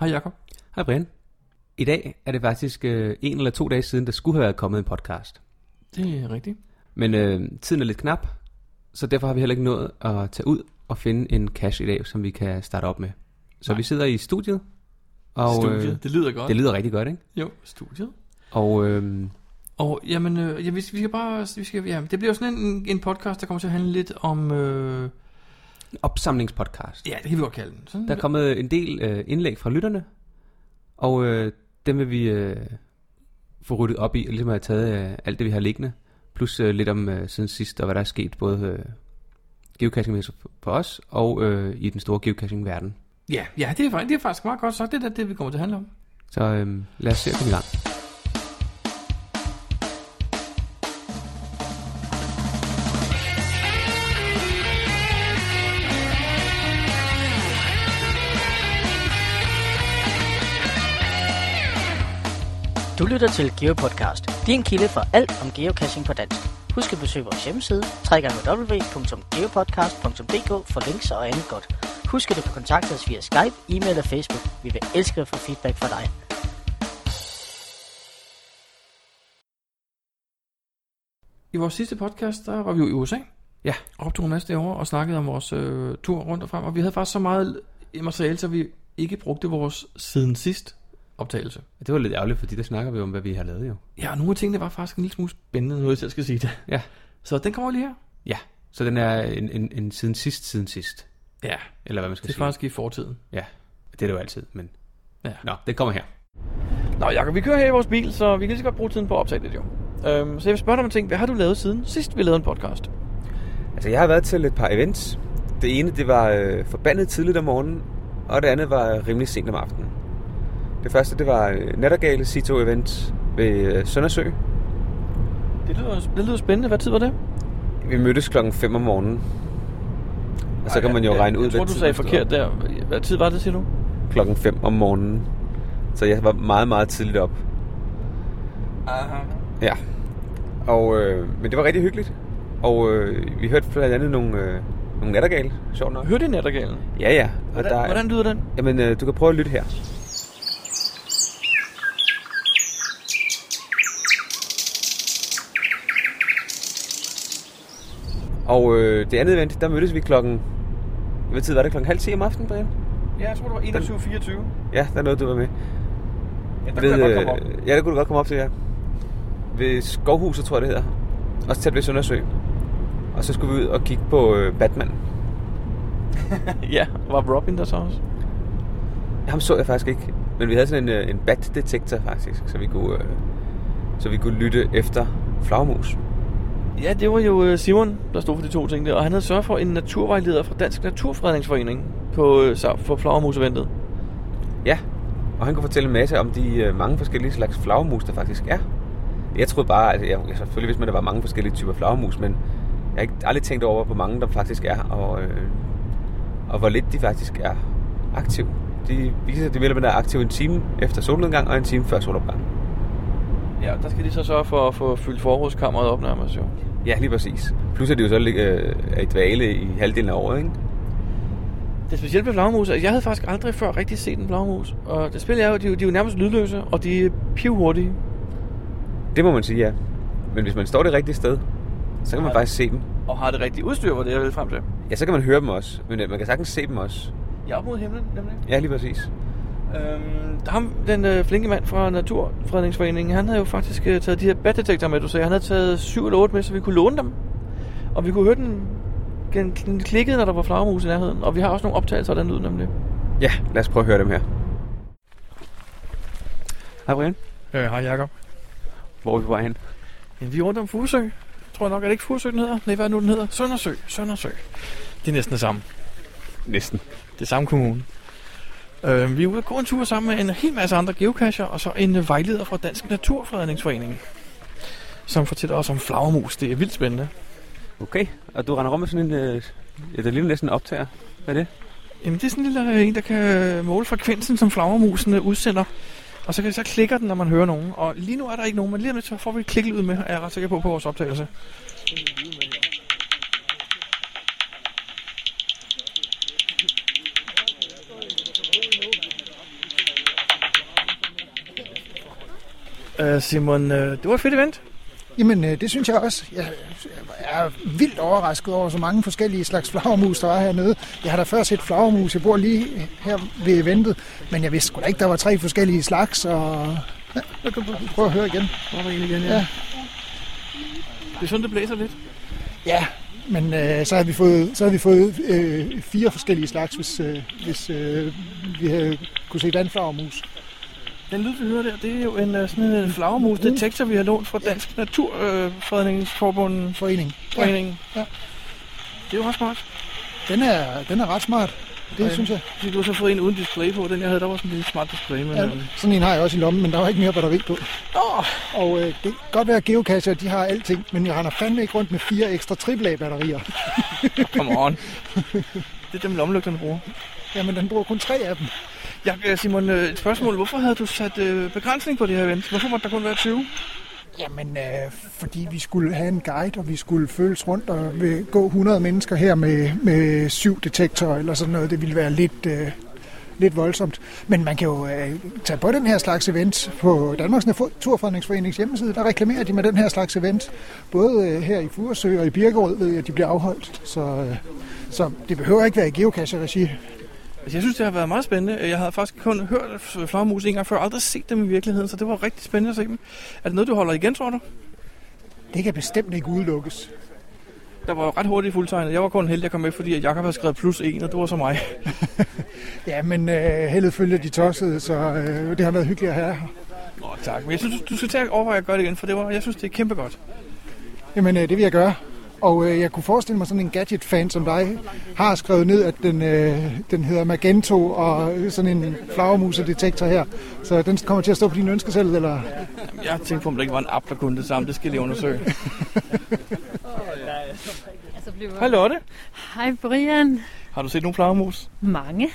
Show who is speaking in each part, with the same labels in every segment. Speaker 1: Hej Jakob.
Speaker 2: Hej Brian. I dag er det faktisk øh, en eller to dage siden, der skulle have været kommet en podcast.
Speaker 1: Det er rigtigt.
Speaker 2: Men øh, tiden er lidt knap, så derfor har vi heller ikke nået at tage ud og finde en cash i dag, som vi kan starte op med. Så
Speaker 1: Nej.
Speaker 2: Nej. vi sidder i studiet, og
Speaker 1: studiet.
Speaker 2: Øh,
Speaker 1: det lyder godt.
Speaker 2: det lyder rigtig godt, ikke?
Speaker 1: Jo, studiet.
Speaker 2: Og øh,
Speaker 1: Og jamen, øh, ja, vi, skal- vi skal bare... Vi skal, ja, det bliver jo sådan en, en podcast, der kommer til at handle lidt om... Øh,
Speaker 2: en opsamlingspodcast.
Speaker 1: ja, det kan vi godt kalde den. Sådan,
Speaker 2: Der er kommet en del øh, indlæg fra lytterne, og øh, dem vil vi øh, få ryddet op i, og ligesom have taget øh, alt det, vi har liggende, plus øh, lidt om øh, siden sidst, og hvad der er sket, både øh, geocaching for os, og øh, i den store geocaching-verden.
Speaker 1: Ja, ja det, er, faktisk- det er faktisk meget godt sagt. Det er da det, vi kommer til at handle om.
Speaker 2: Så øh, lad os se at komme i gang.
Speaker 3: Du lytter til GeoPodcast, din kilde for alt om geocaching på dansk. Husk at besøge vores hjemmeside, www.geopodcast.dk for links og andet godt. Husk at du kan kontakte os via Skype, e-mail og Facebook. Vi vil elske at få feedback fra dig.
Speaker 1: I vores sidste podcast, der var vi jo i USA.
Speaker 2: Ja.
Speaker 1: Og optog en masse derovre og snakkede om vores øh, tur rundt og frem. Og vi havde faktisk så meget materiale, så vi ikke brugte vores siden sidst optagelse.
Speaker 2: Og Det var lidt ærgerligt, fordi der snakker vi om, hvad vi har lavet jo.
Speaker 1: Ja, og nogle af tingene var faktisk en lille smule spændende, nu jeg selv skal sige det.
Speaker 2: Ja.
Speaker 1: Så den kommer lige her.
Speaker 2: Så den er en, en, en siden sidst, siden sidst,
Speaker 1: Ja,
Speaker 2: eller hvad man skal
Speaker 1: det er
Speaker 2: sige.
Speaker 1: faktisk i fortiden.
Speaker 2: Det er det jo altid, men...
Speaker 1: Ja.
Speaker 2: Nå, den kommer her.
Speaker 1: Nå, Jacob, vi kører her i vores bil, så vi kan lige så godt bruge tiden på at optage det jo. Øhm, så jeg vil spørge dig om en ting. Hvad har du lavet siden sidst, vi lavede en podcast?
Speaker 2: Altså, jeg har været til et par events. Det ene, det var øh, forbandet tidligt om morgenen, og det andet var rimelig sent om aftenen. Det første, det var øh, Nattergale C2-event ved øh, Søndersø.
Speaker 1: Det lyder, det lyder spændende. Hvad tid var det?
Speaker 2: Vi mødtes klokken 5 om morgenen. Og så
Speaker 1: Ej,
Speaker 2: kan man jo
Speaker 1: ja,
Speaker 2: regne ud,
Speaker 1: Jeg tror,
Speaker 2: hvad
Speaker 1: du
Speaker 2: tid
Speaker 1: sagde
Speaker 2: man stod
Speaker 1: forkert
Speaker 2: op.
Speaker 1: der. Hvad tid var det, siger du?
Speaker 2: Klokken 5 om morgenen. Så jeg var meget, meget tidligt op.
Speaker 1: Aha.
Speaker 2: Ja. Og, øh, men det var rigtig hyggeligt. Og øh, vi hørte blandt andet nogle, øh, nogle nattergale, sjovt nok.
Speaker 1: Hørte I nattergalen?
Speaker 2: Ja, ja. Og
Speaker 1: Hvordan, der... hvordan lyder den?
Speaker 2: Jamen, øh, du kan prøve at lytte her. Og øh, det andet event, der mødtes vi klokken... Hvad tid var det? Klokken halv 10 om aftenen, Brian?
Speaker 1: Ja, jeg tror, det var 21.24.
Speaker 2: Ja, der nåede du at være med.
Speaker 1: Ja,
Speaker 2: øh, ja, der kunne du godt komme op til, ja. Ved Skovhuset, tror jeg, det hedder. Også tæt ved Søndersø. Og så skulle vi ud og kigge på øh, Batman.
Speaker 1: ja, var Robin der så også?
Speaker 2: Ham så jeg faktisk ikke. Men vi havde sådan en, øh, en bat-detektor faktisk, så vi kunne, øh, så vi kunne lytte efter flagmus.
Speaker 1: Ja, det var jo øh, Simon, der stod for de to ting der. Og han havde sørget for en naturvejleder fra Dansk Naturfredningsforening på, øh, sa- for Flagermuseventet.
Speaker 2: Ja, og han kunne fortælle en masse om de øh, mange forskellige slags flagmus, der faktisk er. Jeg troede bare, at jeg, jeg selvfølgelig vidste man, at der var mange forskellige typer flagmus, men jeg har ikke, aldrig tænkt over, hvor mange der faktisk er, og, øh, og hvor lidt de faktisk er aktive. De viser, at de vil være aktive en time efter solnedgang og en time før solopgang.
Speaker 1: Ja, der skal de så sørge for at få fyldt forrådskammeret op nærmest jo.
Speaker 2: Ja, lige præcis. Plus at de jo så øh, er i dvale i halvdelen af året, ikke?
Speaker 1: Det specielle ved flagermus er, at jeg havde faktisk aldrig før rigtig set en flagermus. Og det spil er jo, at de, er jo- de er jo nærmest lydløse, og de er pivhurtige.
Speaker 2: Det må man sige, ja. Men hvis man står det rigtige sted, så kan man
Speaker 1: Ja.
Speaker 2: faktisk se dem.
Speaker 1: Og har det rigtige udstyr, hvor det er jeg vil frem til.
Speaker 2: Ja, så kan man høre dem også, men øh, man kan sagtens se dem også.
Speaker 1: Jeg er op mod himlen, nemlig.
Speaker 2: Ja, lige præcis.
Speaker 1: Øhm, der ham, den øh, flinke mand fra Naturfredningsforeningen, han havde jo faktisk øh, taget de her batdetektorer med, du sagde. Han havde taget syv eller otte med, så vi kunne låne dem. Og vi kunne høre den, den, den klikkede, når der var flagermus i nærheden. Og vi har også nogle optagelser af den lyd, nemlig.
Speaker 2: Ja, lad os prøve at høre dem her. Hej Brian,
Speaker 1: Øh, hej Jacob.
Speaker 2: hvor er vi på vej hen?
Speaker 1: Ja, vi er rundt om Fusø. Tror jeg nok, er det ikke Fusø, den hedder? Nej, hvad er det nu, den hedder? Søndersø. Søndersø. Det er næsten det samme.
Speaker 2: Næsten.
Speaker 1: Det er samme kommune. Øh, vi er ude at gå en tur sammen med en hel masse andre geocacher, og så en øh, vejleder fra Dansk Naturfredningsforening, som fortæller os om flagermus. Det er vildt spændende.
Speaker 2: Okay, og du render rundt med sådan en... Øh, ja, der ligner næsten en optager. Hvad er det?
Speaker 1: Jamen, det er sådan en lille øh, en, der kan måle frekvensen, som flagermusen øh, udsender. Og så, kan, så klikker den, når man hører nogen. Og lige nu er der ikke nogen, men lige om lidt, så får vi et klikkelyd med, er jeg ret sikker på, på vores optagelse. Uh, Simon, uh, det var et fedt event.
Speaker 4: Jamen, øh, det synes jeg også. Jeg er vildt overrasket over så mange forskellige slags flagermus, der var hernede. Jeg har da før set flagermus. Jeg bor lige her ved eventet, men jeg vidste sgu da ikke, der var tre forskellige slags. Og... Ja, nu kan du prøve at høre igen.
Speaker 1: Hvor var det igen, ja.
Speaker 4: Ja.
Speaker 1: Det er sådan, det blæser lidt.
Speaker 4: Ja, men øh, så havde vi fået, så havde vi fået øh, fire forskellige slags, hvis, øh, hvis øh, vi havde kunne se vandflagermus.
Speaker 1: Den lyd, vi hører der, det er jo en øh, sådan en flagermusdetektor, vi har lånt fra Dansk øh, Naturfredningsforbund.
Speaker 4: Forening. Ja,
Speaker 1: Foreningen.
Speaker 4: Ja.
Speaker 1: Det er jo også smart.
Speaker 4: den, er, den er ret smart. Det
Speaker 1: Ja.
Speaker 4: synes jeg.
Speaker 1: øh, Fordi du har så fået en uden display på. Den jeg havde, der var sådan en lille smart display. Men, øh, ja.
Speaker 4: Ja, sådan en har jeg også i lommen, men der var ikke mere batteri på.
Speaker 1: Åh,
Speaker 4: Og øh, det kan godt være, at geocacher de har alting, men jeg render fandme ikke rundt med fire ekstra AAA-batterier.
Speaker 1: oh, come on. det er dem lommelygterne bruger.
Speaker 4: Jamen, den bruger kun tre af dem.
Speaker 1: Jeg, øh, Simon, øh, et spørgsmål. Hvorfor havde du sat øh, begrænsning på det her event? Hvorfor måtte der kun være 20?
Speaker 4: Jamen, øh, fordi vi skulle have en guide, og vi skulle føles rundt, og vi gå 100 mennesker her med, med syv detektorer eller sådan noget. Det ville være lidt, øh, lidt voldsomt. Men man kan jo øh, tage på den her slags event på Danmarks Naturfredningsforenings hjemmeside. Der reklamerer de med den her slags event. Både øh, her i Furesø og i Birkerød ved jeg, at de bliver afholdt. Så, øh, så det behøver ikke være i geocacher-regi.
Speaker 1: Altså, jeg synes, det har været meget spændende. Jeg havde faktisk kun hørt flagermus en gang før, og aldrig set dem i virkeligheden, så det var rigtig spændende at se dem. Er det noget, du holder igen, tror du?
Speaker 4: Det kan bestemt ikke udelukkes.
Speaker 1: Der var jo ret hurtigt fuldtegnet. Jeg var kun heldig at komme med, fordi at Jacob havde skrevet plus en, og det var så mig.
Speaker 4: Ja, men øh, heldet følger de tossede, så øh, det har været hyggeligt at have her.
Speaker 1: Nå, tak. Men jeg synes, du skal tage og overveje at gøre det igen, for det var, jeg synes, det er kæmpe godt.
Speaker 4: Jamen, øh, det vil jeg gøre. Og øh, jeg kunne forestille mig, sådan en gadget-fan som dig har skrevet ned, at den, øh, den hedder Magento og øh, sådan en flagermusedetektor her. Så den kommer til at stå på din ønskeseddel, eller?
Speaker 1: Jeg tænkte på, om der ikke var en app, der kunne det samme. Det skal jeg lige undersøge.
Speaker 5: Altså bliver...
Speaker 1: Hej Lotte.
Speaker 5: Hej Brian.
Speaker 1: Har du set nogle flagermus?
Speaker 5: Mange.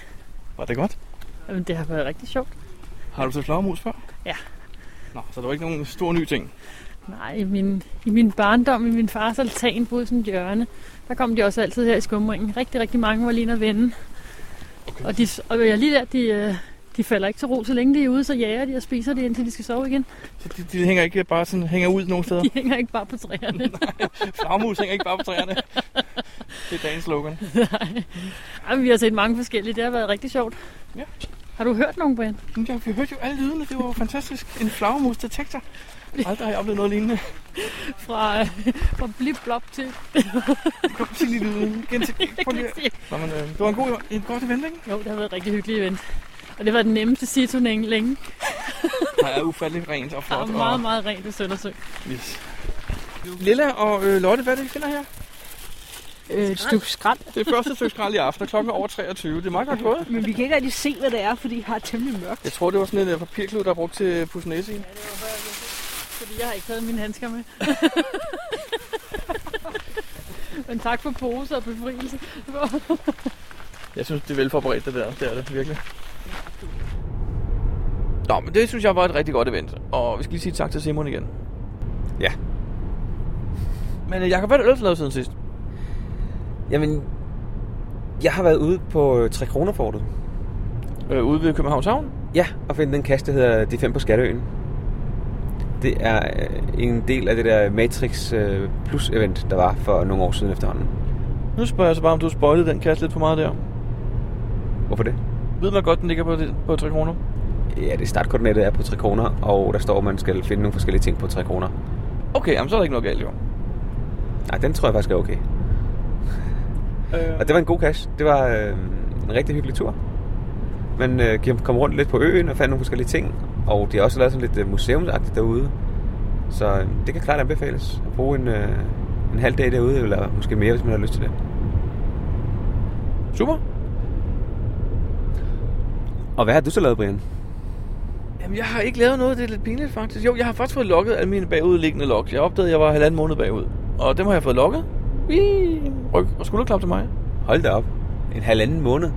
Speaker 1: Var det godt?
Speaker 5: Jamen, det har været rigtig sjovt.
Speaker 1: Har du set flagermus før?
Speaker 5: Ja.
Speaker 1: Nå, så der var ikke nogen stor ny ting.
Speaker 5: Nej, i min, i min barndom, i min fars altan, boede sådan et hjørne. Der kom de også altid her i skumringen. Rigtig, rigtig mange var lige inde at vende. Okay. Og, de, og jeg er lige der, de, øh, de falder ikke til ro. Så længe de er ude, så jager de og spiser de, indtil de skal sove igen.
Speaker 1: Så de, de hænger ikke bare sådan, hænger ud nogen steder?
Speaker 5: De hænger ikke bare på træerne.
Speaker 1: Flagermus hænger ikke bare på træerne. Det er dagens slogan.
Speaker 5: Ej, men vi har set mange forskellige. Det har været rigtig sjovt.
Speaker 1: Ja.
Speaker 5: Har du hørt nogen, Brian?
Speaker 1: Men Jeg, vi hørte jo alle lydene, det var jo fantastisk. En flagermusdetektor. Aldrig har jeg oplevet noget lignende.
Speaker 5: Fra, øh, fra blip blop til...
Speaker 1: Kom, sig lige lyden. Gentag. Prøv lige. Nå, men, øh, det var en god, en godt event, ikke?
Speaker 5: Jo, det har været et rigtig hyggeligt event. Og det var den nemmeste situ længe.
Speaker 1: Der er ufattelig rent og flot.
Speaker 5: Og meget, meget rent i Søndersø.
Speaker 1: Og, yes. Lilla og øh, Lotte, hvad er det, vi finder her?
Speaker 6: Øh, et stykke skrald.
Speaker 1: Det er første stykke skrald i aften, og klokken er over 23. Det er meget godt gået.
Speaker 6: Men vi kan ikke rigtig se, hvad det er, fordi jeg har temmelig mørkt.
Speaker 1: Jeg tror, det var sådan en øh, papirklud, der er brugt til at pusse næse i.
Speaker 5: Fordi jeg har ikke taget mine handsker med. Men tak for pose og befrielse.
Speaker 1: Jeg synes, det er velforberedt, det der. Det er det, virkelig. Nå, men det synes jeg var et rigtig godt event. Og vi skal lige sige tak til Simon igen.
Speaker 2: Ja.
Speaker 1: Men øh, Jacob, hvad har du ellers lavet siden sidst?
Speaker 2: Jamen, jeg har været ude på øh, 3 kroner fortet.
Speaker 1: Øh, ude ved Københavns Havn?
Speaker 2: Ja, og finde den kasse, der hedder De 5 på Skatteøen. Det er øh, en del af det der Matrix øh, Plus-event, der var for nogle år siden efterhånden.
Speaker 1: Nu spørger jeg så bare, om du spoilede den kasse lidt for meget der.
Speaker 2: Hvorfor det?
Speaker 1: Ved man godt, den ligger på, på 3 kroner?
Speaker 2: Ja, det startkoordinatet er på 3 kroner, og der står, at man skal finde nogle forskellige ting på 3 kroner.
Speaker 1: Okay, jamen, så er der ikke noget galt, jo.
Speaker 2: Nej, den tror jeg faktisk er okay.
Speaker 1: Øh,
Speaker 2: Og det var en god cash. Det var øh, en rigtig hyggelig tur. Man øh, kom- kom rundt lidt på øen og fandt nogle forskellige ting. Og de har også lavet sådan lidt øh, museumsagtigt derude. Så øh, det kan klart anbefales at bruge en, øh, en halv dag derude, eller måske mere, hvis man har lyst til det.
Speaker 1: super.
Speaker 2: Og hvad har du så lavet, Brian?
Speaker 1: Jamen, jeg har ikke lavet noget, det er lidt pinligt faktisk. Jo, jeg har faktisk fået logget alle mine bagudliggende logs. Jeg opdagede, at jeg var halvanden måned bagud. Og dem har jeg fået logget. Whee! Ryg og skulderklap til mig.
Speaker 2: Hold da op. En halvanden måned.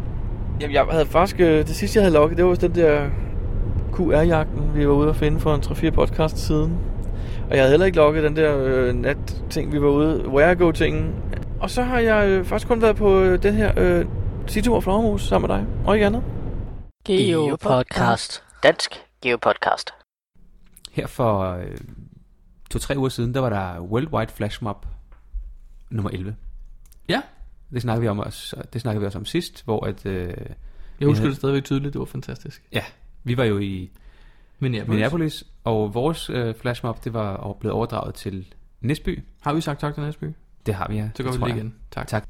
Speaker 1: Jamen, jeg havde faktisk... Øh, det sidste, jeg havde logget, det var vist den der QR-jagten, vi var ude at finde for en 3-4 podcast siden. Og jeg havde heller ikke logget den der øh, nat-ting, vi var ude... Where I go-tingen. Og så har jeg øh, faktisk kun været på øh, den her øh, Situ og Flagermus sammen med dig. Og ikke andet.
Speaker 3: Geopodcast. Dansk Geopodcast.
Speaker 2: Her for øh, to-tre uger siden, der var der Worldwide Flash Mob nummer 11.
Speaker 1: Ja.
Speaker 2: Det snakkede vi, om os, det snakkede vi også om sidst, hvor at, øh,
Speaker 1: Jeg husker
Speaker 2: Ja.
Speaker 1: det stadigvæk tydeligt, det var fantastisk.
Speaker 2: ja, vi var jo i
Speaker 1: Minneapolis.
Speaker 2: Minneapolis, og vores øh, flash mob, det var over- blevet overdraget til Næsby.
Speaker 1: Har vi sagt tak til Næsby?
Speaker 2: Det har vi, ja.
Speaker 1: Så gør vi
Speaker 2: tror
Speaker 1: det
Speaker 2: jeg.
Speaker 1: igen. Tak.
Speaker 2: Tak.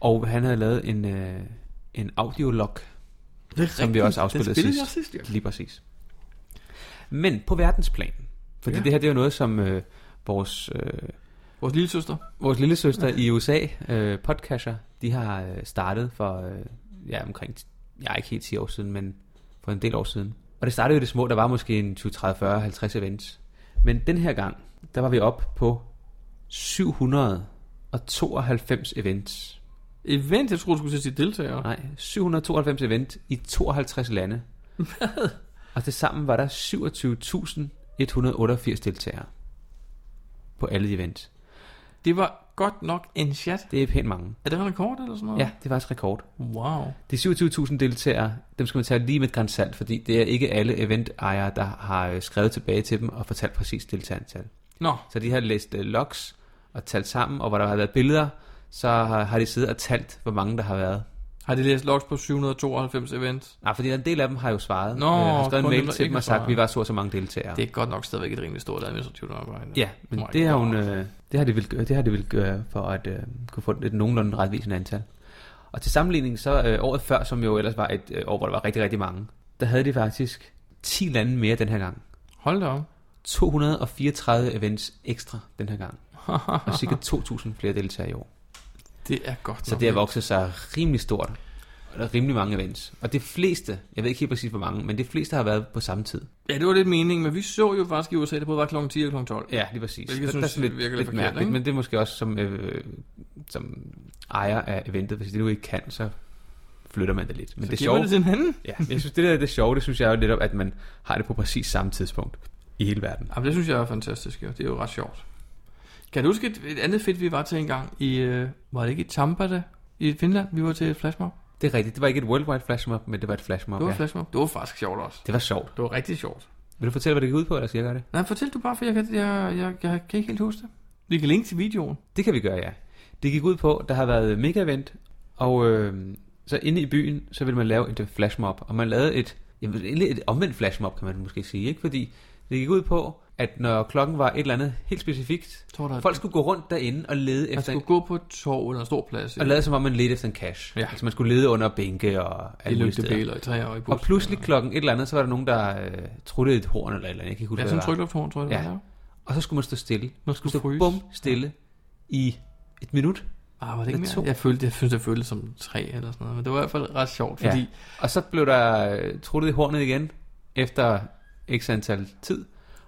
Speaker 2: Og han havde lavet en, øh, en audiolog,
Speaker 1: Det er
Speaker 2: som vi også afspillede
Speaker 1: Den spillede
Speaker 2: sidst.
Speaker 1: jeg sidst, ja.
Speaker 2: Lige præcis. Men på verdensplan, fordi
Speaker 1: Ja.
Speaker 2: ja. det her det er jo noget, som øh, vores, øh,
Speaker 1: Vores lille søster.
Speaker 2: vores lille søster i USA, øh, Podcasher, de har øh, startet for, øh, ja, omkring, jeg er ikke helt 10 år siden, men for en del år siden. Og det startede jo i det små, der var måske en 20, 30, 40, 50 events. Men den her gang, der var vi op på 792 events.
Speaker 1: Event, jeg tror du skulle til at sige deltagere.
Speaker 2: Nej, 792 event i 52 lande. og til sammen var der 27.188 deltagere på alle de events.
Speaker 1: Det var godt nok en chat.
Speaker 2: Det er pænt mange.
Speaker 1: Er det en rekord eller sådan noget?
Speaker 2: Ja, det var faktisk rekord.
Speaker 1: Wow.
Speaker 2: De 27.000 deltagere, dem skal man tage lige med et gran salt, fordi det er ikke alle eventejere, der har øh, skrevet tilbage til dem og fortalt præcis deltagerantal.
Speaker 1: Nå,
Speaker 2: Så de har læst øh, logs og talt sammen, og hvor der har været billeder, så har har de siddet og talt, hvor mange der har været.
Speaker 1: har de læst logs på 792 events?
Speaker 2: Nej, fordi en del af dem har jo svaret.
Speaker 1: Nå,
Speaker 2: Øh, har skrevet en
Speaker 1: kun dem,
Speaker 2: mail
Speaker 1: der
Speaker 2: til
Speaker 1: ikke
Speaker 2: dem
Speaker 1: har
Speaker 2: og sagt,
Speaker 1: svaret.
Speaker 2: at vi var så og så mange deltagere.
Speaker 1: Det er godt nok stadigvæk et rimelig stort administrativt arbejde.
Speaker 2: Ja, men
Speaker 1: My
Speaker 2: oh det, har hun,
Speaker 1: God.
Speaker 2: øh, det har de vil gøre, det har de vil gøre for at øh, kunne få et nogenlunde retvisende antal. Og til sammenligning så øh, året før, som jo ellers var et øh, år, hvor der var rigtig, rigtig mange, der havde de faktisk 10 lande mere den her gang.
Speaker 1: Hold da op.
Speaker 2: 234 events ekstra den her gang. Og cirka 2.000 flere deltagere i år.
Speaker 1: Det er godt
Speaker 2: Så
Speaker 1: nok
Speaker 2: det har
Speaker 1: vildt.
Speaker 2: vokset sig rimelig stort. Og der er rimelig mange events. Og de fleste, jeg ved ikke helt præcis hvor mange, men de fleste har været på samme tid.
Speaker 1: Ja, det var lidt meningen, men vi så jo faktisk i USA, det både var kl. 10 og kl. 12.
Speaker 2: Ja, lige præcis.
Speaker 1: Hvilket
Speaker 2: Det-
Speaker 1: synes
Speaker 2: det er sådan
Speaker 1: jeg virker lidt forkert, ikke?
Speaker 2: men det er måske også som, øh, som ejer af eventet. Hvis det nu ikke kan, så flytter man det lidt. Men
Speaker 1: så
Speaker 2: det
Speaker 1: giver man
Speaker 2: sjove,
Speaker 1: det til en anden.
Speaker 2: ja, jeg synes, det der er det sjove, det synes jeg jo netop, at man har det på præcis samme tidspunkt i hele verden.
Speaker 1: Jamen, det synes jeg er fantastisk, jo. Det er jo ret sjovt. Kan du huske et, et andet fedt, vi var til en gang i, øh, var det ikke i Tampa, da? I Finland, vi var til et flashmob.
Speaker 2: Det er rigtigt. Det var ikke et worldwide flashmob, men det var et flashmob.
Speaker 1: Det var
Speaker 2: ja.
Speaker 1: et flashmob. Det var faktisk sjovt også.
Speaker 2: det var sjovt.
Speaker 1: Det var rigtig sjovt.
Speaker 2: Vil du fortælle, hvad det gik ud på, eller skal jeg gøre det?
Speaker 1: Nej, fortæl du bare, for jeg kan, jeg, jeg, jeg kan ikke helt huske det. Vi kan linke til videoen.
Speaker 2: Det kan vi gøre, ja. Det gik ud på, der har været mega-event, og øh, så inde i byen, så ville man lave et flashmob, og man lavede et, jamen, egentlig et omvendt flashmob, kan man måske sige, ikke? Fordi det gik ud på, at når klokken var et eller andet helt specifikt,
Speaker 1: Jeg tror, der,
Speaker 2: folk skulle gå rundt derinde og lede
Speaker 1: man
Speaker 2: efter,
Speaker 1: skulle
Speaker 2: en,
Speaker 1: gå på et torv eller en stor plads.
Speaker 2: og lade som om man ledte efter en cash.
Speaker 1: Ja.
Speaker 2: Altså man skulle lede under bænke og
Speaker 1: i
Speaker 2: alle mulige steder.
Speaker 1: lygtebiler, i træer og i busser.
Speaker 2: Og pludselig klokken et eller andet, så var der nogen, der øh, truttede et horn eller et eller andet, jeg kan ikke huske,
Speaker 1: Ja,
Speaker 2: hvad
Speaker 1: sådan en
Speaker 2: det var.
Speaker 1: tryklufthorn, tror jeg, det
Speaker 2: Ja.
Speaker 1: var.
Speaker 2: Og så skulle man stå stille. Man skulle
Speaker 1: skulle
Speaker 2: stå
Speaker 1: fryse.
Speaker 2: bum stille i et minut.
Speaker 1: Ah, var det ikke
Speaker 2: Med
Speaker 1: mere?
Speaker 2: to.
Speaker 1: Jeg, følte, jeg synes, jeg følte det som tre eller sådan noget, men det var i hvert fald ret sjovt,
Speaker 2: Ja.
Speaker 1: fordi ja.
Speaker 2: Og så blev der øh, truttet i hornet igen, efter x antal tid.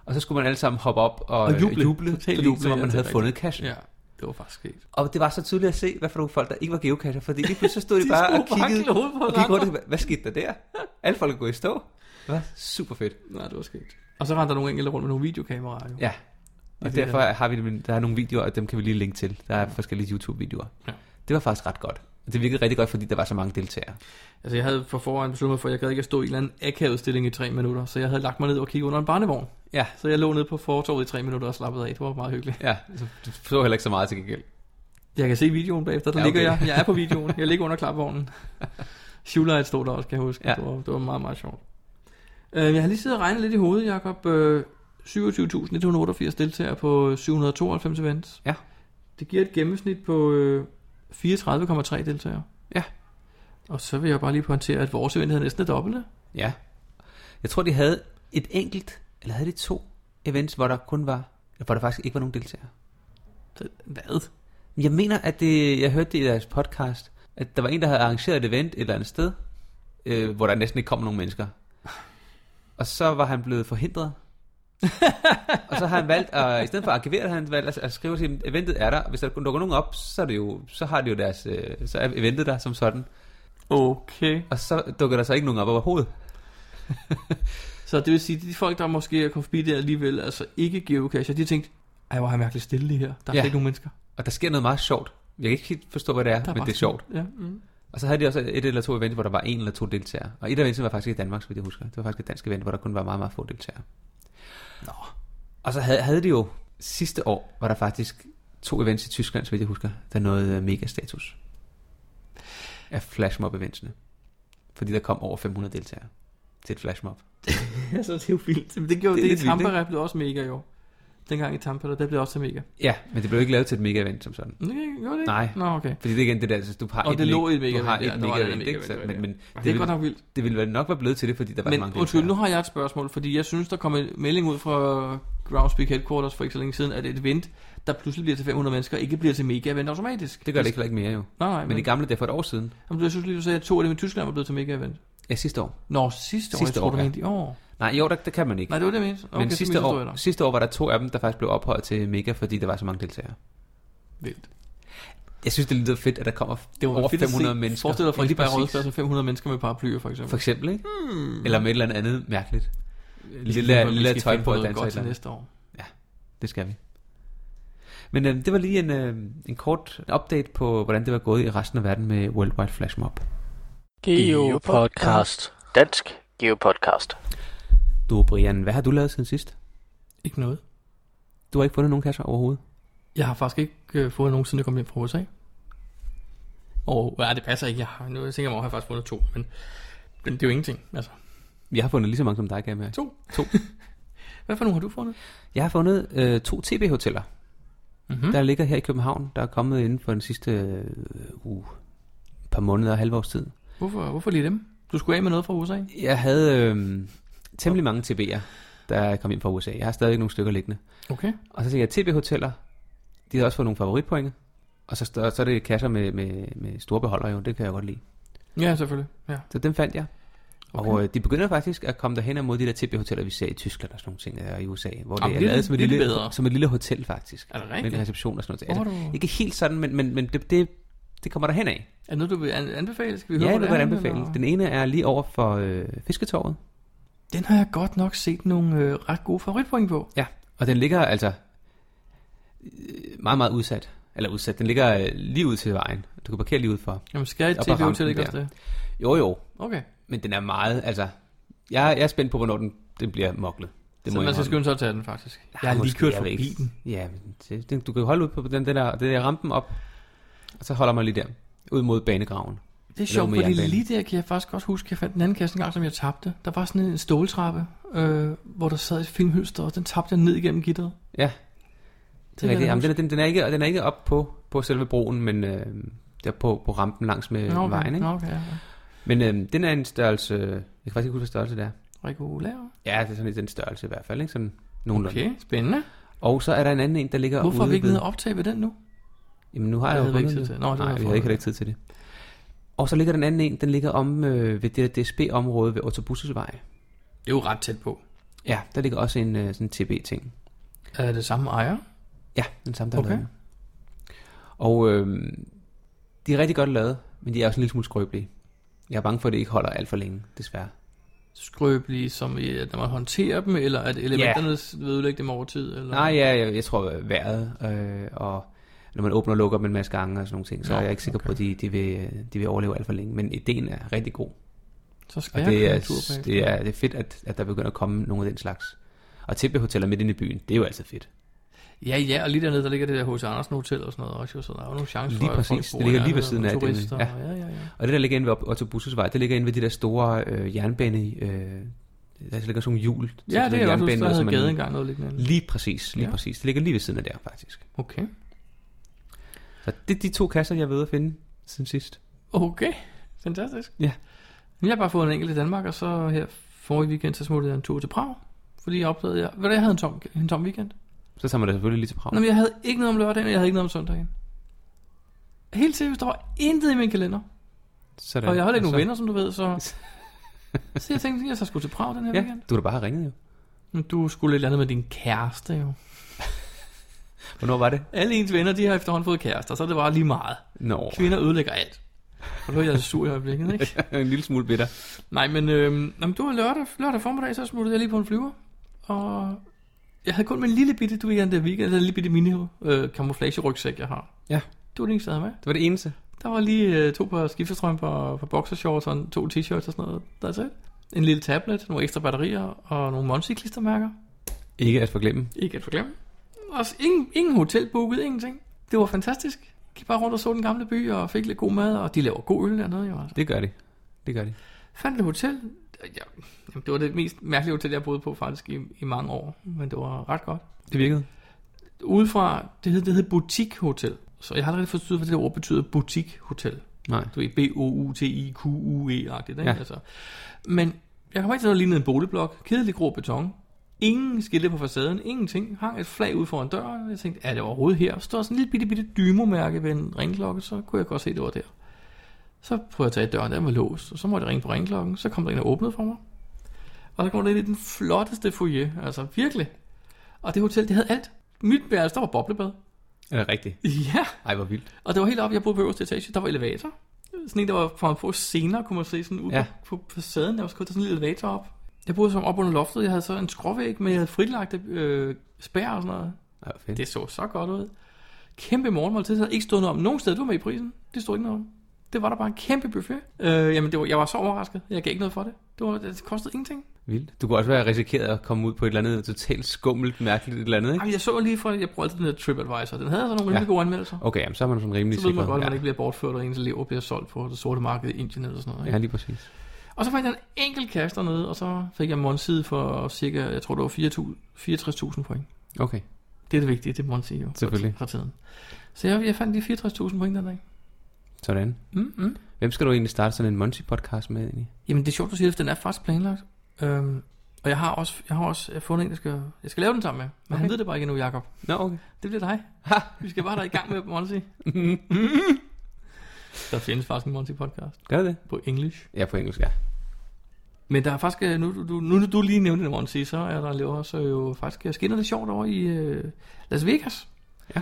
Speaker 2: Og så skulle man alle sammen hoppe op og,
Speaker 1: Og
Speaker 2: øh,
Speaker 1: juble.
Speaker 2: juble
Speaker 1: Totalt
Speaker 2: fordi, som om
Speaker 1: irriterende,
Speaker 2: man
Speaker 1: det er
Speaker 2: havde
Speaker 1: rigtigt.
Speaker 2: fundet cashen. Ja.
Speaker 1: Ja, det var faktisk skægt.
Speaker 2: Og det var så tydeligt at se, hvad for nogle folk, der ikke var geocacher, fordi lige pludselig så stod de,
Speaker 1: De
Speaker 2: bare og
Speaker 1: stod bare og
Speaker 2: kiggede,
Speaker 1: kiggede hovedet på
Speaker 2: og kiggede rundt, og
Speaker 1: hinanden.
Speaker 2: tænkte, hvad skete der der? Alle folk er gået i stå. Det var super fedt.
Speaker 1: Nej, det var skægt. Og så rendte der nogle enkelte rundt med nogle videokameraer. Jo.
Speaker 2: Ja. Og
Speaker 1: det er
Speaker 2: derfor har vi, dem- der er nogle videoer, og dem kan vi lige linke til. Der er forskellige YouTube-videoer.
Speaker 1: Ja.
Speaker 2: Det var faktisk ret godt. Og det virkede rigtig godt, fordi der var så mange deltagere.
Speaker 1: Altså, jeg havde for forvejen besluttet mig for, at jeg gad ikke at stå i en eller anden akavet stilling i tre minutter, så jeg havde lagt mig ned og kigget under en barnevogn.
Speaker 2: Ja.
Speaker 1: Så jeg lå nede på fortorvet i tre minutter og slappede af. Det var meget hyggeligt.
Speaker 2: Ja, så du så heller ikke så meget til gengæld.
Speaker 1: Jeg kan se videoen bagefter. Der
Speaker 2: Ja,
Speaker 1: ja,
Speaker 2: okay.
Speaker 1: ligger jeg. Jeg er på videoen. Jeg ligger under klapvognen. Shoelight stod der også, kan jeg huske.
Speaker 2: Ja.
Speaker 1: Ja. Det, var, det var meget, meget sjovt. Øh, jeg har lige siddet og regnet lidt i hovedet, Jacob. Øh, 27.188 deltagere på 792 events.
Speaker 2: Ja.
Speaker 1: Det giver et gennemsnit på øh, 34,3 deltagere.
Speaker 2: Ja.
Speaker 1: Og så vil jeg bare lige pointere, at vores event havde næsten det dobbelte.
Speaker 2: Ja. Jeg tror, de havde et enkelt, eller havde de to events, hvor der kun var, hvor der faktisk ikke var nogen deltagere.
Speaker 1: Så- Hvad?
Speaker 2: Men Jeg mener, at det, jeg hørte det i deres podcast, at der var en, der havde arrangeret et event et eller andet sted, øh, hvor der næsten ikke kom nogen mennesker. Og så var han blevet forhindret. og så har han valgt, at, i stedet for at arkivere, det, har han valgt at, at skrive til dem, eventet er der. Hvis der dukker nogen op, så, er det jo, så har de jo deres, øh, så er eventet der som sådan.
Speaker 1: Okay.
Speaker 2: Og så dukker der så ikke nogen op overhovedet.
Speaker 1: Så det vil sige, at de folk, der måske er kommet forbi der alligevel, altså ikke geocacher, de har tænkt, ej, hvor er jeg mærkeligt stille lige her. Der er
Speaker 2: Ja.
Speaker 1: ja. ikke nogen mennesker.
Speaker 2: Og der sker noget meget sjovt. Jeg kan ikke helt forstå, hvad det er,
Speaker 1: Der
Speaker 2: men
Speaker 1: bare
Speaker 2: det er
Speaker 1: sådan-
Speaker 2: sjovt.
Speaker 1: Ja, mm.
Speaker 2: Og så havde de også et eller to event, hvor der var en eller to deltagere. Og et af eventene var faktisk i Danmark, så vidt jeg husker. Det var faktisk et dansk event, hvor der kun var meget, meget få deltagere. Og så havde, havde de jo sidste år, var der faktisk to events i Tyskland, så vidt jeg husker, der nåede øh, mega status af flashmob-eventsene. Fordi der kom over 500 deltagere til et flashmob.
Speaker 1: altså, det er jo vildt. Men det gjorde
Speaker 2: Det
Speaker 1: det, det
Speaker 2: er
Speaker 1: i
Speaker 2: lidt vildt,
Speaker 1: Tampere blev også mega i år. Dengang i Tampere, der blev også til mega.
Speaker 2: Ja, men det blev ikke lavet til et mega-event som sådan.
Speaker 1: Men det gjorde det ikke.
Speaker 2: Nej.
Speaker 1: Nå, okay.
Speaker 2: Fordi det er igen det der, altså, du har
Speaker 1: Og
Speaker 2: et
Speaker 1: det lå
Speaker 2: lig-
Speaker 1: i et mega
Speaker 2: du har
Speaker 1: event, ja.
Speaker 2: et
Speaker 1: Nå,
Speaker 2: mega
Speaker 1: det er
Speaker 2: event,
Speaker 1: et
Speaker 2: ikke?
Speaker 1: mega
Speaker 2: Så,
Speaker 1: event,
Speaker 2: men, men
Speaker 1: Det,
Speaker 2: det,
Speaker 1: er godt
Speaker 2: ville,
Speaker 1: nok vildt.
Speaker 2: det ville vel nok være blevet til det, fordi der var så mange
Speaker 1: Men undskyld, nu
Speaker 2: deltagere.
Speaker 1: har jeg et spørgsmål, fordi jeg synes, der kom en melding ud fra Groundspeak Headquarters for ikke så længe siden, at et event, der pludselig bliver til 500 mennesker, ikke bliver til mega-event automatisk.
Speaker 2: Det gør det ikke, heller ikke mere jo.
Speaker 1: Nej, nej,
Speaker 2: Men det gamle der for et år siden,
Speaker 1: Jamen, jeg synes lige, du sagde, at to af dem i Tyskland var blevet til mega-event.
Speaker 2: ja sidste år.
Speaker 1: Nå, sidste år,
Speaker 2: Sidste
Speaker 1: sidste jeg tror,
Speaker 2: år,
Speaker 1: du
Speaker 2: ja.
Speaker 1: mente i år.
Speaker 2: Nej, i år der, der kan man ikke.
Speaker 1: Nej, det var det, jeg mente. Okay,
Speaker 2: Men
Speaker 1: så
Speaker 2: sidste
Speaker 1: misforstod jeg
Speaker 2: år,
Speaker 1: dig.
Speaker 2: sidste år var der to af dem, der faktisk blev ophøjet til mega, fordi der var så mange deltagere.
Speaker 1: Vildt.
Speaker 2: Jeg synes, det lyder fedt, at der kommer det over
Speaker 1: fedt at
Speaker 2: 500
Speaker 1: se.
Speaker 2: mennesker.
Speaker 1: Forestil dig
Speaker 2: Ja, lige
Speaker 1: Frederiksberg
Speaker 2: præcis.
Speaker 1: Rådspladsen 500 mennesker med paraplyer, for eksempel.
Speaker 2: For eksempel, ikke?
Speaker 1: Hmm.
Speaker 2: Eller med et eller andet andet mærkeligt. lille-
Speaker 1: Vi skal
Speaker 2: lille
Speaker 1: finde
Speaker 2: tøj på
Speaker 1: noget
Speaker 2: at danse
Speaker 1: godt
Speaker 2: et
Speaker 1: til
Speaker 2: eller
Speaker 1: næste år.
Speaker 2: Det skal vi. Men øh, det var lige en, øh, en kort update på, hvordan det var gået i resten af verden med Worldwide Flash Mob.
Speaker 7: Geopodcast. Dansk Geopodcast.
Speaker 2: Du, Brian, hvad har du lavet siden sidst?
Speaker 1: Ikke noget.
Speaker 2: Du har ikke fundet nogen kasser overhovedet.
Speaker 1: Jeg har faktisk ikke øh, fået nogen, siden jeg kom hjem fra USA. Og ja, det passer ikke. Jeg har, nu tænker jeg mig, at jeg har faktisk fundet to, men, men det er jo ingenting. Altså,
Speaker 2: Jeg har fundet lige så mange som dig, kan jeg mærke.
Speaker 1: to.
Speaker 2: To.
Speaker 1: Hvad for nogle har du fundet?
Speaker 2: Jeg har fundet øh, to TB-hoteller,
Speaker 1: Mm-hmm.
Speaker 2: der ligger her i København, der er kommet inden for den sidste øh, uge, par måneder og halvårs tid.
Speaker 1: Hvorfor, hvorfor lige dem? Du skulle af med noget fra USA?
Speaker 2: Jeg havde øh, temmelig mange TB'er, der kom ind fra USA. Jeg har stadig nogle stykker liggende.
Speaker 1: Okay.
Speaker 2: Og så tænker jeg, TB-hoteller, de har også fået nogle favoritpoinge. Og så, så er det kasser med, med, med store beholdere jo, det kan jeg godt lide.
Speaker 1: Ja, selvfølgelig. Ja.
Speaker 2: Så dem fandt jeg. Okay.
Speaker 1: Okay.
Speaker 2: Og øh, de begynder faktisk at komme derhen mod de der TB-hoteller, vi ser i Tyskland og sådan nogle ting, og i USA, hvor det
Speaker 1: Jamen,
Speaker 2: er
Speaker 1: lidt-
Speaker 2: lavet som et,
Speaker 1: lidt
Speaker 2: lille,
Speaker 1: bedre.
Speaker 2: som et lille hotel faktisk.
Speaker 1: Er det
Speaker 2: Med en
Speaker 1: rigtigt?
Speaker 2: reception og sådan
Speaker 1: Hvor
Speaker 2: noget.
Speaker 1: har
Speaker 2: Er
Speaker 1: du-
Speaker 2: det, ikke helt sådan, men, men, men det, det, det kommer der hen af.
Speaker 1: Er det noget, du vil an- anbefale? Skal vi høre,
Speaker 2: Ja, jeg
Speaker 1: hvor
Speaker 2: vil godt
Speaker 1: er,
Speaker 2: anbefale.
Speaker 1: eller?
Speaker 2: Den ene er lige over for øh, Fisketorvet,
Speaker 1: Den har jeg godt nok set nogle øh, ret gode favoritpoint på.
Speaker 2: og den ligger altså øh, meget, meget udsat. Eller udsat. Den ligger øh, lige ud til vejen. Du kan parkere lige ud for.
Speaker 1: Jamen, skal jeg
Speaker 2: Op ad
Speaker 1: til
Speaker 2: rampen
Speaker 1: hotel ikke også
Speaker 2: der.
Speaker 1: det?
Speaker 2: Jo, jo,
Speaker 1: Okay.
Speaker 2: Men den er meget, altså... Jeg, jeg er spændt på, hvornår den, den bliver moklet. Det
Speaker 1: Det så man skal
Speaker 2: indrømme.
Speaker 1: skynde sig at tage den, faktisk.
Speaker 2: Ah,
Speaker 1: Jeg har lige
Speaker 2: måske,
Speaker 1: kørt
Speaker 2: jeg ved
Speaker 1: forbi
Speaker 2: ikke.
Speaker 1: den.
Speaker 2: Ja, men det, den, du kan jo holde ud på den, den, der, den der rampen op, og så holder man lige der, ud mod banegraven.
Speaker 1: Det er sjovt,
Speaker 2: med
Speaker 1: fordi
Speaker 2: jernbanen.
Speaker 1: lige der kan jeg faktisk godt huske, at jeg fandt en anden kasse en gang, som jeg tabte. Der var sådan en ståltrappe, øh, hvor der sad et filmhylster, og den tabte jeg ned igennem gitteret.
Speaker 2: Ja, det
Speaker 1: jeg
Speaker 2: er rigtigt. Jamen,
Speaker 1: huske.
Speaker 2: den, er- den, den, er ikke, den er ikke op på, på selve broen, men øh, der på, på rampen langs med
Speaker 1: Nå, okay.
Speaker 2: vejen. Ikke?
Speaker 1: Nå, okay, ja. ja.
Speaker 2: Men øh, den er en størrelse... Jeg kan faktisk ikke huske, hvad størrelse det er.
Speaker 1: Regulær.
Speaker 2: Ja, det er sådan lidt den størrelse i hvert fald, ikke? Sådan nogenlunde. Okay.
Speaker 1: Okay, spændende.
Speaker 2: Og så er der en anden en, der ligger
Speaker 1: Hvorfor har
Speaker 2: ude
Speaker 1: vi ikke
Speaker 2: ved-
Speaker 1: nede og optage ved den nu?
Speaker 2: Jamen nu har
Speaker 1: Det
Speaker 2: jeg jo
Speaker 1: havde vi ikke tid
Speaker 2: fundet
Speaker 1: til. Nå, det
Speaker 2: Nej,
Speaker 1: har
Speaker 2: vi
Speaker 1: jeg
Speaker 2: havde ikke
Speaker 1: fundet.
Speaker 2: rigtig tid til det. Og så ligger den anden en, den ligger om øh, ved det der DSB-område ved Autobusesvej.
Speaker 1: Det er jo ret tæt på.
Speaker 2: Ja, der ligger også en øh, sådan TB-ting.
Speaker 1: Er det samme ejer?
Speaker 2: Ja, den samme, der
Speaker 1: Okay.
Speaker 2: okay. Og øh, de er rigtig godt lavet, men de er også en lille smule skrøbelige. Jeg er bange for, at det ikke holder alt for længe, desværre.
Speaker 1: Skrøbelige, som i, at når man håndterer dem, eller at elementerne yeah. ødelægger dem over tid? Eller?
Speaker 2: Nej, ja, jeg, jeg tror øh, vejret, øh, og når man åbner og lukker dem en masse gange og sådan nogle ting, så
Speaker 1: Nå,
Speaker 2: er jeg ikke sikker okay. på,
Speaker 1: okay.
Speaker 2: at de, de, vil, øh, de vil overleve alt for længe. Men ideen er rigtig god.
Speaker 1: Så skal
Speaker 2: Og
Speaker 1: jeg
Speaker 2: det,
Speaker 1: køre
Speaker 2: er,
Speaker 1: en tur bag.
Speaker 2: det, er, det er fedt, at, at der begynder at komme nogle af den slags. Og tb hoteller midt inde i byen, det er jo altid fedt.
Speaker 1: Ja, ja, og lige dernede, der ligger det der H.C. Andersen Hotel og sådan noget også, jo, så der er jo nogle chancer
Speaker 2: Lige
Speaker 1: for, at folk
Speaker 2: præcis. Det
Speaker 1: bor
Speaker 2: ligger
Speaker 1: der,
Speaker 2: lige ved
Speaker 1: og
Speaker 2: siden af det,
Speaker 1: turister,
Speaker 2: ja.
Speaker 1: ja. ja, ja, ja.
Speaker 2: Og det, der ligger inde ved Autobusesvej, det ligger inde ved de der store øh, jernbane... Øh, der ligger sådan nogle hjul. til
Speaker 1: Ja,
Speaker 2: sådan
Speaker 1: det er
Speaker 2: en
Speaker 1: også,
Speaker 2: jernbane,
Speaker 1: der
Speaker 2: som
Speaker 1: havde
Speaker 2: man-
Speaker 1: gade engang noget lignende.
Speaker 2: Lige præcis, lige ja.
Speaker 1: Ja.
Speaker 2: præcis. Det ligger lige ved siden af der, faktisk.
Speaker 1: Okay.
Speaker 2: Så det er de to kasser, jeg er ved at finde siden sidst.
Speaker 1: Okay, fantastisk.
Speaker 2: Ja.
Speaker 1: Men jeg har bare fået en enkelt i Danmark, og så her forrige weekend, så smuttede jeg en tur til Prag. Fordi jeg opdagede, jeg, hvad det, jeg havde en tom, en tom weekend.
Speaker 2: Så tager man da selvfølgelig lige til Prag.
Speaker 1: Nå, men jeg havde ikke noget om lørdagen, og jeg havde ikke noget om søndagen. Helt seriøst, der var intet i min kalender.
Speaker 2: Sådan. Altså.
Speaker 1: Og jeg havde ikke
Speaker 2: Og
Speaker 1: nogen
Speaker 2: så-
Speaker 1: venner, som du ved, så... Så jeg tænkte, at jeg så skulle til Prag den her ja.
Speaker 2: Ja,
Speaker 1: weekend.
Speaker 2: du har da bare ringet jo.
Speaker 1: Men du skulle et eller andet med din kæreste, jo.
Speaker 2: Hvornår var det?
Speaker 1: Alle ens venner, de har efterhånden fået kærester, så er det bare lige meget.
Speaker 2: Nå,
Speaker 1: Kvinder ødelægger alt. Og nu er jeg sur i øjeblikket, ikke?
Speaker 2: en lille smule bitter.
Speaker 1: Nej, men øhm, jamen, det var lørdag, lørdag formiddag, så smuttede jeg lige på en flyver. Og jeg havde kun min lille bitte, du ved, den der weekend, den lille bitte mini øh, camouflage rygsæk, jeg har.
Speaker 2: Ja.
Speaker 1: Du var det eneste, jeg havde med.
Speaker 2: Det var det eneste.
Speaker 1: Der var lige øh, to par skiftestrømper, og par boxershorts og en- to t-shirts og sådan noget. That's it. En lille tablet, nogle ekstra batterier og nogle Monsi klistermærker.
Speaker 2: Ikke at forglemme.
Speaker 1: Ikke at forglemme. Også ingen, ingen hotel booket, ingenting. Det var fantastisk. Gik bare rundt og så den gamle by og fik lidt god mad, og de laver god øl dernede. Jo, altså.
Speaker 2: Det gør de. Det gør de.
Speaker 1: Fandt et hotel. Ja, jamen, det var det mest mærkelige hotel, jeg boede på faktisk i, i mange år. Men det var ret godt.
Speaker 2: Det virkede.
Speaker 1: Udefra, det hed, det hed Boutique Hotel. Så jeg har aldrig forstået, hvad det ord betyder, Boutique Hotel.
Speaker 2: Nej.
Speaker 1: Du ved, B-O-U-T-I-Q-U-E-agtigt, ikke?
Speaker 2: Ja.
Speaker 1: Ja. Altså. Men jeg kom ind til noget der lignede en boligblok. Kedelig grå beton. Ingen skilte på facaden, ingenting. Hang et flag ud foran døren, og jeg tænkte, er det overhovedet her? Så stod sådan en lille bitte, bitte dymomærke ved en ringklokke, så kunne jeg godt se, det var der. Så prøvede jeg at tage i døren, den var låst, og så måtte jeg ringe på ringklokken. Så kom der en og åbnede for mig. Og så kom der ind i den flotteste foyer, altså virkelig. Og det hotel, det havde alt. Mit værelse, der var boblebad.
Speaker 2: Er det rigtigt?
Speaker 1: Ja,
Speaker 2: Ej, hvor vildt.
Speaker 1: og det var helt oppe, jeg boede på øverste etage, der var elevator. Sådan en, der var fra få senere, kunne man se sådan ud
Speaker 2: Ja.
Speaker 1: ja. på på facaden, der var skudt sådan en lille elevator op. Jeg boede som op under loftet, jeg havde så en skråvæg med jeg havde fritlagt øh, spær og sådan noget.
Speaker 2: Ej, hvor fedt.
Speaker 1: Det så så godt ud. Kæmpe morgenmåltid, der havde ikke stået noget om nogen steder, du var med i prisen. Det stod ikke noget om. Det var der bare en kæmpe buffet. Øh, jamen, det var, jeg var så overrasket. Jeg gav ikke noget for det. Det, var, det kostede ingenting.
Speaker 2: Vildt. Du kunne også være risikeret at komme ud på et eller andet totalt skummelt, mærkeligt et eller andet, ikke?
Speaker 1: Ej, jeg så lige fra, jeg brugte altid den der TripAdvisor. Den havde altså nogle
Speaker 2: Ja.
Speaker 1: rimelig gode anmeldelser.
Speaker 2: Okay, jamen, så er man sådan rimelig
Speaker 1: Så ved man
Speaker 2: sikker.
Speaker 1: godt, at man
Speaker 2: ja.
Speaker 1: ikke bliver bortført, og ens elever bliver solgt på det sorte marked i Indien eller sådan noget. ikke?
Speaker 2: ja, lige præcis.
Speaker 1: Og så fandt jeg en enkelt kasse dernede, og så fik jeg Monsi for cirka, jeg tror det var 4.000 64.000 point.
Speaker 2: Okay,
Speaker 1: Det er det vigtige, det er Monsi jo.
Speaker 2: Selvfølgelig.
Speaker 1: Fra tiden. Så jeg, jeg fandt de 64.000 point den dag.
Speaker 2: sådan.
Speaker 1: Mm-hmm.
Speaker 2: Hvem skal du egentlig starte sådan en Monty-podcast med egentlig?
Speaker 1: Jamen det er sjovt, du siger det, for den er faktisk planlagt. Øhm, og jeg har også, jeg har også jeg har fundet en, der skal, jeg skal lave den sammen med. Men okay.
Speaker 2: Okay.
Speaker 1: han ved det bare ikke endnu, Jacob.
Speaker 2: Nå, okay.
Speaker 1: Det bliver dig.
Speaker 2: Ha!
Speaker 1: Vi skal bare der i gang med Monsi. der findes faktisk en Monsi podcast
Speaker 2: Gør det det?
Speaker 1: på English.
Speaker 2: Ja, på engelsk, ja.
Speaker 1: Men der er faktisk, øh, nu du, nu, nu du lige nævnte Monty, så er der jo også jo faktisk øh, skinner det sjovt over i øh, Las Vegas.
Speaker 2: Ja.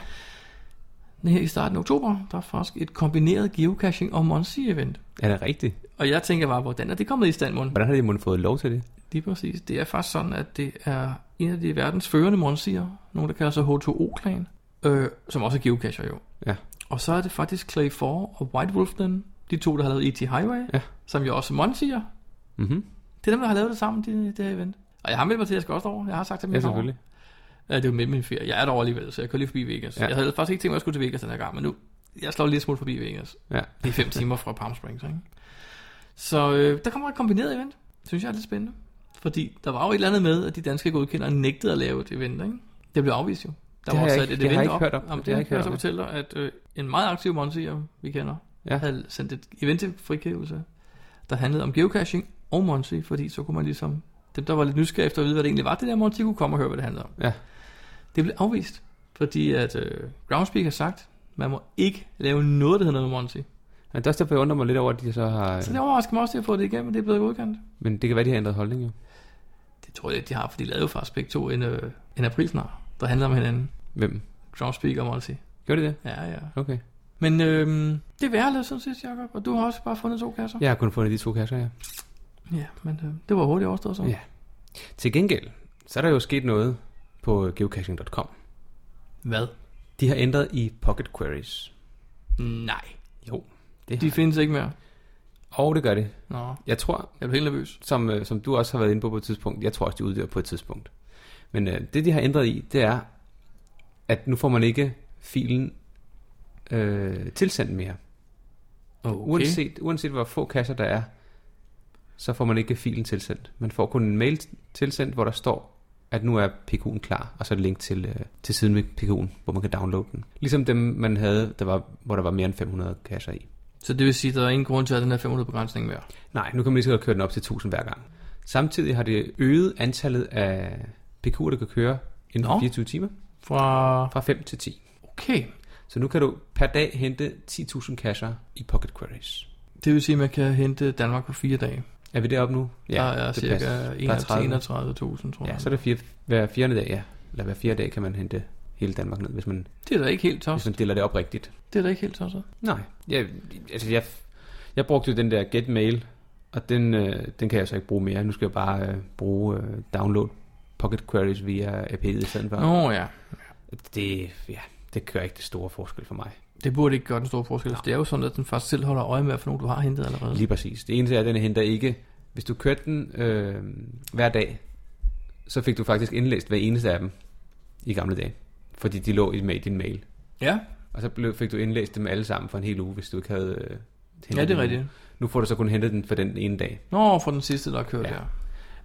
Speaker 1: Den Her i starten af oktober, der er faktisk et kombineret geocaching og Monty event.
Speaker 2: Er det rigtigt?
Speaker 1: Og jeg tænker bare, hvordan er det kommet i stand, Mon?
Speaker 2: Hvordan har de mon fået lov til det?
Speaker 1: Lige præcis. Det er faktisk sådan, at det er en af de verdens førende Monsier, nogen der kalder sig H2O-klan, øh, som også er geocacher jo.
Speaker 2: Ja.
Speaker 1: Og så er det faktisk Clay 4 og White Wolf, den, de to, der har lavet E.T. Highway,
Speaker 2: Ja.
Speaker 1: som jo også er Monsier.
Speaker 2: Mhm.
Speaker 1: Det er dem, der har lavet det sammen, det, det her event. Og jeg har meldt mig til, at jeg skal også derover. Jeg har sagt til dem,
Speaker 2: Ja,
Speaker 1: jeg kommer.
Speaker 2: selvfølgelig.
Speaker 1: Ja, det er jo med min ferie. Jeg er derovre alligevel, så jeg kører lige forbi Vegas.
Speaker 2: Ja.
Speaker 1: Ja. Jeg havde faktisk ikke tænkt mig, at jeg skulle til Vegas den her gang, men nu, jeg slår lige lidt smule forbi Vegas.
Speaker 2: Ja.
Speaker 1: Det er fem timer fra Palm Springs, ikke? Så øh, der kommer et kombineret event. Det synes jeg er lidt spændende. Fordi der var jo et eller andet med, at de danske godkendere nægtede at lave et event, ikke? Det blev afvist jo. Der
Speaker 2: Det
Speaker 1: var
Speaker 2: har jeg
Speaker 1: sat
Speaker 2: ikke-
Speaker 1: et
Speaker 2: det
Speaker 1: event
Speaker 2: har jeg ikke
Speaker 1: op.
Speaker 2: hørt om.
Speaker 1: Jamen, det,
Speaker 2: Det
Speaker 1: jeg
Speaker 2: har jeg ikke
Speaker 1: kan jeg så
Speaker 2: hørt
Speaker 1: fortælle dig, at øh, en meget aktiv monsier, vi kender,
Speaker 2: Ja.
Speaker 1: ja. havde sendt et event til frikævelse, der handlede om geocaching og Monty, fordi så kunne man ligesom, dem der var lidt nysgerrige efter at vide, hvad det egentlig var, det der Monty, kunne komme og høre, hvad det handlede om.
Speaker 2: Ja.
Speaker 1: Det blev afvist, fordi at øh, Groundspeak har sagt, man må ikke lave noget, der hedder noget med Monty.
Speaker 2: Men det er også derfor, jeg undrer mig lidt over, at de så har...
Speaker 1: Så det overrasker mig også, at jeg får det igennem, og det er blevet godkendt.
Speaker 2: Men det kan være, de har ændret holdning, jo.
Speaker 1: Det tror jeg ikke, de har, for de lavede jo faktisk begge to en, øh, en aprilsnar, der handler om hinanden.
Speaker 2: Hvem?
Speaker 1: Groundspeak og Monty.
Speaker 2: Gjorde de det?
Speaker 1: Ja, ja.
Speaker 2: Okay.
Speaker 1: Men øh, det er værre sådan set, Jacob, og du har også bare fundet to kasser.
Speaker 2: Jeg har kun fundet de to kasser, ja.
Speaker 1: ja men øh, det var hurtigt overstået så.
Speaker 2: Ja. Til gengæld, så er der jo sket noget på geocaching.com.
Speaker 1: Hvad?
Speaker 2: De har ændret i Pocket Queries.
Speaker 1: Nej.
Speaker 2: Jo, det har
Speaker 1: De
Speaker 2: de.
Speaker 1: findes ikke mere.
Speaker 2: Og det gør det.
Speaker 1: Nå,
Speaker 2: Jeg tror,
Speaker 1: jeg blev helt nervøs.
Speaker 2: som, øh, som du også har været inde på på et tidspunkt. Jeg tror også, de uddør på et tidspunkt. Men øh, det, de har ændret i, det er, at nu får man ikke filen øh, tilsendt mere.
Speaker 1: Okay.
Speaker 2: Uanset, uanset hvor få kasser der er, så får man ikke filen tilsendt. Man får kun en mail tilsendt, hvor der står, at nu er PK'en klar, og så et link til, øh, til siden med PK'en, hvor man kan downloade den. Ligesom dem, man havde, der var, hvor der var mere end 500 kasser i.
Speaker 1: Så det vil sige, at der er ingen grund til at have den her 500-begrænsning mere.
Speaker 2: Nej, nu kan man lige så godt køre den op til 1000 hver gang. Samtidig har det øget antallet af PQ'er, der kan køre inden for
Speaker 1: Nå.
Speaker 2: 24 timer,
Speaker 1: Fra...
Speaker 2: fra 5 til 10.
Speaker 1: Okay.
Speaker 2: Så nu kan du per dag hente 10.000 kasser i Pocket Queries.
Speaker 1: Det vil sige, at man kan hente Danmark på fire dage.
Speaker 2: Er vi deroppe nu?
Speaker 1: Ja, der er cirka
Speaker 2: passer. Der er 30.
Speaker 1: 31.000, tror jeg.
Speaker 2: Ja, så er det fire, hver fjerde dag, ja. Eller hver fjerde dag kan man hente hele Danmark ned, hvis man,
Speaker 1: Det er da ikke helt
Speaker 2: hvis
Speaker 1: tosset.
Speaker 2: man deler det op rigtigt.
Speaker 1: Det er da ikke helt tosset.
Speaker 2: Nej, jeg, altså jeg, jeg brugte jo den der Get Mail, og den, øh, den kan jeg så ikke bruge mere. Nu skal jeg bare øh, bruge øh, download Pocket Queries via API'et i stedet for.
Speaker 1: Nå oh, ja.
Speaker 2: Det, ja, det gør ikke det store forskel for mig.
Speaker 1: Det burde ikke gøre den store forskel. for Det er jo sådan, at den faktisk selv holder øje med, for nogen du har hentet allerede.
Speaker 2: Lige præcis. Det eneste er, at den henter ikke... Hvis du kørte den øh, hver dag, så fik du faktisk indlæst hver eneste af dem i gamle dage. Fordi de lå i- med i din mail.
Speaker 1: Ja.
Speaker 2: Og så blev, fik du indlæst dem alle sammen for en hel uge, hvis du ikke havde... Øh, hentet
Speaker 1: Ja, det er
Speaker 2: dem.
Speaker 1: rigtigt.
Speaker 2: Nu får du så kun hentet den for den ene dag.
Speaker 1: Nå, for den sidste, der har kørt
Speaker 2: Ja.
Speaker 1: ja. der.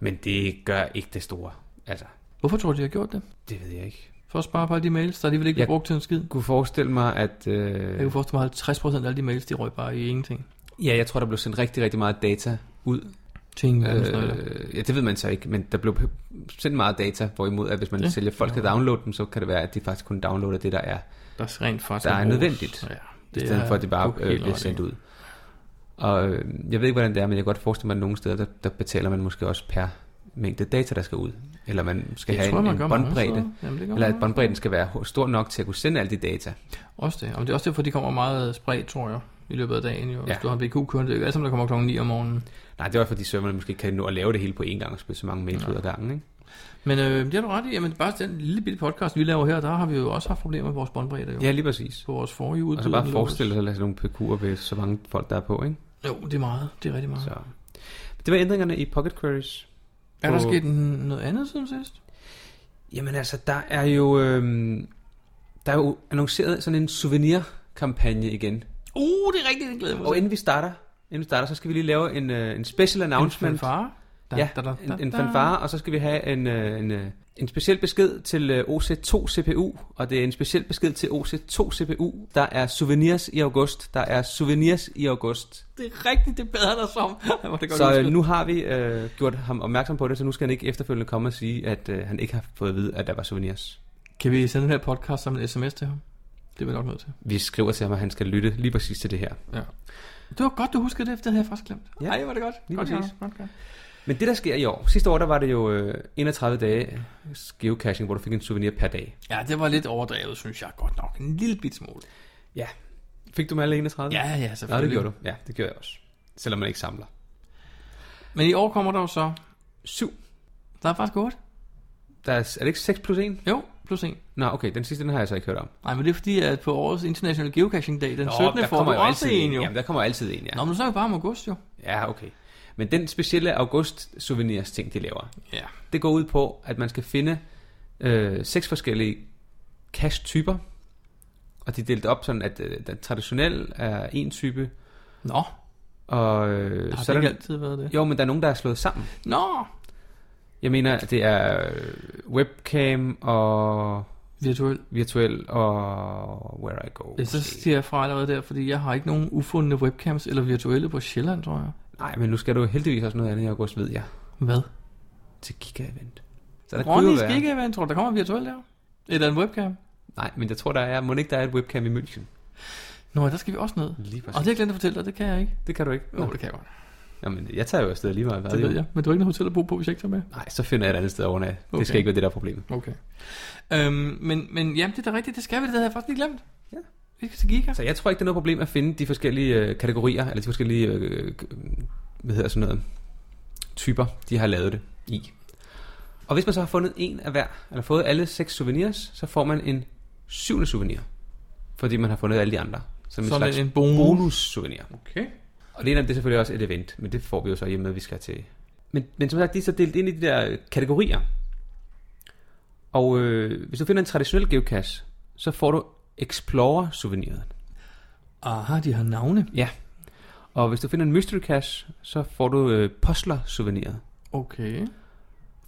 Speaker 2: Men det gør ikke det store. Altså,
Speaker 1: Hvorfor tror du, de har gjort det?
Speaker 2: det ved jeg ikke.
Speaker 1: For at spare på alle de mails, der alligevel ikke
Speaker 2: Ja.
Speaker 1: ja. brugt til en skid.
Speaker 2: Jeg kunne forestille mig, at...
Speaker 1: Jeg
Speaker 2: Øh,
Speaker 1: kunne forestille mig, at 50% af alle de mails, de røg bare i ingenting.
Speaker 2: ja, jeg tror, der blev sendt rigtig, rigtig meget data ud
Speaker 1: Til ingen verdens nytte.
Speaker 2: Øh, ja, det ved man så ikke, men der blev sendt meget data, hvorimod at hvis man ja.
Speaker 1: Ja.
Speaker 2: sælger folk kan downloade dem, så kan det være, at de faktisk kun downloader det, der er,
Speaker 1: Der er rent faktisk
Speaker 2: der er
Speaker 1: bruges.
Speaker 2: nødvendigt,
Speaker 1: Ja,
Speaker 2: i stedet for at det bare
Speaker 1: du har
Speaker 2: øh,
Speaker 1: helt
Speaker 2: bliver
Speaker 1: ret i.
Speaker 2: sendt ud. Og øh, jeg ved ikke, hvordan det er, men jeg kan godt forestille mig, at nogle steder, der, der betaler man måske også per mængde data, der skal ud. Eller man skal
Speaker 1: Det
Speaker 2: have
Speaker 1: tror jeg,
Speaker 2: en,
Speaker 1: man
Speaker 2: en
Speaker 1: gør mange
Speaker 2: båndbredde.
Speaker 1: steder. Jamen, det gør
Speaker 2: Eller
Speaker 1: man.
Speaker 2: at båndbredden skal være ho- stor nok til at kunne sende alle de data.
Speaker 1: Også det. Og det er også derfor, de kommer meget spredt, tror jeg, i løbet af dagen. Jo. Hvis
Speaker 2: Ja.
Speaker 1: du har en BQ kørende, det er jo ikke alle sammen, der kommer klokken 9 om morgenen.
Speaker 2: Nej, det var fordi serverne måske ikke kan nå at lave det hele på én gang og spille så mange mails ud ad gangen. Ikke?
Speaker 1: Men øh, det har du ret i. Jamen, bare den lille bitte podcast, vi laver her, der har vi jo også haft problemer med vores båndbredde. Jo.
Speaker 2: Ja, lige præcis.
Speaker 1: På vores forrige udbud.
Speaker 2: Og så Altså, bare forestille sig at lade sådan nogle PQ'er ved så mange folk, der er på. Ikke?
Speaker 1: Jo, det er meget. Det er rigtig meget.
Speaker 2: Så. Det var ændringerne i Pocket Queries.
Speaker 1: Er der
Speaker 2: På-
Speaker 1: sket n- noget andet siden sidst?
Speaker 2: Jamen altså, der er jo, øhm, der er jo annonceret sådan en souvenir-kampagne igen.
Speaker 1: Uh, det er rigtigt, det glæder jeg mig
Speaker 2: Og inden vi starter, inden vi starter så skal vi lige lave en, øh, en special announcement.
Speaker 1: fanfare. Da,
Speaker 2: Ja,
Speaker 1: da, da, da,
Speaker 2: en, en
Speaker 1: da.
Speaker 2: fanfare, og så skal vi have en, øh, en, øh, en speciel besked til øh, OC2 CPU, og det er en speciel besked til OC2 CPU. Der er souvenirs i august, der er souvenirs i august.
Speaker 1: Det er rigtigt, det bad der som. Hvor det godt
Speaker 2: Så øh,
Speaker 1: husket.
Speaker 2: nu har vi øh, gjort ham opmærksom på det, så nu skal han ikke efterfølgende komme og sige, at øh, han ikke har fået at vide, at der var souvenirs.
Speaker 1: Kan vi sende den her podcast som en sms til ham? Det er vi nok nødt til.
Speaker 2: Vi skriver til ham, at han skal lytte lige præcis til det her.
Speaker 1: Det var godt, du huskede det, for det havde jeg faktisk glemt.
Speaker 2: Ja.
Speaker 1: Ej, var det godt.
Speaker 2: Lige
Speaker 1: godt,
Speaker 2: præcis.
Speaker 1: Jacob. Godt, godt.
Speaker 2: Men det, der sker i år. Sidste år, der var det jo øh, 31 dage geocaching, hvor du fik en souvenir per dag.
Speaker 1: Ja, det var lidt overdrevet, synes jeg godt nok. En lille bit smule.
Speaker 2: Fik du med alle 31?
Speaker 1: Ja, ja,
Speaker 2: Nå, det
Speaker 1: selvfølgelig.
Speaker 2: gjorde du. Ja, det gjorde jeg også. Selvom man ikke samler.
Speaker 1: Men i år kommer der jo så...
Speaker 2: 7.
Speaker 1: Der er faktisk 8.
Speaker 2: Der er, er det ikke 6 plus 1?
Speaker 1: Jo, plus 1.
Speaker 2: Nå, okay, den sidste, den har jeg så ikke hørt om.
Speaker 1: Nej, men det er fordi, at på årets International Geocaching Dag, den 17. får du
Speaker 2: jo
Speaker 1: også en jo.
Speaker 2: Jamen, der kommer altid en, ja.
Speaker 1: Nå, men så er vi bare om august jo.
Speaker 2: Ja, okay. Men den specielle august souvenirs ting, de laver,
Speaker 1: Ja.
Speaker 2: det går ud på, at man skal finde øh, seks forskellige cache-typer. Og de er delt op sådan, at øh, den traditionelle er en type,
Speaker 1: Nå,
Speaker 2: Og øh,
Speaker 1: har
Speaker 2: så
Speaker 1: det
Speaker 2: er
Speaker 1: ikke
Speaker 2: der,
Speaker 1: altid været det?
Speaker 2: jo, men der er nogen, der er slået sammen.
Speaker 1: Nå,
Speaker 2: Jeg mener, det er øh, webcam og
Speaker 1: virtuel.
Speaker 2: virtuel og where I go.
Speaker 1: Ja, så siger jeg fra allerede der, fordi jeg har ikke nogen ufundne webcams eller virtuelle på Sjælland, tror jeg.
Speaker 2: Nej, men nu skal du heldigvis også noget andet i august, ved jeg.
Speaker 1: Hvad?
Speaker 2: Til Giga-event. Så der kunne
Speaker 1: Ronny
Speaker 2: jo være...
Speaker 1: skal ikke have en, tror du, der kommer en virtuel der? Eller en webcam?
Speaker 2: Nej, men jeg tror, der er... Må ikke, der er et webcam i München?
Speaker 1: Nå, der skal vi også ned.
Speaker 2: Lige
Speaker 1: Og
Speaker 2: præcis.
Speaker 1: det har jeg glemt at fortælle dig, det kan jeg ikke.
Speaker 2: det kan du ikke.
Speaker 1: Jo,
Speaker 2: Nå.
Speaker 1: det kan jeg godt.
Speaker 2: Jamen, jeg tager jo afsted lige meget. hvad,
Speaker 1: Det
Speaker 2: jo.
Speaker 1: ved jeg. Men du har ikke noget hotel at bo på, hvis jeg ikke tager med.
Speaker 2: Nej, så finder jeg et andet sted overnat. Okay.
Speaker 1: Okay.
Speaker 2: Det skal ikke være det, der er problemet.
Speaker 1: Okay. Øhm, men, men jamen, det er da rigtigt, det skal vi, det havde jeg faktisk lige glemt.
Speaker 2: Ja.
Speaker 1: Vi skal til Giga.
Speaker 2: Så jeg tror ikke, det er noget problem at finde de forskellige øh, kategorier, eller de forskellige, øh, k- hvad hedder sådan noget, typer, de har lavet det i. Og hvis man så har fundet en af hver, eller fået alle seks souvenirs, så får man en syvende souvenir, fordi man har fundet alle de andre. Som en
Speaker 1: Som
Speaker 2: slags
Speaker 1: en bonus.
Speaker 2: bonus-souvenir.
Speaker 1: Okay.
Speaker 2: Og det ene af dem, det er selvfølgelig også et event, men det får vi jo så hjemme, at vi skal til. Men, men som sagt, de er så delt ind i de der øh, kategorier. Og øh, hvis du finder en traditionel geocache, så får du Explorer-souveniret.
Speaker 1: Aha, de har navne.
Speaker 2: Og hvis du finder en mystery cache, så får du øh, postler souveniret.
Speaker 1: Okay.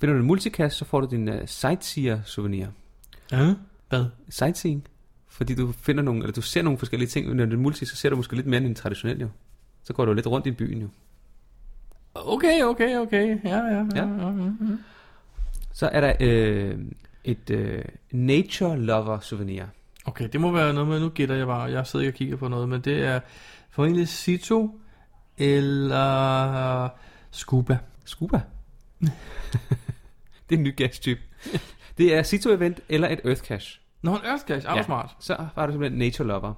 Speaker 2: Finder du en multicache, så får du din øh, sightseer souvenir.
Speaker 1: Ja. Hvad?
Speaker 2: Sightseeing, fordi du finder nogle, eller du ser nogle forskellige ting, når du er multi, så ser du måske lidt mere end en traditionel jo. Så går du lidt rundt i byen jo.
Speaker 1: Okay, okay, okay. Ja, ja,
Speaker 2: Ja.
Speaker 1: ja. ja. Mm-hmm.
Speaker 2: Så er der øh, et øh, nature lover souvenir.
Speaker 1: Okay, det må være noget med, nu gætter jeg bare, jeg sidder ikke og kigger på noget, men det er formentlig Sito eller Scuba.
Speaker 2: Scuba. det er en ny gas-type. Det er Sito event eller et earth cache.
Speaker 1: Nå, en Earthcash, er
Speaker 2: Ja.
Speaker 1: ja. smart.
Speaker 2: Så har du simpelthen nature lover.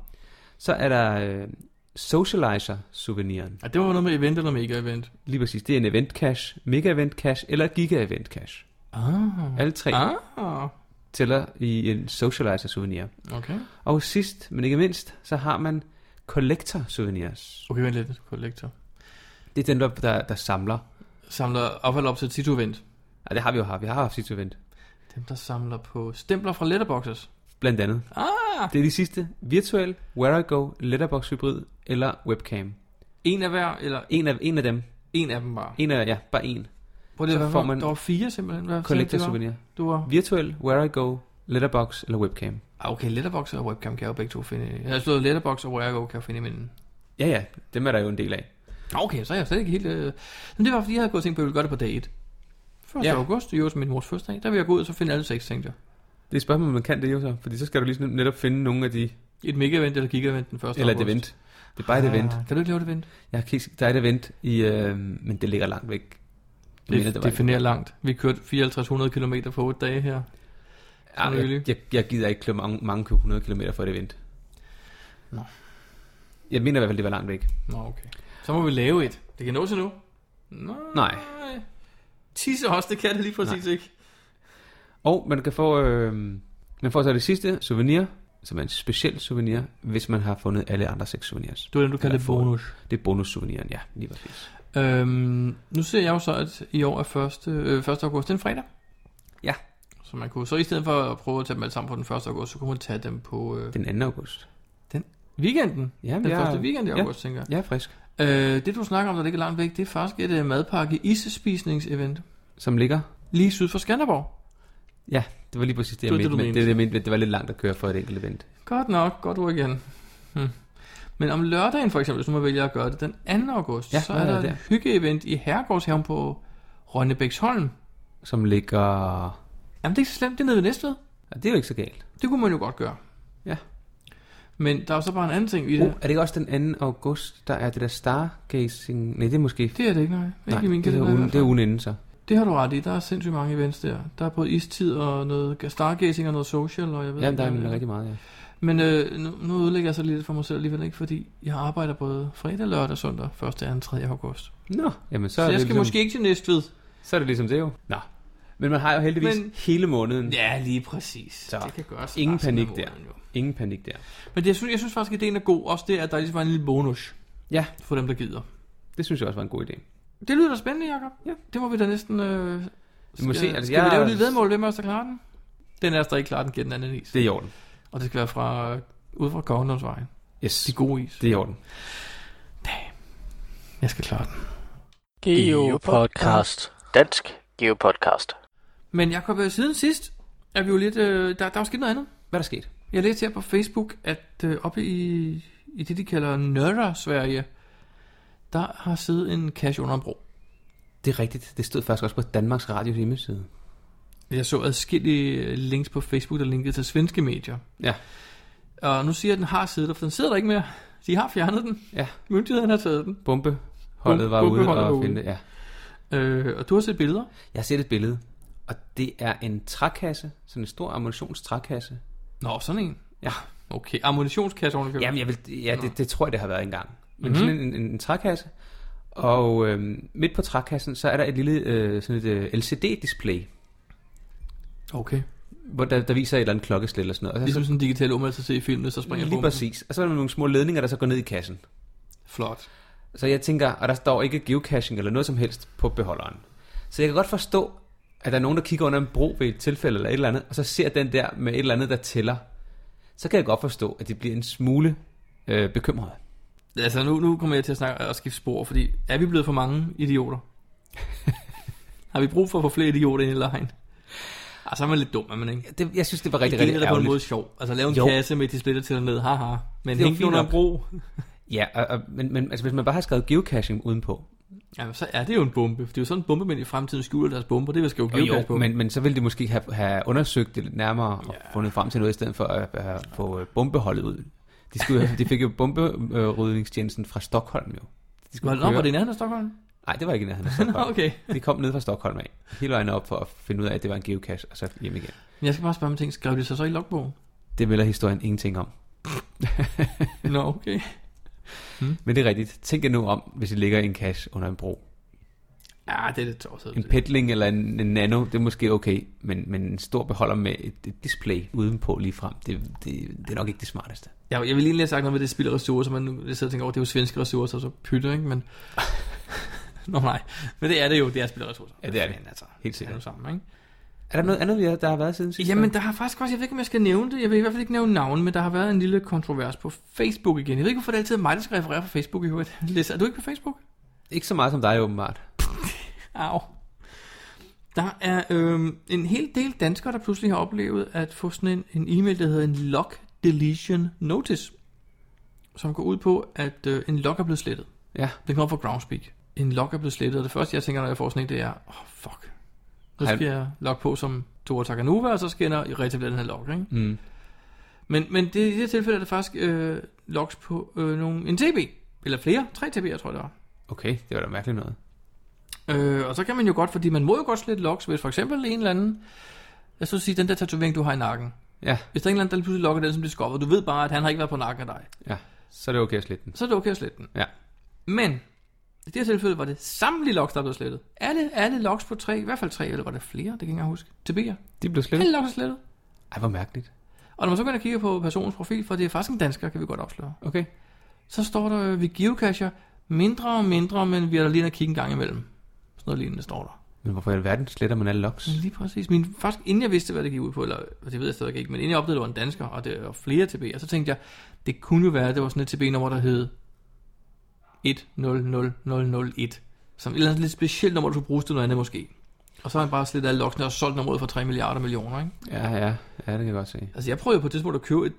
Speaker 2: Så er der øh, socializer souveniren.
Speaker 1: Ja, det var noget med event eller mega-event.
Speaker 2: Lige præcis, det er en event cache, mega event cache eller giga event cache.
Speaker 1: Ah.
Speaker 2: Alle tre ah.
Speaker 1: Ah,
Speaker 2: tæller i en socializer souvenir.
Speaker 1: okay.
Speaker 2: Og sidst, men ikke mindst, så har man collector souvenirs.
Speaker 1: Okay, vent lidt, kollektor.
Speaker 2: Det er den, der, der, der samler.
Speaker 1: Samler affald op til et Sito-event.
Speaker 2: Ja, det har vi jo haft. Vi har haft sit event.
Speaker 1: Dem, der samler på stempler fra letterboxes.
Speaker 2: Blandt andet.
Speaker 1: Ah!
Speaker 2: Det er de sidste. Virtuel, Where I Go, Letterbox Hybrid eller Webcam.
Speaker 1: En af hver, eller
Speaker 2: En af, en af dem.
Speaker 1: en af dem bare.
Speaker 2: En af, ja, bare en.
Speaker 1: Prøv lige,
Speaker 2: Så
Speaker 1: hvad
Speaker 2: får
Speaker 1: får man...
Speaker 2: man
Speaker 1: Der var fire simpelthen. Hvad sagde
Speaker 2: Collector
Speaker 1: du, det var?
Speaker 2: souvenir.
Speaker 1: Du var...
Speaker 2: Virtuel, Where I Go, Letterbox eller Webcam.
Speaker 1: Ah, okay, letterbox og webcam kan jeg jo begge to finde. Jeg har slået letterbox og where I go, kan jeg finde imellem.
Speaker 2: Ja, ja, dem er der jo en del af.
Speaker 1: Okay, så er jeg slet ikke helt... Øh... Men det var, fordi jeg havde gået og tænkt på, at jeg ville gøre det på dag 1. 1. Ja.
Speaker 2: Ja.
Speaker 1: august, i øvrigt min mors første dag, der vil jeg gå ud og så finde alle seks, tænkte jeg.
Speaker 2: Det er et spørgsmål, om man kan det jo så, fordi så skal du lige netop finde nogle af de,
Speaker 1: Et mega-event eller giga-event den første
Speaker 2: eller et
Speaker 1: august. Ah,
Speaker 2: event. Det er bare et event.
Speaker 1: Kan du ikke lave et event?
Speaker 2: Jeg kan ikke, der er et event, i, øh, men det ligger langt væk.
Speaker 1: Det,
Speaker 2: Jeg mener,
Speaker 1: det
Speaker 2: det var-
Speaker 1: definerer langt. Vi kørte 5400 km på 8 dage her.
Speaker 2: Ja, jeg,
Speaker 1: Selvfølgelig.
Speaker 2: jeg, jeg gider ikke køre mange, mange køre 100 km for et event.
Speaker 1: Nå.
Speaker 2: Jeg mener i hvert fald, det var langt væk.
Speaker 1: Nå, okay. Så må vi lave et. Det kan nås endnu. Nej.
Speaker 2: Nej.
Speaker 1: Øh, Tisse også, det kan det lige præcis Nej. ikke.
Speaker 2: Og man kan få, øh, man får så det sidste souvenir, som er en speciel souvenir, hvis man har fundet alle andre seks souvenirs.
Speaker 1: Du er den, du kalder
Speaker 2: Eller får-
Speaker 1: bonus.
Speaker 2: Det er bonussouveniren, ja, lige præcis.
Speaker 1: Øhm, nu ser jeg jo så, at i år er 1. Øh, 1. august det er en fredag.
Speaker 2: Ja.
Speaker 1: Så man kunne så i stedet for at prøve at tage dem alle sammen på den 1. august, så kunne man tage dem på øh,
Speaker 2: Den 2. august.
Speaker 1: weekenden.
Speaker 2: Ja,
Speaker 1: Den
Speaker 2: jeg,
Speaker 1: første weekend i
Speaker 2: ja.
Speaker 1: august, tænker jeg.
Speaker 2: Jeg er frisk.
Speaker 1: Øh, det du snakker om, der ligger langt væk, det er faktisk et øh, madpakke isespisningsevent.
Speaker 2: Som ligger.
Speaker 1: Lige syd for Skanderborg.
Speaker 2: Det var lige præcis det,
Speaker 1: Det var
Speaker 2: jeg
Speaker 1: det,
Speaker 2: mente.
Speaker 1: du
Speaker 2: men
Speaker 1: mente.
Speaker 2: Det, det, jeg mente, det var lidt langt at køre for et enkelt event.
Speaker 1: Godt nok, godt ord igen. Hm. Men om lørdagen for eksempel, så må vælge at gøre det den 2. august,
Speaker 2: Ja,
Speaker 1: så
Speaker 2: hvad
Speaker 1: er
Speaker 2: er
Speaker 1: der
Speaker 2: det
Speaker 1: et hyggeevent i Herregårdshaven på Rønnebæksholm.
Speaker 2: Som ligger...
Speaker 1: Jamen det er ikke så slemt, det er nede ved Næstved.
Speaker 2: Ja, det er jo ikke så galt.
Speaker 1: Det kunne man jo godt gøre.
Speaker 2: Ja.
Speaker 1: Men der er jo så bare en anden ting i det.
Speaker 2: Uh, er det ikke også den 2. august, der er det der stargazing? Nej, det er måske...
Speaker 1: Det er det ikke, nej. Ikke
Speaker 2: Nej,
Speaker 1: i min
Speaker 2: det, er
Speaker 1: kalender i
Speaker 2: ugen,
Speaker 1: hvert
Speaker 2: det er
Speaker 1: fald.
Speaker 2: ugen inden så.
Speaker 1: det har du ret i. Der er sindssygt mange events der. Der er både istid og noget stargazing og noget social, og jeg ved
Speaker 2: Jamen, der er
Speaker 1: hvad det
Speaker 2: nemlig rigtig meget, ja.
Speaker 1: Men øh, nu, nu ødelægger jeg så lidt for mig selv alligevel ikke, fordi jeg arbejder både fredag, lørdag og søndag, 1. 2. 3. august. Så,
Speaker 2: Nå, jamen så,
Speaker 1: så
Speaker 2: er
Speaker 1: jeg
Speaker 2: det
Speaker 1: skal
Speaker 2: ligesom,
Speaker 1: måske ikke til Næstved.
Speaker 2: så er det ligesom det jo. Nå. Men man har jo heldigvis
Speaker 1: Men-
Speaker 2: Men... hele måneden.
Speaker 1: Ja, lige præcis. Så.
Speaker 2: Det
Speaker 1: kan gøres
Speaker 2: ingen resten af panik der. måneden Ingen panik der.
Speaker 1: Men det, jeg, synes, jeg synes faktisk, at ideen er god. Også det, at der ligesom var en lille bonus
Speaker 2: Ja.
Speaker 1: for dem, der gider.
Speaker 2: Det synes jeg også var en god idé.
Speaker 1: Det lyder da spændende, Jacob.
Speaker 2: Ja.
Speaker 1: Det må vi da næsten... Øh,
Speaker 2: Vi må
Speaker 1: skal,
Speaker 2: se, altså,
Speaker 1: skal vi
Speaker 2: jeg-
Speaker 1: lave et lille vedmål, hvem af os, der klarer den? Den af os, der ikke klarer den, giver den anden is.
Speaker 2: Det er i orden.
Speaker 1: Og det skal være fra, øh, ude fra Kongendomsvejen.
Speaker 2: Yes,
Speaker 1: De gode is.
Speaker 2: det er i orden.
Speaker 1: Jeg skal klare den.
Speaker 7: Geo Podcast. Dansk Geo Podcast.
Speaker 1: Men Jacob, øh, siden sidst er vi jo lidt... Øh, der, der er jo sket noget andet.
Speaker 2: Hvad er der sket?
Speaker 1: Jeg læste her på Facebook, at øh, oppe i, i det, de kalder Nørre Sverige, der har siddet en cash under en bro.
Speaker 2: Det er rigtigt. Det stod faktisk også på Danmarks Radios hjemmeside.
Speaker 1: Jeg så adskillige links på Facebook, der linkede til svenske medier.
Speaker 2: Ja.
Speaker 1: Og nu siger jeg, at den har siddet der, for den sidder der ikke mere. De har fjernet den.
Speaker 2: Ja.
Speaker 1: Myndighederne har taget den.
Speaker 2: Bombe. Holdet var ude
Speaker 1: Bombeholdet var
Speaker 2: og
Speaker 1: ude.
Speaker 2: finde det. Ja.
Speaker 1: Øh, og du har set billeder.
Speaker 2: Jeg har set et billede, og det er en trækasse, sådan en stor ammunitionstrækasse.
Speaker 1: Nå, sådan en.
Speaker 2: Ja.
Speaker 1: Okay, ammunitionskasse ordentligt.
Speaker 2: Jamen, jeg vil, ja, det, det tror jeg, det har været engang. Men
Speaker 1: Mhm.
Speaker 2: mm-hmm. sådan en, en, en trækasse, og øhm, midt på trækassen, så er der et lille øh, sådan et øh, LCD-display,
Speaker 1: Okay.
Speaker 2: hvor der, der viser et eller andet klokkeslæt eller sådan noget. Og så,
Speaker 1: Ligesom sådan en digital om, altså se i filmene, så
Speaker 2: så,
Speaker 1: springer
Speaker 2: lige
Speaker 1: bomben.
Speaker 2: præcis. Og så er der nogle små ledninger, der så går ned i kassen.
Speaker 1: Flot.
Speaker 2: Så jeg tænker, og der står ikke geocaching eller noget som helst på beholderen. Så jeg kan godt forstå, at der er nogen, der kigger under en bro ved et tilfælde eller et eller andet, og så ser den der med et eller andet, der tæller. Så kan jeg godt forstå, at de bliver en smule øh, bekymrede.
Speaker 1: Altså, nu, nu kommer jeg til at snakke og skifte spor, fordi er vi blevet for mange idioter? har vi brug for at få flere idioter ind i lejen? Ah, så er man lidt dum, er man ikke?
Speaker 2: Det, jeg synes, det var rigtig,
Speaker 1: Ideen er
Speaker 2: rigtig
Speaker 1: da på en
Speaker 2: ærgerligt.
Speaker 1: måde sjov. Altså lave en
Speaker 2: Jo.
Speaker 1: kasse med de splitter til ned, haha. Men
Speaker 2: Det er jo
Speaker 1: hæng den
Speaker 2: fint
Speaker 1: under en
Speaker 2: nok.
Speaker 1: bro.
Speaker 2: Ja, og, og, men, men altså, hvis man bare har skrevet geocaching udenpå,
Speaker 1: Jamen, så er det jo en bombe. Det er jo sådan, bombemænd i fremtiden skjuler deres bomber. Det vil skrive
Speaker 2: jo,
Speaker 1: geocache
Speaker 2: jo,
Speaker 1: på.
Speaker 2: men, men så ville de måske have, have undersøgt det lidt nærmere og fundet frem til noget, i stedet for at, at få øh, bombeholdet ud. De, skulle, jo- de fik jo bomberydningstjenesten fra Stockholm jo. De
Speaker 1: Var,
Speaker 2: skulle
Speaker 1: nå,
Speaker 2: køre-
Speaker 1: var det i nærheden af Stockholm?
Speaker 2: Nej, det var ikke i nærheden af
Speaker 1: Nå,
Speaker 2: Stockholm.
Speaker 1: okay.
Speaker 2: De kom ned fra Stockholm af, hele vejen op for at finde ud af, at det var en geocache, og så hjem igen.
Speaker 1: Men jeg skal bare spørge om en ting. Skrev de sig så i logbogen?
Speaker 2: Det melder historien ingenting om.
Speaker 1: Nå, okay.
Speaker 2: Men det er rigtigt. Tænk jer nu om, hvis I ligger i en cache under en bro.
Speaker 1: Ja, det er lidt tosset.
Speaker 2: En petling eller en, en nano, det er måske okay, men, men en stor beholder med et, et display udenpå lige frem, det, det, det er nok ikke det smarteste.
Speaker 1: Jeg, jeg vil egentlig have sagt noget med det spild af ressourcer, men nu jeg sidder og tænker over, det er jo svenske ressourcer, så pytter, ikke? Men Nå nej, men det er det jo, det er spillerressourcer.
Speaker 2: Ja, det er det.
Speaker 1: Men Altså,
Speaker 2: Helt sikkert.
Speaker 1: er det sammen, ikke?
Speaker 2: Er der noget andet, vi har- der har været siden sidst?
Speaker 1: Jamen, der har faktisk også, jeg ved ikke, om jeg skal nævne det, jeg vil i hvert fald ikke nævne navn, men der har været en lille kontrovers på Facebook igen. Jeg ved ikke, hvorfor det altid er mig, der skal referere på Facebook i øvrigt. Lasse, er du ikke på Facebook?
Speaker 2: Ikke så meget som dig, åbenbart.
Speaker 1: Au. Der er øhm, en hel del danskere, der pludselig har oplevet at få sådan en, en e-mail, der hedder en log deletion notice, som går ud på, at øh, en log er blevet slettet.
Speaker 2: Ja.
Speaker 1: Den kommer fra Groundspeak. En log er blevet slettet, og det første, jeg tænker, når jeg får sådan en, det er, åh, oh, fuck. Nu
Speaker 2: Ej.
Speaker 1: skal jeg logge på som Tora Takanova, og så skal jeg ind og reetablere den her log, ikke?
Speaker 2: Mm.
Speaker 1: Men, men det, i det her tilfælde er det faktisk øh, logs på øh, nogle, en TB, eller flere, tre TB'er, tror jeg det var.
Speaker 2: Okay, det var da mærkeligt noget.
Speaker 1: Øh, og så kan man jo godt, fordi man må jo godt slette logs, hvis for eksempel en eller anden, jeg så sige, den der tatovering, du har i nakken.
Speaker 2: Ja,
Speaker 1: Hvis der er en eller anden, der pludselig logger den, som bliver skoppet, du ved bare, at han har ikke været på nakken af dig,
Speaker 2: ja. Så er det okay at slette den.
Speaker 1: så er det okay at slette den.
Speaker 2: Ja.
Speaker 1: Men, i det her tilfælde var det samtlige logs, der blev slettet. Alle, alle logs på tre, i hvert fald tre, eller var det flere, det kan jeg ikke engang huske, TB'er.
Speaker 2: De blev slettet.
Speaker 1: Alle logs er slettet.
Speaker 2: Ej, hvor mærkeligt.
Speaker 1: Og når man så går ind og kigger på personens profil, for det er faktisk en dansker, kan vi godt afsløre.
Speaker 2: Okay.
Speaker 1: så står der, øh, vi geocacher mindre og mindre, men vi er der lige inde og kigge en gang imellem. Sådan noget lignende står der.
Speaker 2: Men hvorfor i alverden sletter man alle logs?
Speaker 1: Lige præcis. Min, faktisk inden jeg vidste, hvad det gik ud på, eller og det ved jeg stadig ikke, men inden jeg opdagede, at det var en dansker, og det var flere TB'er, så tænkte jeg, det kunne jo være, at det var sådan et TB-nummer, der hed 100001, som et eller andet lidt specielt nummer, du skulle bruges til noget andet måske. Og så har han bare slettet alle logsene og solgt nummeret for 3 milliarder millioner, ikke?
Speaker 2: Ja, ja. Ja, det kan jeg godt se.
Speaker 1: Altså, jeg prøvede på et tidspunkt at købe et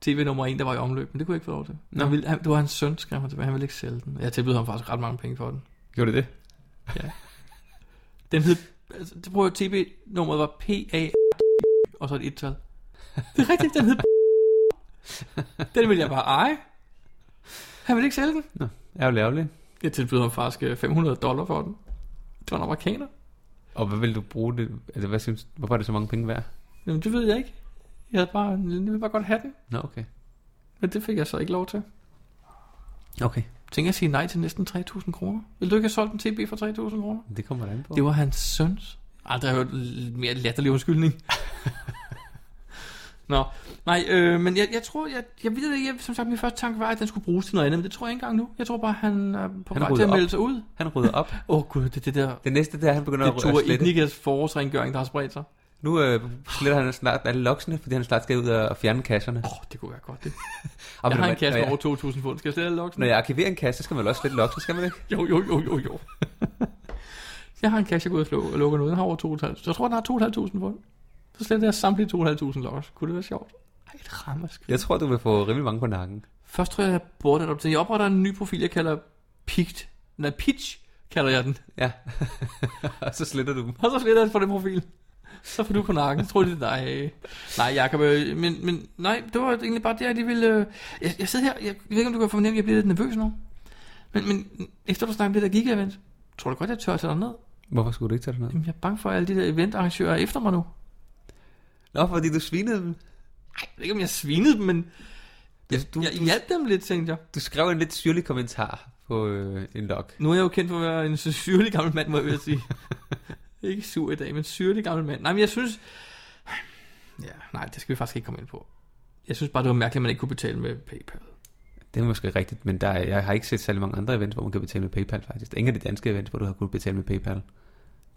Speaker 1: tv nummer 1, der var i omløb, men det kunne jeg ikke få lov til.
Speaker 2: Nå.
Speaker 1: Han ville, han, det var hans søn, skrev han tilbage. Han ville ikke sælge den. Jeg tilbød ham faktisk ret mange penge for den.
Speaker 2: Gjorde det det?
Speaker 1: Den hed, altså, det prøver tv nummeret var PA og så et et-tal. Det er rigtigt, den hed Den ville jeg bare eje. Han ville ikke sælge den.
Speaker 2: Er jo lærligt.
Speaker 1: Jeg tilbød ham faktisk øh, 500 dollar for den. Det var en amerikaner.
Speaker 2: Og hvad vil du bruge det? Altså, hvad synes, hvorfor er det så mange penge værd?
Speaker 1: Jamen, det ved jeg ikke. Jeg havde bare, jeg ville bare godt have den.
Speaker 2: Nå, okay.
Speaker 1: Men det fik jeg så ikke lov til.
Speaker 2: Okay.
Speaker 1: Tænk at sige nej til næsten 3.000 kroner. Vil du ikke have solgt en TB for 3.000 kroner?
Speaker 2: Det kommer der an på.
Speaker 1: Det var hans søns. Aldrig har jeg hørt l- mere latterlig undskyldning. Nå, nej, øh, men jeg, jeg tror, jeg, jeg ved det ikke, jeg, som sagt, min første tanke var, at den skulle bruges til noget andet, men det tror jeg ikke engang nu. Jeg tror bare, han er på
Speaker 2: Han
Speaker 1: vej til
Speaker 2: rydder
Speaker 1: at
Speaker 2: op.
Speaker 1: melde sig ud.
Speaker 2: Han rydder op.
Speaker 1: Åh oh, gud, det er det der,
Speaker 2: Det næste, det er, at han begynder
Speaker 1: det
Speaker 2: at,
Speaker 1: tur
Speaker 2: at slette.
Speaker 1: Ignikas forårsrengøring, der har spredt sig.
Speaker 2: Nu øh, sletter han snart alle logsene, fordi han snart skal ud og og fjerne kasserne.
Speaker 1: Åh, oh, det kunne være godt det.
Speaker 2: Og ved
Speaker 1: Jeg har
Speaker 2: du
Speaker 1: en
Speaker 2: hvad,
Speaker 1: kasse
Speaker 2: når
Speaker 1: med
Speaker 2: jeg-
Speaker 1: over 2.000 pund. Skal jeg slet
Speaker 2: Når
Speaker 1: have
Speaker 2: jeg arkiverer en kasse, så skal man vel også slette logsene, skal man ikke?
Speaker 1: Jo, jo, jo, jo, jo. jeg har en kasse, jeg går ud og slå- og lukker noget. Den har over 2.500. Så jeg tror, den har 2.500 pund. Så slet jeg samtlige 2.500 lokkers. Kunne det være sjovt? Ej, et ramaskrig.
Speaker 2: Jeg tror, du vil få rimelig mange på nakken.
Speaker 1: Først tror jeg, jeg bruger den op til. Jeg opretter en ny profil, jeg kalder Pigt. Nej, Pitch kalder jeg den.
Speaker 2: Ja. og så sletter du dem.
Speaker 1: Og så sletter jeg for den profil. Så får du på nakken. Tror det er dig. Nej, Jacob. øh, Men, men nej, det var egentlig bare det, jeg lige ville... øh, Jeg, jeg sidder her. Jeg, jeg ved ikke, om du kan fornemme, at jeg bliver lidt nervøs nu. Men, men efter du snakker om det der giga-event, tror du godt, jeg tør at tage dig ned?
Speaker 2: Hvorfor skulle du ikke tage det ned?
Speaker 1: Jamen, jeg er bange for, at alle de der eventarrangører er efter mig nu.
Speaker 2: Nå, fordi du svinede dem.
Speaker 1: Ej, jeg ved ikke, om jeg svinede dem, men
Speaker 2: Du, du,
Speaker 1: jeg
Speaker 2: du,
Speaker 1: hjalp dem lidt, tænkte jeg.
Speaker 2: du skrev en lidt syrlig kommentar på øh, en log.
Speaker 1: Nu er jeg jo kendt for at være en så syrlig gammel mand, må jeg vil sige. ikke sur i dag, men syrlig gammel mand. Nej, men jeg synes... Ja, nej, det skal vi faktisk ikke komme ind på. Jeg synes bare, det var mærkeligt, at man ikke kunne betale med PayPal.
Speaker 2: Det er måske rigtigt, men der, er- jeg har ikke set særlig mange andre events, hvor man kan betale med PayPal faktisk. Der er ingen af de danske events, hvor du har kunnet betale med PayPal.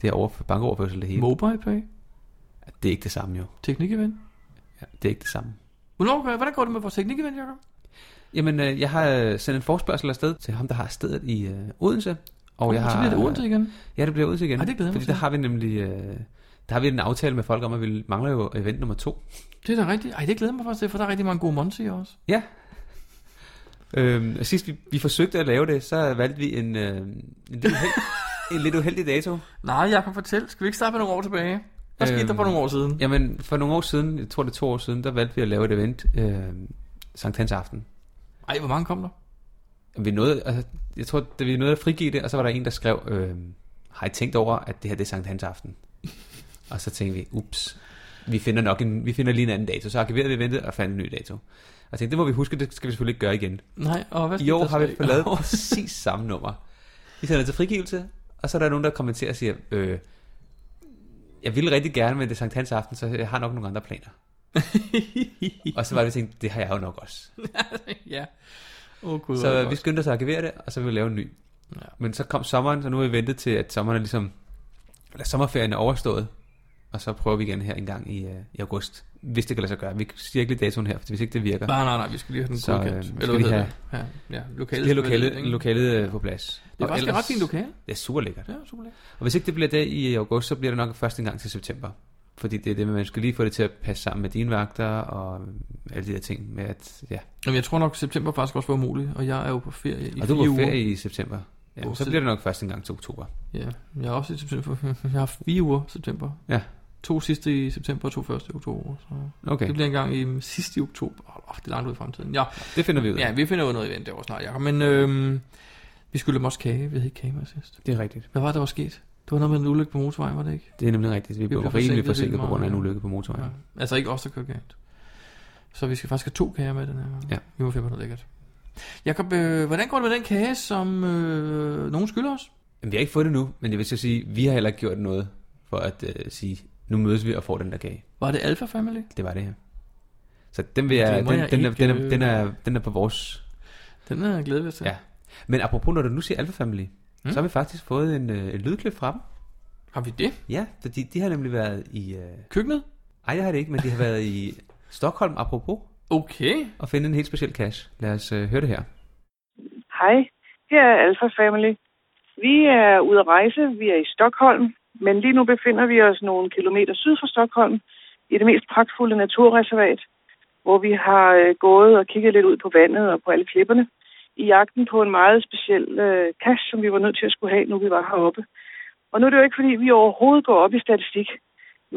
Speaker 2: Det er over, bankoverførsel det hele.
Speaker 1: MobilePay?
Speaker 2: Det er ikke det samme jo.
Speaker 1: Teknikevent?
Speaker 2: Ja, det er ikke det samme.
Speaker 1: Hvornår, gør- hvordan går det med vores teknikevent, Jacob?
Speaker 2: Jamen, øh, jeg har øh, sendt en forspørgsel afsted til ham, der har stedet i øh, Odense. Og jeg
Speaker 1: så
Speaker 2: har, øh,
Speaker 1: bliver det Odense igen.
Speaker 2: Ja, det bliver Odense igen.
Speaker 1: Ej, det glæder jeg mig
Speaker 2: fordi
Speaker 1: til.
Speaker 2: der har vi nemlig øh, der har vi en aftale med folk om, at vi mangler jo event nummer to.
Speaker 1: Det er da rigtigt. Ej, det glæder jeg mig faktisk til, for der er rigtig mange gode Monty også.
Speaker 2: Ja. Øhm, og sidst vi, vi forsøgte at lave det, så valgte vi en, øh, en, lidt, uheldig, en lidt uheldig dato.
Speaker 1: Nej, Jacob, fortæl. Skal vi ikke starte med nogle år tilbage? Hvad skete
Speaker 2: Øhm,
Speaker 1: der for nogle år siden?
Speaker 2: Jamen, for nogle år siden, jeg tror det er to år siden, der valgte vi at lave et event øh, Sankt Hans Aften.
Speaker 1: Ej, hvor mange kom der?
Speaker 2: Vi nåede, altså, jeg tror, da vi nåede at frigive det, og så var der en, der skrev, øh, har I tænkt over, at det her det er Sankt Hans Aften? og så tænkte vi, ups, vi finder, nok en, vi finder lige en anden dato. Så arkiverede vi eventet og fandt en ny dato. Og tænkte, det må vi huske, det skal vi selvfølgelig ikke gøre igen.
Speaker 1: Nej, og hvad
Speaker 2: I år har vi fået lavet
Speaker 1: Åh,
Speaker 2: præcis samme nummer. Vi sender det til frigivelse, og så er der nogen, der kommenterer og siger, øh, jeg ville rigtig gerne, men det er Sankt Hans aften, så jeg har nok nogle andre planer. og så var det, vi tænkte, det har jeg jo nok også.
Speaker 1: ja. Åh, oh, gud. hvor er det
Speaker 2: Så
Speaker 1: godt.
Speaker 2: vi skyndte os at arkivere det, og så ville vi lave en ny.
Speaker 1: Ja.
Speaker 2: Men så kom sommeren, så nu har vi ventet til, at sommeren er ligesom, eller sommerferien er overstået. Og så prøver vi igen her en gang i, øh, i august. Hvis det kan lade sig gøre. Vi siger ikke lige datoen her, for hvis ikke det virker.
Speaker 1: Nej, nej, nej, vi skal lige have den
Speaker 2: Så, øh,
Speaker 1: godkendt.
Speaker 2: skal
Speaker 1: Eller
Speaker 2: vi
Speaker 1: hvad hedder
Speaker 2: have-
Speaker 1: det? Ja, ja
Speaker 2: Lokalet,
Speaker 1: lokalet.
Speaker 2: lige
Speaker 1: skal være lidt,
Speaker 2: lokalet,
Speaker 1: ikke?
Speaker 2: lokalet øh, på plads.
Speaker 1: Det er
Speaker 2: Og
Speaker 1: faktisk et ret fint lokale.
Speaker 2: Det er super lækkert.
Speaker 1: Ja, super lækkert.
Speaker 2: Og hvis ikke det bliver det i august, så bliver det nok først en gang til september. Fordi det er det, med, at man skal lige få det til at passe sammen med dine vagter og alle de der ting med at, ja.
Speaker 1: Jamen, jeg tror nok, september faktisk også var muligt, og jeg er jo på ferie i
Speaker 2: og du
Speaker 1: fire
Speaker 2: er på ferie
Speaker 1: uger.
Speaker 2: i september. Ja,
Speaker 1: Hvor
Speaker 2: så
Speaker 1: tid-
Speaker 2: bliver det nok først en gang til oktober.
Speaker 1: Ja, jeg er også i september. Jeg har haft fire uger i september.
Speaker 2: Ja.
Speaker 1: To sidste i september og to første i oktober. Så
Speaker 2: Okay,
Speaker 1: Det bliver en gang i sidste i oktober. Åh, det er langt ud i fremtiden. Ja,
Speaker 2: det finder vi ud af.
Speaker 1: ja vi finder ud af noget event derovre snart, Jacob. Men øhm, vi skylder dem også kage. Vi havde ikke kage med sidst.
Speaker 2: Det er rigtigt.
Speaker 1: Hvad var det, der var sket? Det var noget med en ulykke på motorvejen, var det ikke?
Speaker 2: Det er nemlig rigtigt. Vi blev
Speaker 1: blev
Speaker 2: rimelig
Speaker 1: forsinket
Speaker 2: forsinket
Speaker 1: vildt
Speaker 2: på grund af en
Speaker 1: meget, ja.
Speaker 2: ulykke på motorvejen.
Speaker 1: Ja. Altså ikke os, der kørte galt. Så vi skal faktisk have to kager med den her gang.
Speaker 2: Ja.
Speaker 1: Vi må finde på noget lækkert. Jakob, øh, hvordan går det med den kage, som øh, nogen skylder os?
Speaker 2: Jamen, vi har ikke fået det nu, men jeg vil så sige, vi har heller ikke gjort noget for at øh, sige, nu mødes vi og får den der kage.
Speaker 1: Var det Alpha Family?
Speaker 2: Det var det her. Så den, vil jeg,
Speaker 1: Det må
Speaker 2: den,
Speaker 1: jeg
Speaker 2: den, er,
Speaker 1: ikke,
Speaker 2: den, er,
Speaker 1: øh.
Speaker 2: den, er, den er på vores...
Speaker 1: Den er jeg glædet til.
Speaker 2: Ja. Men apropos, når du nu siger Alpha Family, mm.
Speaker 1: Mm.
Speaker 2: så har vi faktisk fået en, øh, en lydklip fra dem.
Speaker 1: Har vi det?
Speaker 2: Ja, fordi de har nemlig været i... Øh...
Speaker 1: Køkkenet?
Speaker 2: Ej, jeg har det ikke, men de har været i Stockholm, apropos,
Speaker 1: Okay.
Speaker 2: og finde en helt speciel cash. Lad os øh, høre det her.
Speaker 8: Hej, her er Alfa Family. Vi er ude at rejse. Vi er i Stockholm, men lige nu befinder vi os nogle kilometer syd for Stockholm i det mest pragtfulde naturreservat, hvor vi har øh, gået og kigget lidt ud på vandet og på alle klipperne i jagten på en meget speciel øh, cash, som vi var nødt til at skulle have, nu vi var heroppe. Og nu er det jo ikke, fordi vi overhovedet går op i statistik,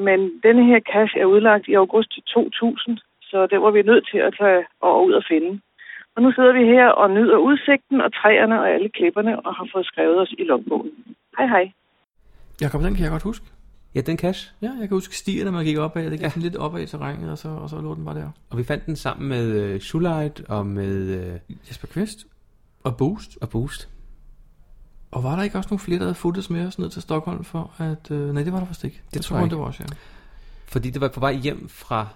Speaker 8: men denne her cash er udlagt i august 2000, så det var vi nødt til at tage over ud og finde. Og nu sidder vi her og nyder udsigten og træerne og alle klipperne og har fået skrevet os i logbogen. Hej hej.
Speaker 1: Jakob, den kan jeg godt huske.
Speaker 2: Ja, den cash.
Speaker 1: Ja, jeg kan huske stierne, man gik op af. Det gik ja. sådan lidt op af terrænet, og så, og så lå den bare der.
Speaker 2: Og vi fandt den sammen med øh, Shulite og med øh,
Speaker 1: Jesper Kvist og Boost.
Speaker 2: og Boost.
Speaker 1: Og var der ikke også nogle flere, der havde fulgtes med os ned til Stockholm for at... Øh, nej, det var der faktisk ikke. Det
Speaker 2: tror jeg ikke.
Speaker 1: Det var også, ja.
Speaker 2: Fordi det var på vej hjem fra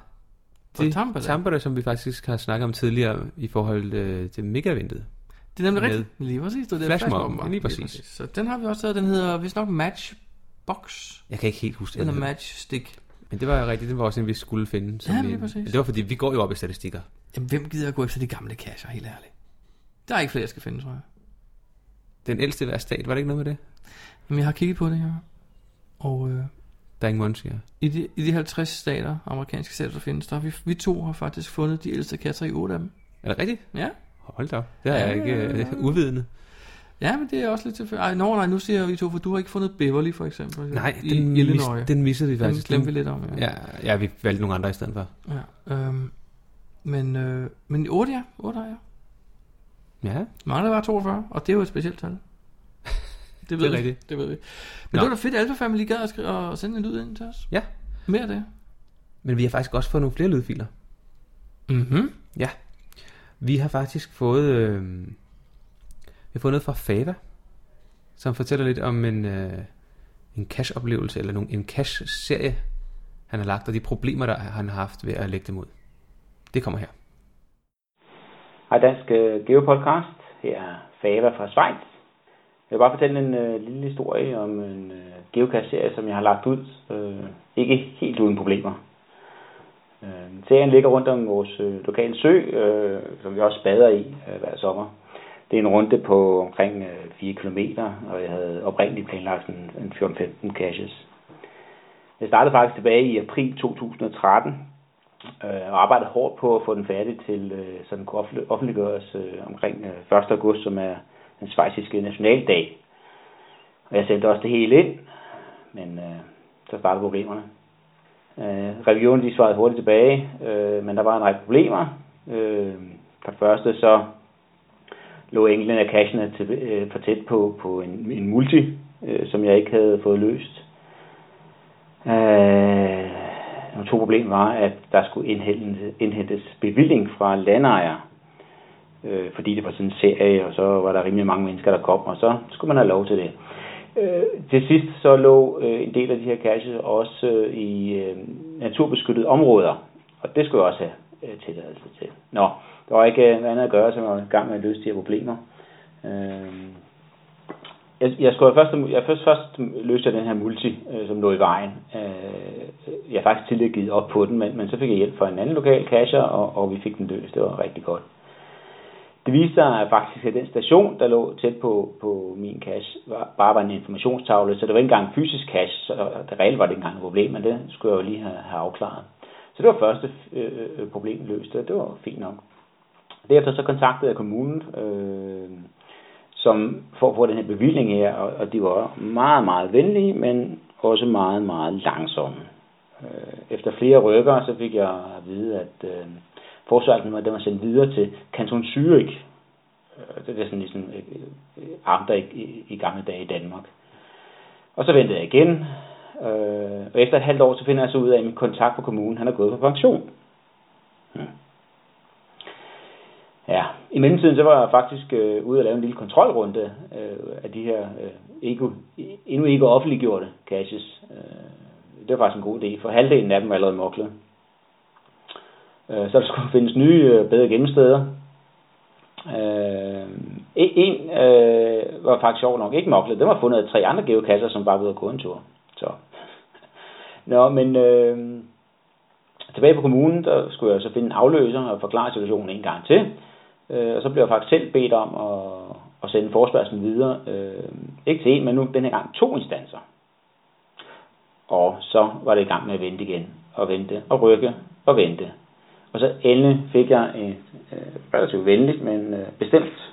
Speaker 1: Fra Tampere.
Speaker 2: Tampere, som vi faktisk har snakket om tidligere i forhold øh, til megaventet.
Speaker 1: Det er nemlig
Speaker 2: Med
Speaker 1: rigtigt. Lige præcis. Det var det
Speaker 2: flashmobben,
Speaker 1: flashmobben var.
Speaker 2: lige præcis.
Speaker 1: Så den har vi også taget. Den hedder vist nok Matchbox.
Speaker 2: Jeg kan ikke helt huske det.
Speaker 1: Eller
Speaker 2: men-
Speaker 1: Matchstick.
Speaker 2: Men det var rigtigt, det var også en, vi skulle finde. som
Speaker 1: Ja,
Speaker 2: vi-
Speaker 1: lige præcis.
Speaker 2: Men det var fordi, vi går jo op i statistikker.
Speaker 1: Jamen, hvem gider at gå efter de gamle kasser, helt ærligt? Der er ikke flere, jeg skal finde, tror jeg.
Speaker 2: Den ældste i hver stat, var det ikke noget med det?
Speaker 1: Jamen, jeg har kigget på det her. Og øh,
Speaker 2: Der er ingen måned, siger.
Speaker 1: i, de, i de 50 stater, amerikanske stater, der findes, der har vi, vi to har faktisk fundet de ældste kasser i 8 af dem.
Speaker 2: Er det rigtigt?
Speaker 1: Ja.
Speaker 2: Hold da op. Det er jeg
Speaker 1: Ja,
Speaker 2: ikke
Speaker 1: ja, ja.
Speaker 2: øh, uvidende.
Speaker 1: Ja, men det er også lidt tilfældigt. Ej, no, nej, nu siger jeg vi to, for du har ikke fundet Beverly, for eksempel. altså,
Speaker 2: Nej,
Speaker 1: i
Speaker 2: den, mis,
Speaker 1: Illinois. Den,
Speaker 2: den missede vi
Speaker 1: den
Speaker 2: faktisk.
Speaker 1: glemte vi lidt om, ja.
Speaker 2: Ja, ja, vi valgte nogle andre i stedet for.
Speaker 1: ja øhm, men, øh, men 8, ja. 8 har jeg.
Speaker 2: Ja,
Speaker 1: Mangler bare 42, og det er jo et specielt tal. Det
Speaker 2: Det er
Speaker 1: vi.
Speaker 2: rigtigt.
Speaker 1: Det ved vi. Men
Speaker 2: Nå.
Speaker 1: det var da fedt, at Alfa Family gad at, skrive, og sende en lyd ind til os.
Speaker 2: Ja.
Speaker 1: Mere af det.
Speaker 2: men vi har faktisk også fået nogle flere lydfiler.
Speaker 1: Mhm.
Speaker 2: Vi har faktisk fået, øh, vi har fået noget fra Fava, som fortæller lidt om en, øh, en cash-oplevelse, eller nogle, en cash-serie, han har lagt, og de problemer, der han har haft ved at lægge dem ud. Det kommer her.
Speaker 9: Hej Dansk øh, Geopodcast. Her er Fava fra Schweiz. Jeg vil bare fortælle en øh, lille historie om en øh, geocache-serie, som jeg har lagt ud. Øh, ikke helt uden problemer. Øh, serien ligger rundt om vores øh, lokale sø, øh, som vi også bader i øh, hver sommer. Det er en runde på omkring øh, 4 km, og jeg havde oprindeligt planlagt en, en 14-15 caches. Jeg startede faktisk tilbage i april 2013, øh, og arbejdet hårdt på at få den færdig til, øh, så den kunne offentlig- offentliggøres øh, omkring øh, 1. august, som er den svejsiske nationaldag. Og jeg sendte også det hele ind, men øh, så startede problemerne. Øh, religionen de svarede hurtigt tilbage, øh, men der var en række problemer. Øh, for det første så lå enkelte af cashene til, øh, for tæt på, på en, en multi, øh, som jeg ikke havde fået løst. Øh, nummer to problem var, at der skulle indhentes, indhentes bevilling fra landejere, øh, fordi det var sådan en serie, og så var der rimelig mange mennesker, der kom, og så skulle man have lov til det. Øh, til sidst så lå øh, en del af de her caches også øh, i øh, naturbeskyttede områder, og det skulle jeg også have øh, tilladelse til. Nå, der var ikke øh, andet at gøre, så jeg var i gang med at løse de her problemer. Øh, Jeg, jeg skulle først, jeg først, først løste jeg den her multi, øh, som lå i vejen. Øh, jeg har faktisk tidligere givet op på den, men, men så fik jeg hjælp fra en anden lokal kasser, og, og vi fik den løst. Det var rigtig godt. Det viste sig faktisk, at den station, der lå tæt på, på min cash, var, bare var en informationstavle, så det var ikke engang en fysisk cash, så det reelt var det ikke engang et problem, men det skulle jeg jo lige have, have afklaret. Så det var første øh, problem løst, og det var fint nok. Derefter så kontaktede jeg kommunen, øh, som for at få den her bevilling her, og, og de var meget, meget venlige, men også meget, meget langsomme. Øh, efter flere rykker, så fik jeg at vide, at øh, forsvarelsen var, den var sendt videre til Kanton Zürich. Øh, det er sådan ligesom øh, amter i, i, i gamle dage i Danmark. Og så ventede jeg igen, øh, og efter et halvt år, så finder jeg så ud af, at min kontakt på kommunen, han er gået på pension. Hmm. Ja, i mellemtiden så var jeg faktisk øh, ude og lave en lille kontrolrunde øh, af de her øh, ikke, endnu ikke offentliggjorte caches. Øh, det var faktisk en god idé, for halvdelen af dem var allerede moklet. Øh, så der skulle findes nye, øh, bedre gemmesteder. Øh, en øh, var faktisk sjov nok ikke moklet, den var fundet af tre andre geokasser, som bare var ude og gå en tur. Så. Nå, men øh, tilbage på kommunen, der skulle jeg så finde en afløser og forklare situationen en gang til. Øh, og så blev jeg faktisk selv bedt om at, at sende forspørgselen videre. Øh, ikke til en, men nu den her gang to instanser. Og så var det i gang med at vente igen. Og vente og rykke og vente. Og så endelig fik jeg et øh, relativt venligt, men øh, bestemt,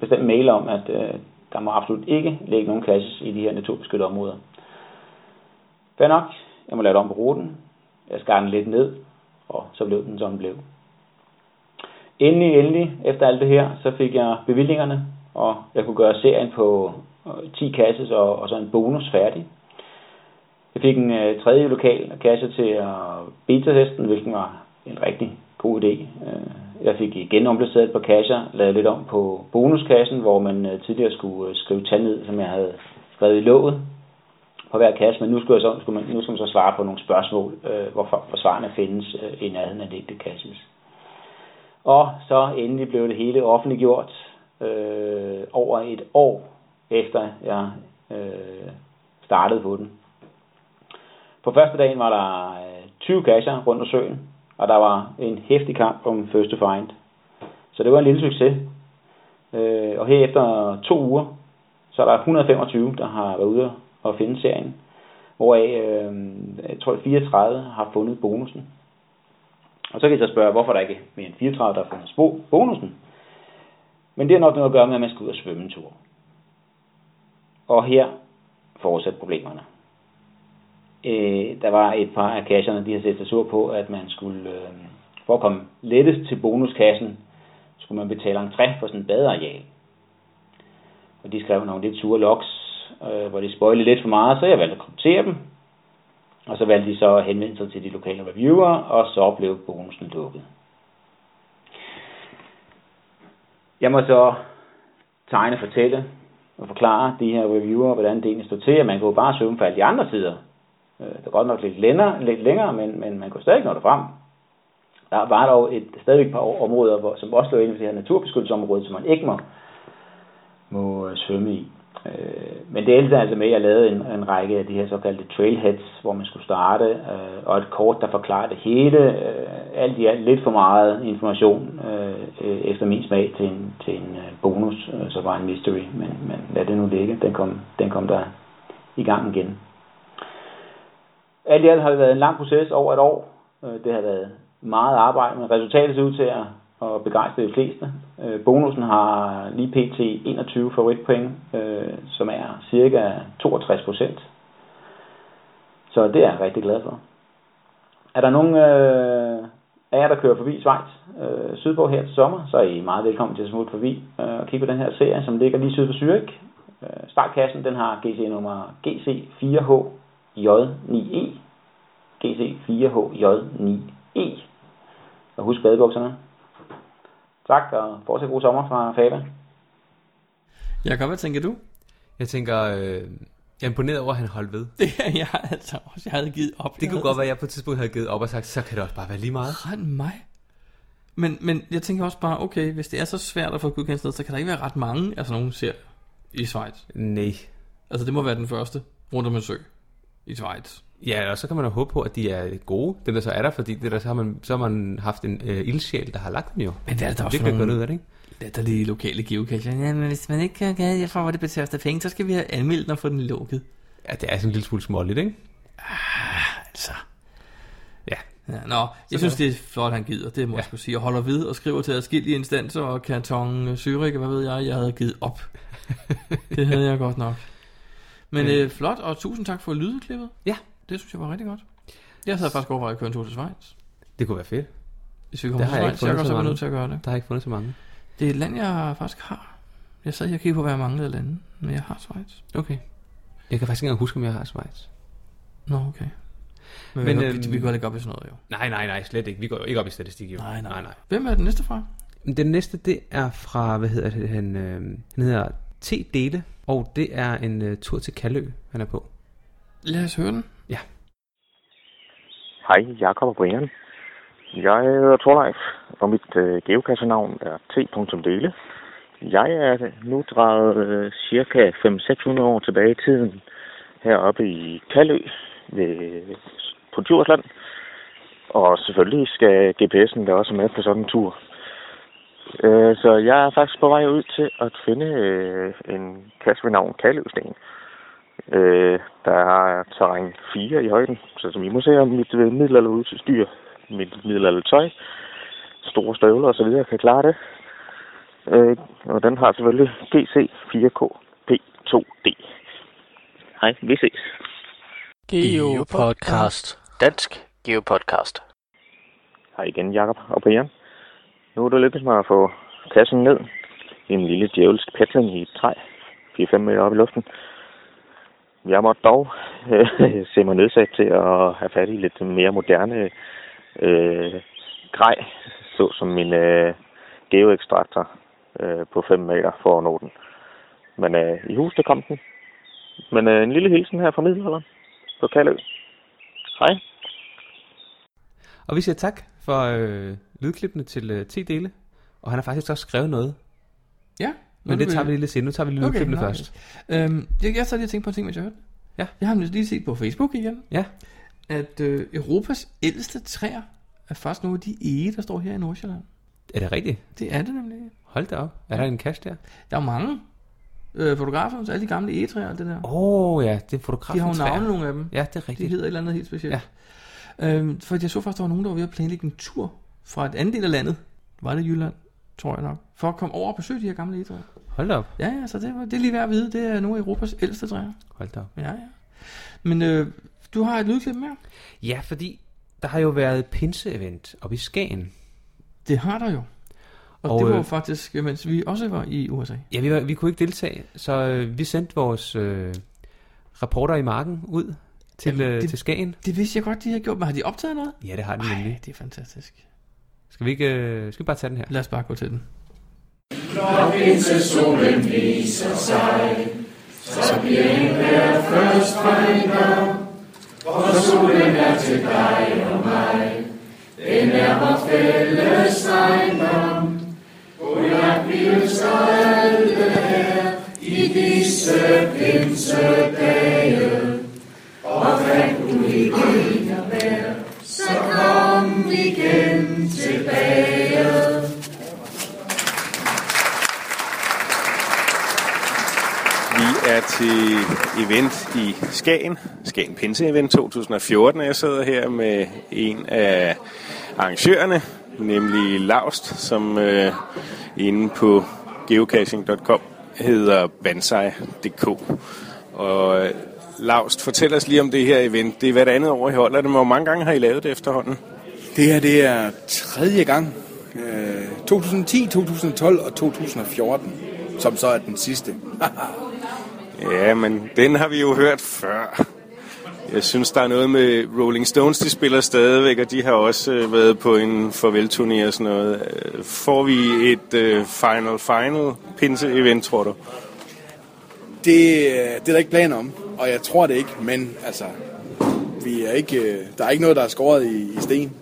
Speaker 9: bestemt mail om, at øh, der må absolut ikke ligge nogen klasses i de her naturbeskyttede områder. Fair nok, jeg må lave det om på ruten. Jeg skar den lidt ned, og så blev den, som den blev. Endelig, endelig, efter alt det her, så fik jeg bevillingerne, og jeg kunne gøre serien på 10 kasses og, og så en bonus færdig. Jeg fik en øh, tredje lokal kasse til at beta-testen, hvilken var en rigtig god idé. Øh, jeg fik igen omplaceret et par kasser, lavet lidt om på bonuskassen, hvor man øh, tidligere skulle øh, skrive tal ned, som jeg havde skrevet i låget, på hver kasse, men nu skal, jeg så, skulle man, nu skal man så svare på nogle spørgsmål, øh, hvor, hvor svarene findes øh, i nærheden af det, det kasses. Og så endelig blev det hele offentliggjort øh, over et år efter jeg øh, startede på den. På første dagen var der øh, 20 kasser rundt om søen, og der var en hæftig kamp om første find. Så det var en lille succes. Øh, og herefter to uger, så er der 125, der har været ude at finde serien, hvoraf øh, jeg tror 34 har fundet bonusen. Og så kan I så spørge, hvorfor der ikke er mere end 34, der har fundet bonusen. Men det har nok noget at gøre med, at man skal ud og svømme en tur. Og her fortsætter problemerne. Øh, der var et par af kasserne, de har set sig sur på, at man skulle, øh, for at komme lettest til bonuskassen, skulle man betale entré for sådan en badeareal. Og de skrev nogle lidt sure loks, øh, hvor de spoilede lidt for meget, så jeg valgte at kryptere dem. Og så valgte de så at henvende sig til de lokale reviewer, og så blev bonusen lukket. Jeg må så tegne, fortælle og forklare de her reviewer, hvordan det egentlig stod til. Man kunne jo bare svømme for alle de andre sider. Øh, Det var godt nok lidt længere, lidt længere men, men man kunne stadig nå det frem. Der var dog et, stadigvæk et par områder, hvor, som også lå inde i det her naturbeskyttelsesområde, som man ikke må, må svømme i. Øh, men det endte altså med, at jeg lavede en, en række af de her såkaldte trailheads, hvor man skulle starte, øh, og et kort, der forklarer det hele. Øh, alt i alt lidt for meget information øh, øh, efter min smag til en, til en øh, bonus, øh, så var en mystery, men, men lad det nu ligge. Den kom, den kom der i gang igen. Alt i alt har det været en lang proces over et år. Øh, det har været meget arbejde, men resultatet ser ud til at og begejstre de fleste. Øh, bonusen har lige pt. 21 favoritpoint, øh, som er cirka 62 procent. Så det er jeg rigtig glad for. Er der nogen øh, af jer, der kører forbi Schweiz øh, sydpå her til sommer, så er I meget velkommen til at smutte forbi øh, og kigge på den her serie, som ligger lige syd for Zürich. Øh, startkassen den har GC nummer GC4HJ9E. GC4HJ9E. E. Og husk badebukserne. Tak, og fortsat god sommer fra Faba.
Speaker 1: Jakob, hvad tænker du?
Speaker 2: Jeg tænker, øh, jeg er imponeret over, at han holdt ved.
Speaker 1: Det er jeg altså også. Jeg havde givet op.
Speaker 2: Det kunne godt være, at jeg på et tidspunkt havde givet op og sagt, så kan det også bare være lige meget.
Speaker 1: Rend mig. Men, men jeg tænker også bare, okay, hvis det er så svært at få godkendt sted, så kan der ikke være ret mange af sådan nogle serier. altså i Schweiz?
Speaker 2: Nej.
Speaker 1: Altså, det må være den første rundt om en sø i Schweiz.
Speaker 2: Ja, og så kan man jo håbe på, at de er gode, dem der så er der, fordi det der, så, har man, så har man haft en øh, ildsjæl, der har lagt dem jo.
Speaker 1: Men der er der også
Speaker 2: det
Speaker 1: nogle-
Speaker 2: ud af det, ikke?
Speaker 1: Latterlige lokale geocacher. Ja, men hvis man ikke kan gade fra, hvor det betager sig penge, så skal vi have anmeldt den og få den lukket.
Speaker 2: Ja, det er sådan en lille smule småligt, ikke?
Speaker 1: Ah, altså.
Speaker 2: Ja.
Speaker 1: ja nå, jeg
Speaker 2: Sådan
Speaker 1: synes,
Speaker 2: er
Speaker 1: det er flot, han gider. Det må ja. jeg skulle sige. Og holder ved og skriver til adskillige instanser og kanton øh, Zürich, og hvad ved jeg, jeg havde givet op. det havde jeg godt nok. Men
Speaker 2: Ja.
Speaker 1: øh, flot, og tusind tak for lydklippet.
Speaker 2: Ja.
Speaker 1: Det synes jeg var rigtig godt. Jeg havde faktisk overvejet at køre en tur til Schweiz.
Speaker 2: Det kunne være fedt.
Speaker 1: Hvis vi kommer til Schweiz, jeg kan også være nødt til at gøre det.
Speaker 2: Der har jeg ikke fundet så mange.
Speaker 1: Det er et land, jeg faktisk har. Jeg sad og kiggede på, hvad jeg manglede af lande, men jeg har Schweiz.
Speaker 2: Okay. Jeg kan faktisk ikke engang huske, om jeg har Schweiz.
Speaker 1: Nå, okay. Men,
Speaker 2: Men,
Speaker 1: men
Speaker 2: øhm,
Speaker 1: vi, vi går ikke op i sådan noget, jo.
Speaker 2: Nej, nej, nej, slet ikke. Vi går jo ikke op i statistik, jo.
Speaker 1: Nej, nej.
Speaker 2: nej, nej.
Speaker 1: Hvem er den næste fra?
Speaker 2: Den næste, det er fra, hvad hedder det, han, øh, han hedder T. Dele, og det er en øh, tur til Kalø, han er på.
Speaker 1: Lad os høre den.
Speaker 2: Ja.
Speaker 10: Hej, Jakob og Brian. Jeg hedder Torleif, og mit øh, geokassenavn er t.dele. Jeg er nu drejet øh, cirka 500-600 år tilbage i tiden heroppe i Kalø ved, på Djursland. Og selvfølgelig skal GPS'en da også med på sådan en tur. Øh, så jeg er faktisk på vej ud til at finde øh, en kasse ved navn Kaløsten. Øh, der er terræn 4 i højden, så som I må se, om mit øh, middelalderudstyr, mit middelaldertøj, store støvler osv. kan klare det. Øh, og den har selvfølgelig GC4KP2D. Hej, vi ses.
Speaker 7: Geopodcast. Dansk Geopodcast.
Speaker 10: Hej igen, Jakob og Brian. Nu er det lykkedes mig at få kassen ned i en lille djævelsk pætling i et træ, 4-5 meter op i luften. Jeg måtte dog øh, se mig nødsat til at have fat i lidt mere moderne øh, grej, såsom min øh, geoekstraktor øh, på 5 meter for at nå den. Men øh, i hus, der kom den. Men øh, en lille hilsen her fra Middelholderen på Kalø. Hej.
Speaker 2: Og vi siger tak for øh, lydklippene til øh, T. Dele, og han har faktisk også skrevet noget.
Speaker 1: Ja.
Speaker 2: Men det tager vi lidt senere. Nu tager vi lydklippene
Speaker 1: nej.
Speaker 2: først.
Speaker 1: Øhm, jeg, jeg sad lige og tænkte på en ting, mens jeg hørte den.
Speaker 2: Ja.
Speaker 1: Jeg har nemlig lige set på Facebook igen.
Speaker 2: Ja.
Speaker 1: At øh, Europas ældste træer er faktisk nogle af de ege, der står her i Nordsjælland.
Speaker 2: Er det rigtigt?
Speaker 1: Det er det nemlig.
Speaker 2: Hold da op. Er der en cash der?
Speaker 1: Der er mange øh, fotografer, så alle de gamle egetræer og det der.
Speaker 2: Åh oh, ja, det er fotografen
Speaker 1: De har jo navne, nogle af dem.
Speaker 2: Ja, det er rigtigt.
Speaker 1: De hedder et eller andet helt specielt. Ja. Øhm, for jeg så faktisk, der var nogen, der var ved at planlægge en tur fra et andet del af landet. Var det Jylland, tror jeg nok. For at komme over og besøge de her gamle egetræer.
Speaker 2: Hold da op.
Speaker 1: Ja, ja, så det, var, det er lige værd at vide. Det er nogle af Europas ældste træer.
Speaker 2: Hold da op.
Speaker 1: Ja, ja. Men øh, du har et lydklip mere?
Speaker 2: Ja, fordi der har jo været pinse-event oppe i Skagen.
Speaker 1: Det har der jo. Og, og
Speaker 2: Og,
Speaker 1: det var jo
Speaker 2: øh,
Speaker 1: faktisk, mens vi også var i USA.
Speaker 2: Ja, vi, var, vi kunne ikke deltage, så øh, vi sendte vores øh, rapporter i marken ud til,
Speaker 1: Jamen,
Speaker 2: øh,
Speaker 1: det-
Speaker 2: til Skagen.
Speaker 1: Det vidste jeg godt, de havde gjort, men har de optaget noget?
Speaker 2: Ja, det har den
Speaker 1: nemlig. det er fantastisk.
Speaker 2: Skal vi ikke øh, skal vi bare tage den her?
Speaker 1: Lad os bare gå til den.
Speaker 11: Når pinsesolen viser sig, så bliver enhver først forhandler. For solen er til dig og mig, den er vores fælles ejendom. Og jeg bliver stolte her i disse pinsedage. Og fandt du ikke en at være, så kom igen tilbage.
Speaker 12: Vi er til event i Skagen, Skagen Pinse Event 2014, og jeg sidder her med en af arrangørerne, nemlig Laust, som øh, inde på geocaching.com hedder Banzai.dk. Og øh, Laust, fortæl os lige om det her event. Det er hvert andet år, I holder det, men hvor mange gange har I lavet det efterhånden?
Speaker 13: Det her det er tredje gang. Øh, 2010, 2012 og 2014, som så er den sidste.
Speaker 12: Ja, men den har vi jo hørt før. Jeg synes, der er noget med Rolling Stones, de spiller stadigvæk, og de har også øh, været på en farvelturné og sådan noget. Øh, Får vi et øh, final, final pinse-event, tror du?
Speaker 13: Det, øh, det er der ikke planer om, og jeg tror det ikke, men altså, vi er ikke, øh, der er ikke noget, der er skåret i, i sten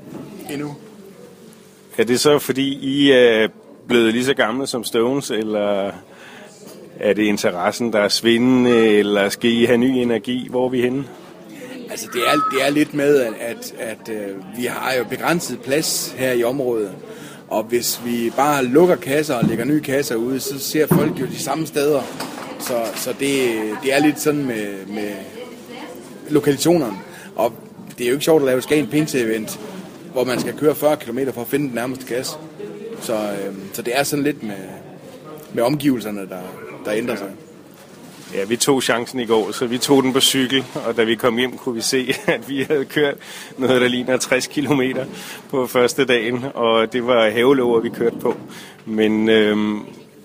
Speaker 13: endnu.
Speaker 12: Er det så, fordi I er blevet lige så gamle som Stones, eller Er det interessen, der er svindende, eller skal I have ny energi? Hvor er vi henne?
Speaker 13: Altså, det er, det er lidt med, at, at, at øh, vi har jo begrænset plads her i området. Og hvis vi bare lukker kasser og lægger nye kasser ude, så ser folk jo de samme steder. Så, så det, det er lidt sådan med, med lokalisationerne. Og det er jo ikke sjovt at lave et Skagen Pinse-event, hvor man skal køre 40 km for at finde den nærmeste kasse. Så, øh, så det er sådan lidt med, med omgivelserne, der, der ændrer sig.
Speaker 12: Ja, vi tog chancen i går, så vi tog den på cykel, og da vi kom hjem, kunne vi se, at vi havde kørt noget, der ligner 60 km på første dagen, og det var havelover, vi kørte på. Men øhm,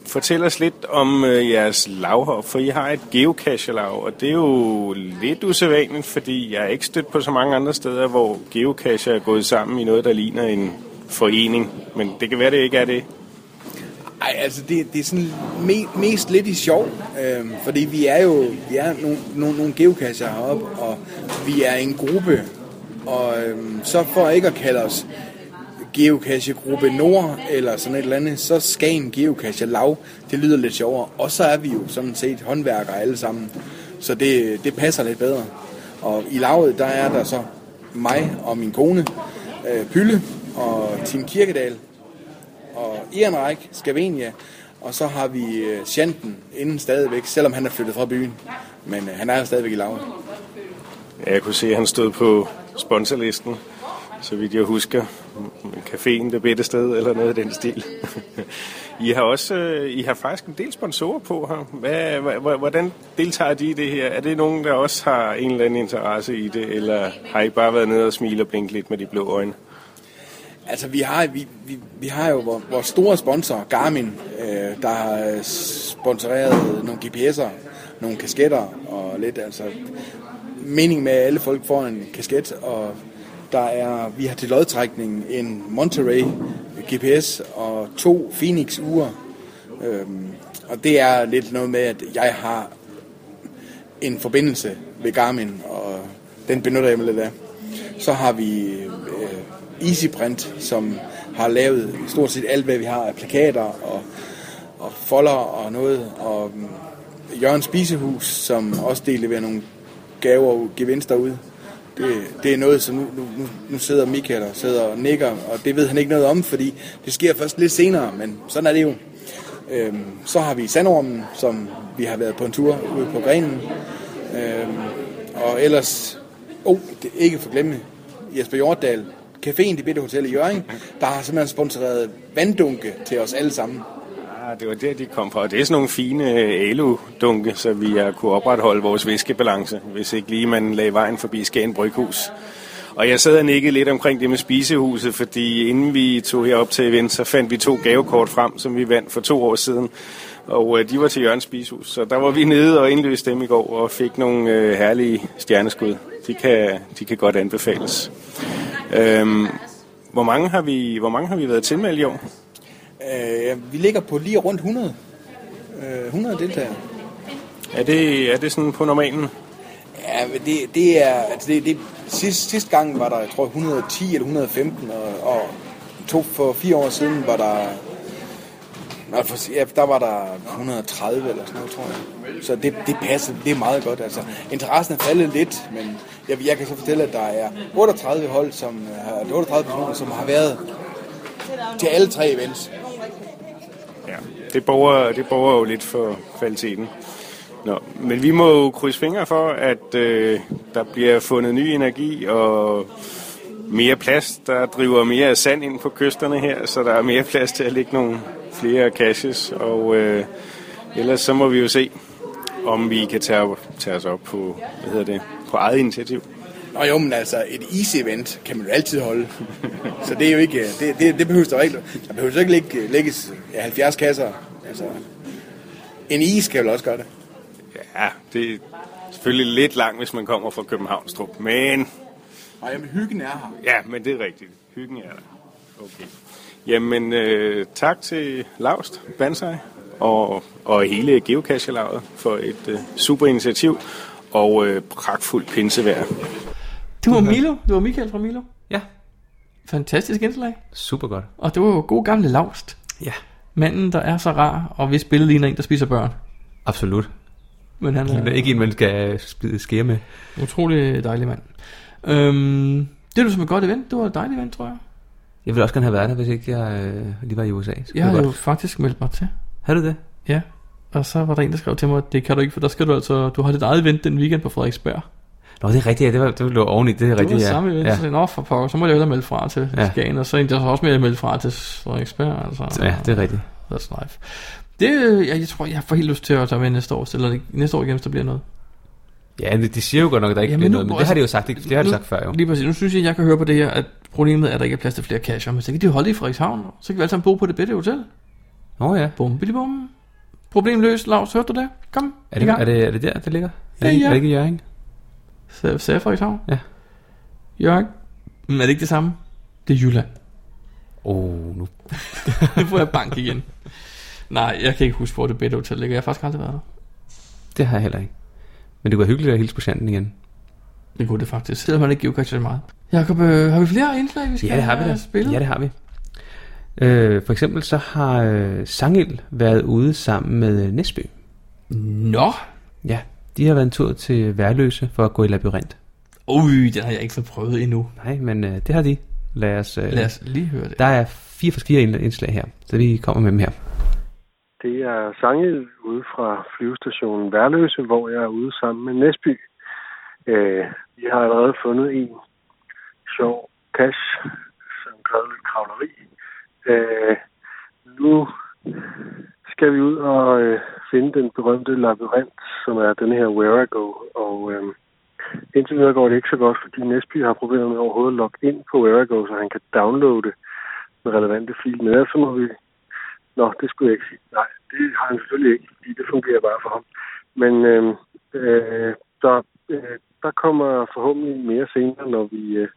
Speaker 12: fortæl os lidt om øh, jeres lavhop, for I har et geocache-lav, og det er jo lidt usædvanligt, fordi jeg er ikke stødt på så mange andre steder, hvor geocacher er gået sammen i noget, der ligner en forening. Men det kan være, det ikke er det.
Speaker 13: Ej, altså det, det er sådan me, mest lidt i sjov, øh, fordi vi er jo vi er nogle, nogle, nogle geokasser heroppe, og vi er en gruppe, og øh, så for ikke at kalde os geocachegruppe Nord eller sådan et eller andet, så Skagen Geocache Lav, det lyder lidt sjovere, og så er vi jo sådan set håndværkere alle sammen, så det, det passer lidt bedre. Og i lavet, der er der så mig og min kone, øh, Pylle og Tim Kirkedal, og Ian Reich, Skavenia, og så har vi øh, Shanten inden stadigvæk, selvom han er flyttet fra byen. Men øh, han er stadigvæk i lavet.
Speaker 12: Ja, jeg kunne se, at han stod på sponsorlisten, så vidt jeg husker. Caféen, det bedste sted, eller noget af den stil. I har også, øh, I har faktisk en del sponsorer på her. Hvad, hva- hvordan deltager de i det her? Er det nogen, der også har en eller anden interesse i det, eller har I bare været nede og smile og blinke lidt med de blå øjne?
Speaker 13: Altså, vi har, vi, vi, vi har jo vores, vores store sponsor, Garmin, øh, der har øh, sponsoreret nogle GPS'er, nogle kasketter og lidt, altså... Meningen med, at alle folk får en kasket, og der er, vi har til lodtrækning en Monterey GPS og to Phoenix-ure. Øhm, og det er lidt noget med, at jeg har en forbindelse ved Garmin, og den benytter jeg mig lidt af. Så har vi øh, Easyprint, som har lavet stort set alt, hvad vi har af plakater og, og folder og noget. Og mm, Jørgen Spisehus, som også deleverer nogle gaver og gevinster ud. Det, det er noget, som nu, nu, nu- nu sidder Michael og sidder og nikker, og det ved han ikke noget om, fordi det sker først lidt senere, men sådan er det jo. Øhm, så har vi Sandormen, som vi har været på en tur ude på grenen. Øhm, og ellers, oh, det, er ikke for glemme, Jesper Jorddal, caféen Det Bitte Hotel i Jørgen, der har simpelthen sponsoreret vanddunke til os alle sammen.
Speaker 12: Ah, det var der, de kom fra. Og det er sådan nogle fine øh, aludunke, så vi har kunne opretholde vores væskebalance, hvis ikke lige man lagde vejen forbi Skagen Bryghus. Og jeg sad og nikkede lidt omkring det med spisehuset, fordi inden vi tog herop til event, så fandt vi to gavekort frem, som vi vandt for to år siden. Og øh, de var til Jørgens Spisehus, så der var vi nede og indløste dem i går og fik nogle øh, herlige stjerneskud. De kan, de kan godt anbefales. Øhm, hvor, mange har vi, hvor mange har vi været tilmeldt i år?
Speaker 13: Øh, vi ligger på lige rundt 100, øh, 100 deltagere.
Speaker 12: Er det, er det sådan på normalen?
Speaker 13: Ja, men det, det er... Altså det, det, sidst, sidste gang var der, jeg tror, 110 eller 115, og, og to, for fire år siden var der... nej, for- Ja, der var der 130 eller sådan noget, tror jeg. Så det, det passer, det er meget godt. Altså, interessen er faldet lidt, men jeg, jeg kan så fortælle, at der er 38 hold, som øh, har, 38 personer, som har været til alle tre events.
Speaker 12: Det borger, det borger jo lidt for kvaliteten. Nå, men vi må jo krydse fingre for, at øh, der bliver fundet ny energi og mere plads. Der driver mere sand ind på kysterne her, så der er mere plads til at lægge nogle flere caches. Og øh, ellers så må vi jo se, om vi kan tage, op, tage os op på, hvad hedder det, på eget initiativ.
Speaker 13: Nå jo, men altså, et easy-event kan man jo altid holde. Så det er jo ikke, det, det, det behøves der jo ikke. Der behøves jo ikke lægge, lægges ja, 70 kasser. Altså, en is kan vel også gøre det.
Speaker 12: Ja, det er selvfølgelig lidt langt, hvis man kommer fra Københavnstrup, men
Speaker 13: Og jamen, hyggen er her.
Speaker 12: Ja, men det er rigtigt. Hyggen er der. Okay. Jamen, øh, tak til Laust, Bansai og, og hele geocache for et øh, super initiativ og øh, pragtfuldt pinsevejr.
Speaker 1: Du var Milo. Du var Michael fra Milo.
Speaker 2: Ja.
Speaker 1: Fantastisk indslag.
Speaker 2: Super godt.
Speaker 1: Og det var jo god gamle Laust.
Speaker 2: Ja.
Speaker 1: Manden, der er så rar, og hvis billedet ligner en, der spiser børn.
Speaker 2: Absolut.
Speaker 1: Men han er-
Speaker 2: er ikke en, man skal spide skære med.
Speaker 1: Utrolig dejlig mand. Øhm, det var som et godt event. Det var et dejligt event, tror jeg.
Speaker 2: Jeg ville også gerne have været der, hvis ikke jeg øh, lige var i USA. Så kunne
Speaker 1: Jeg har
Speaker 2: godt-
Speaker 1: jo faktisk meldt mig til.
Speaker 2: Har du det?
Speaker 1: Ja. Og så var der en, der skrev til mig, at det kan du ikke, for der skal du altså... Du har dit eget event den weekend på Frederiksberg.
Speaker 2: Nå, det er rigtigt, ja. Det, var, det lå oveni. Det er
Speaker 1: Det
Speaker 2: rigtigt,
Speaker 1: var
Speaker 2: ja.
Speaker 1: samme event, ja.
Speaker 2: ja.
Speaker 1: så nå for pokker, så må jeg hellere melde fra til
Speaker 2: Ja.
Speaker 1: ja. Skagen, og så endte jeg så også med at melde fra til Frederiksberg. Altså,
Speaker 2: Ja, det er rigtigt.
Speaker 1: That's life. Det, øh, jeg, jeg tror, jeg får helt lyst til at tage med næste år, eller næste år igen, hvis der bliver noget.
Speaker 2: Ja, men de siger jo godt nok, at der ikke bliver noget, men det har de jo sagt, det, det har de
Speaker 1: altså, nu-
Speaker 2: sagt før jo.
Speaker 1: Lige præcis. Nu synes jeg, jeg kan høre på det her, at problemet er, at der ikke er plads til flere casher, men så kan de holde det i Frederikshavn, og så kan vi alle sammen bo på det bedre hotel.
Speaker 2: Nå oh, ja.
Speaker 1: Bum, bidi, bum. Problem løst, Lars, hørte du det? Kom,
Speaker 2: Er det, er det, er det der, det ligger?
Speaker 1: Ja, ja.
Speaker 2: Er det ikke Jørgen?
Speaker 1: Sagde sagde jeg Frederikshavn?
Speaker 2: Ja.
Speaker 1: Jørgen? Men er det ikke det samme? Det er Jylland.
Speaker 2: Oh, nu.
Speaker 1: nu får jeg bank igen. Nej, jeg kan ikke huske, hvor det bedre hotel ligger. Jeg har faktisk aldrig været der.
Speaker 2: Det har jeg heller ikke. Men det kunne være hyggeligt at hilse på Shanten igen.
Speaker 1: Det kunne det faktisk. Selvom man ikke geocacher så meget. Jakob, øh, har vi flere indslag, vi skal
Speaker 2: Ja, det har vi
Speaker 1: have
Speaker 2: da.
Speaker 1: spillet?
Speaker 2: Ja, det har vi. Øh, for eksempel så har øh, Sangel været ude sammen med Næsby.
Speaker 1: Nå!
Speaker 2: Ja, de har været en tur til Værløse for at gå i labyrint.
Speaker 1: Ui, den har jeg ikke fået prøvet endnu.
Speaker 2: Nej, men øh, det har de. Lad os, øh,
Speaker 1: Lad os lige høre det.
Speaker 2: Der er fire, fire ind- indslag her, så vi kommer med dem her.
Speaker 14: Det er Sange ude fra flyvestationen Værløse, hvor jeg er ude sammen med Næsby. Øh, vi har allerede fundet en sjov cash, som krævede lidt kravleri. Øh, nu skal vi ud og øh, finde den berømte labyrint, som er den her Where I Go. Og øh, indtil videre går det ikke så godt, fordi Næsby har problemer med overhovedet at logge ind på Where I Go, så han kan downloade den relevante fil. Men ellers så må vi Nå, det skulle jeg ikke sige. Nej, det har han selvfølgelig ikke, fordi det fungerer bare for ham. Men øh, øh, der, øh, der kommer forhåbentlig mere senere, når vi øh,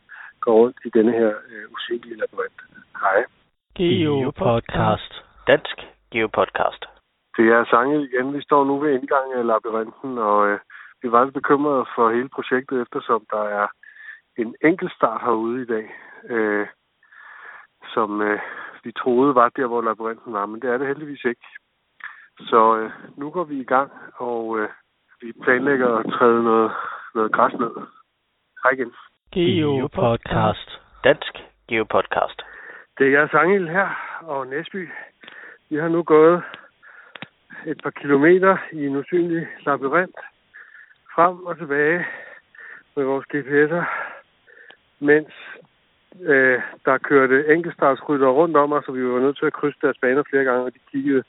Speaker 14: går rundt i denne her øh, usynlige labyrint. Hej.
Speaker 7: Geopodcast. Dansk Geopodcast.
Speaker 14: Det er Sange igen. Vi står nu ved indgangen af labyrinten, og øh, vi var lidt bekymrede for hele projektet, eftersom der er en enkelt start herude i dag, øh, som øh, vi troede var der, hvor labyrinten var, men det er det heldigvis ikke. Så øh, nu går vi i gang, og øh, vi planlægger at træde noget, noget græs ned. Hej igen.
Speaker 7: Geopodcast. Dansk Geopodcast.
Speaker 14: Det er jeg, Sangel her, og Næsby. Vi har nu gået et par kilometer i en usynlig labyrint, frem og tilbage med vores GPS'er, mens øh, der kørte enkeltstartsrytter rundt om os, og vi var nødt til at krydse deres baner flere gange, og de kiggede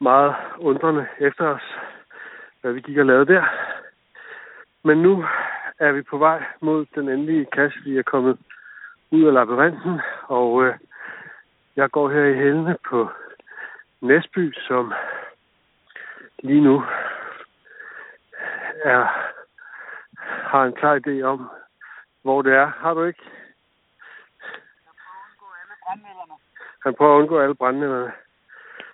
Speaker 14: meget undrende efter os, hvad vi gik og lavede der. Men nu er vi på vej mod den endelige kasse, vi er kommet ud af labyrinten, og øh, jeg går her i hælene på Næsby, som lige nu er, har en klar idé om, hvor det er. Har du ikke? Han prøver at undgå alle brandnælderne.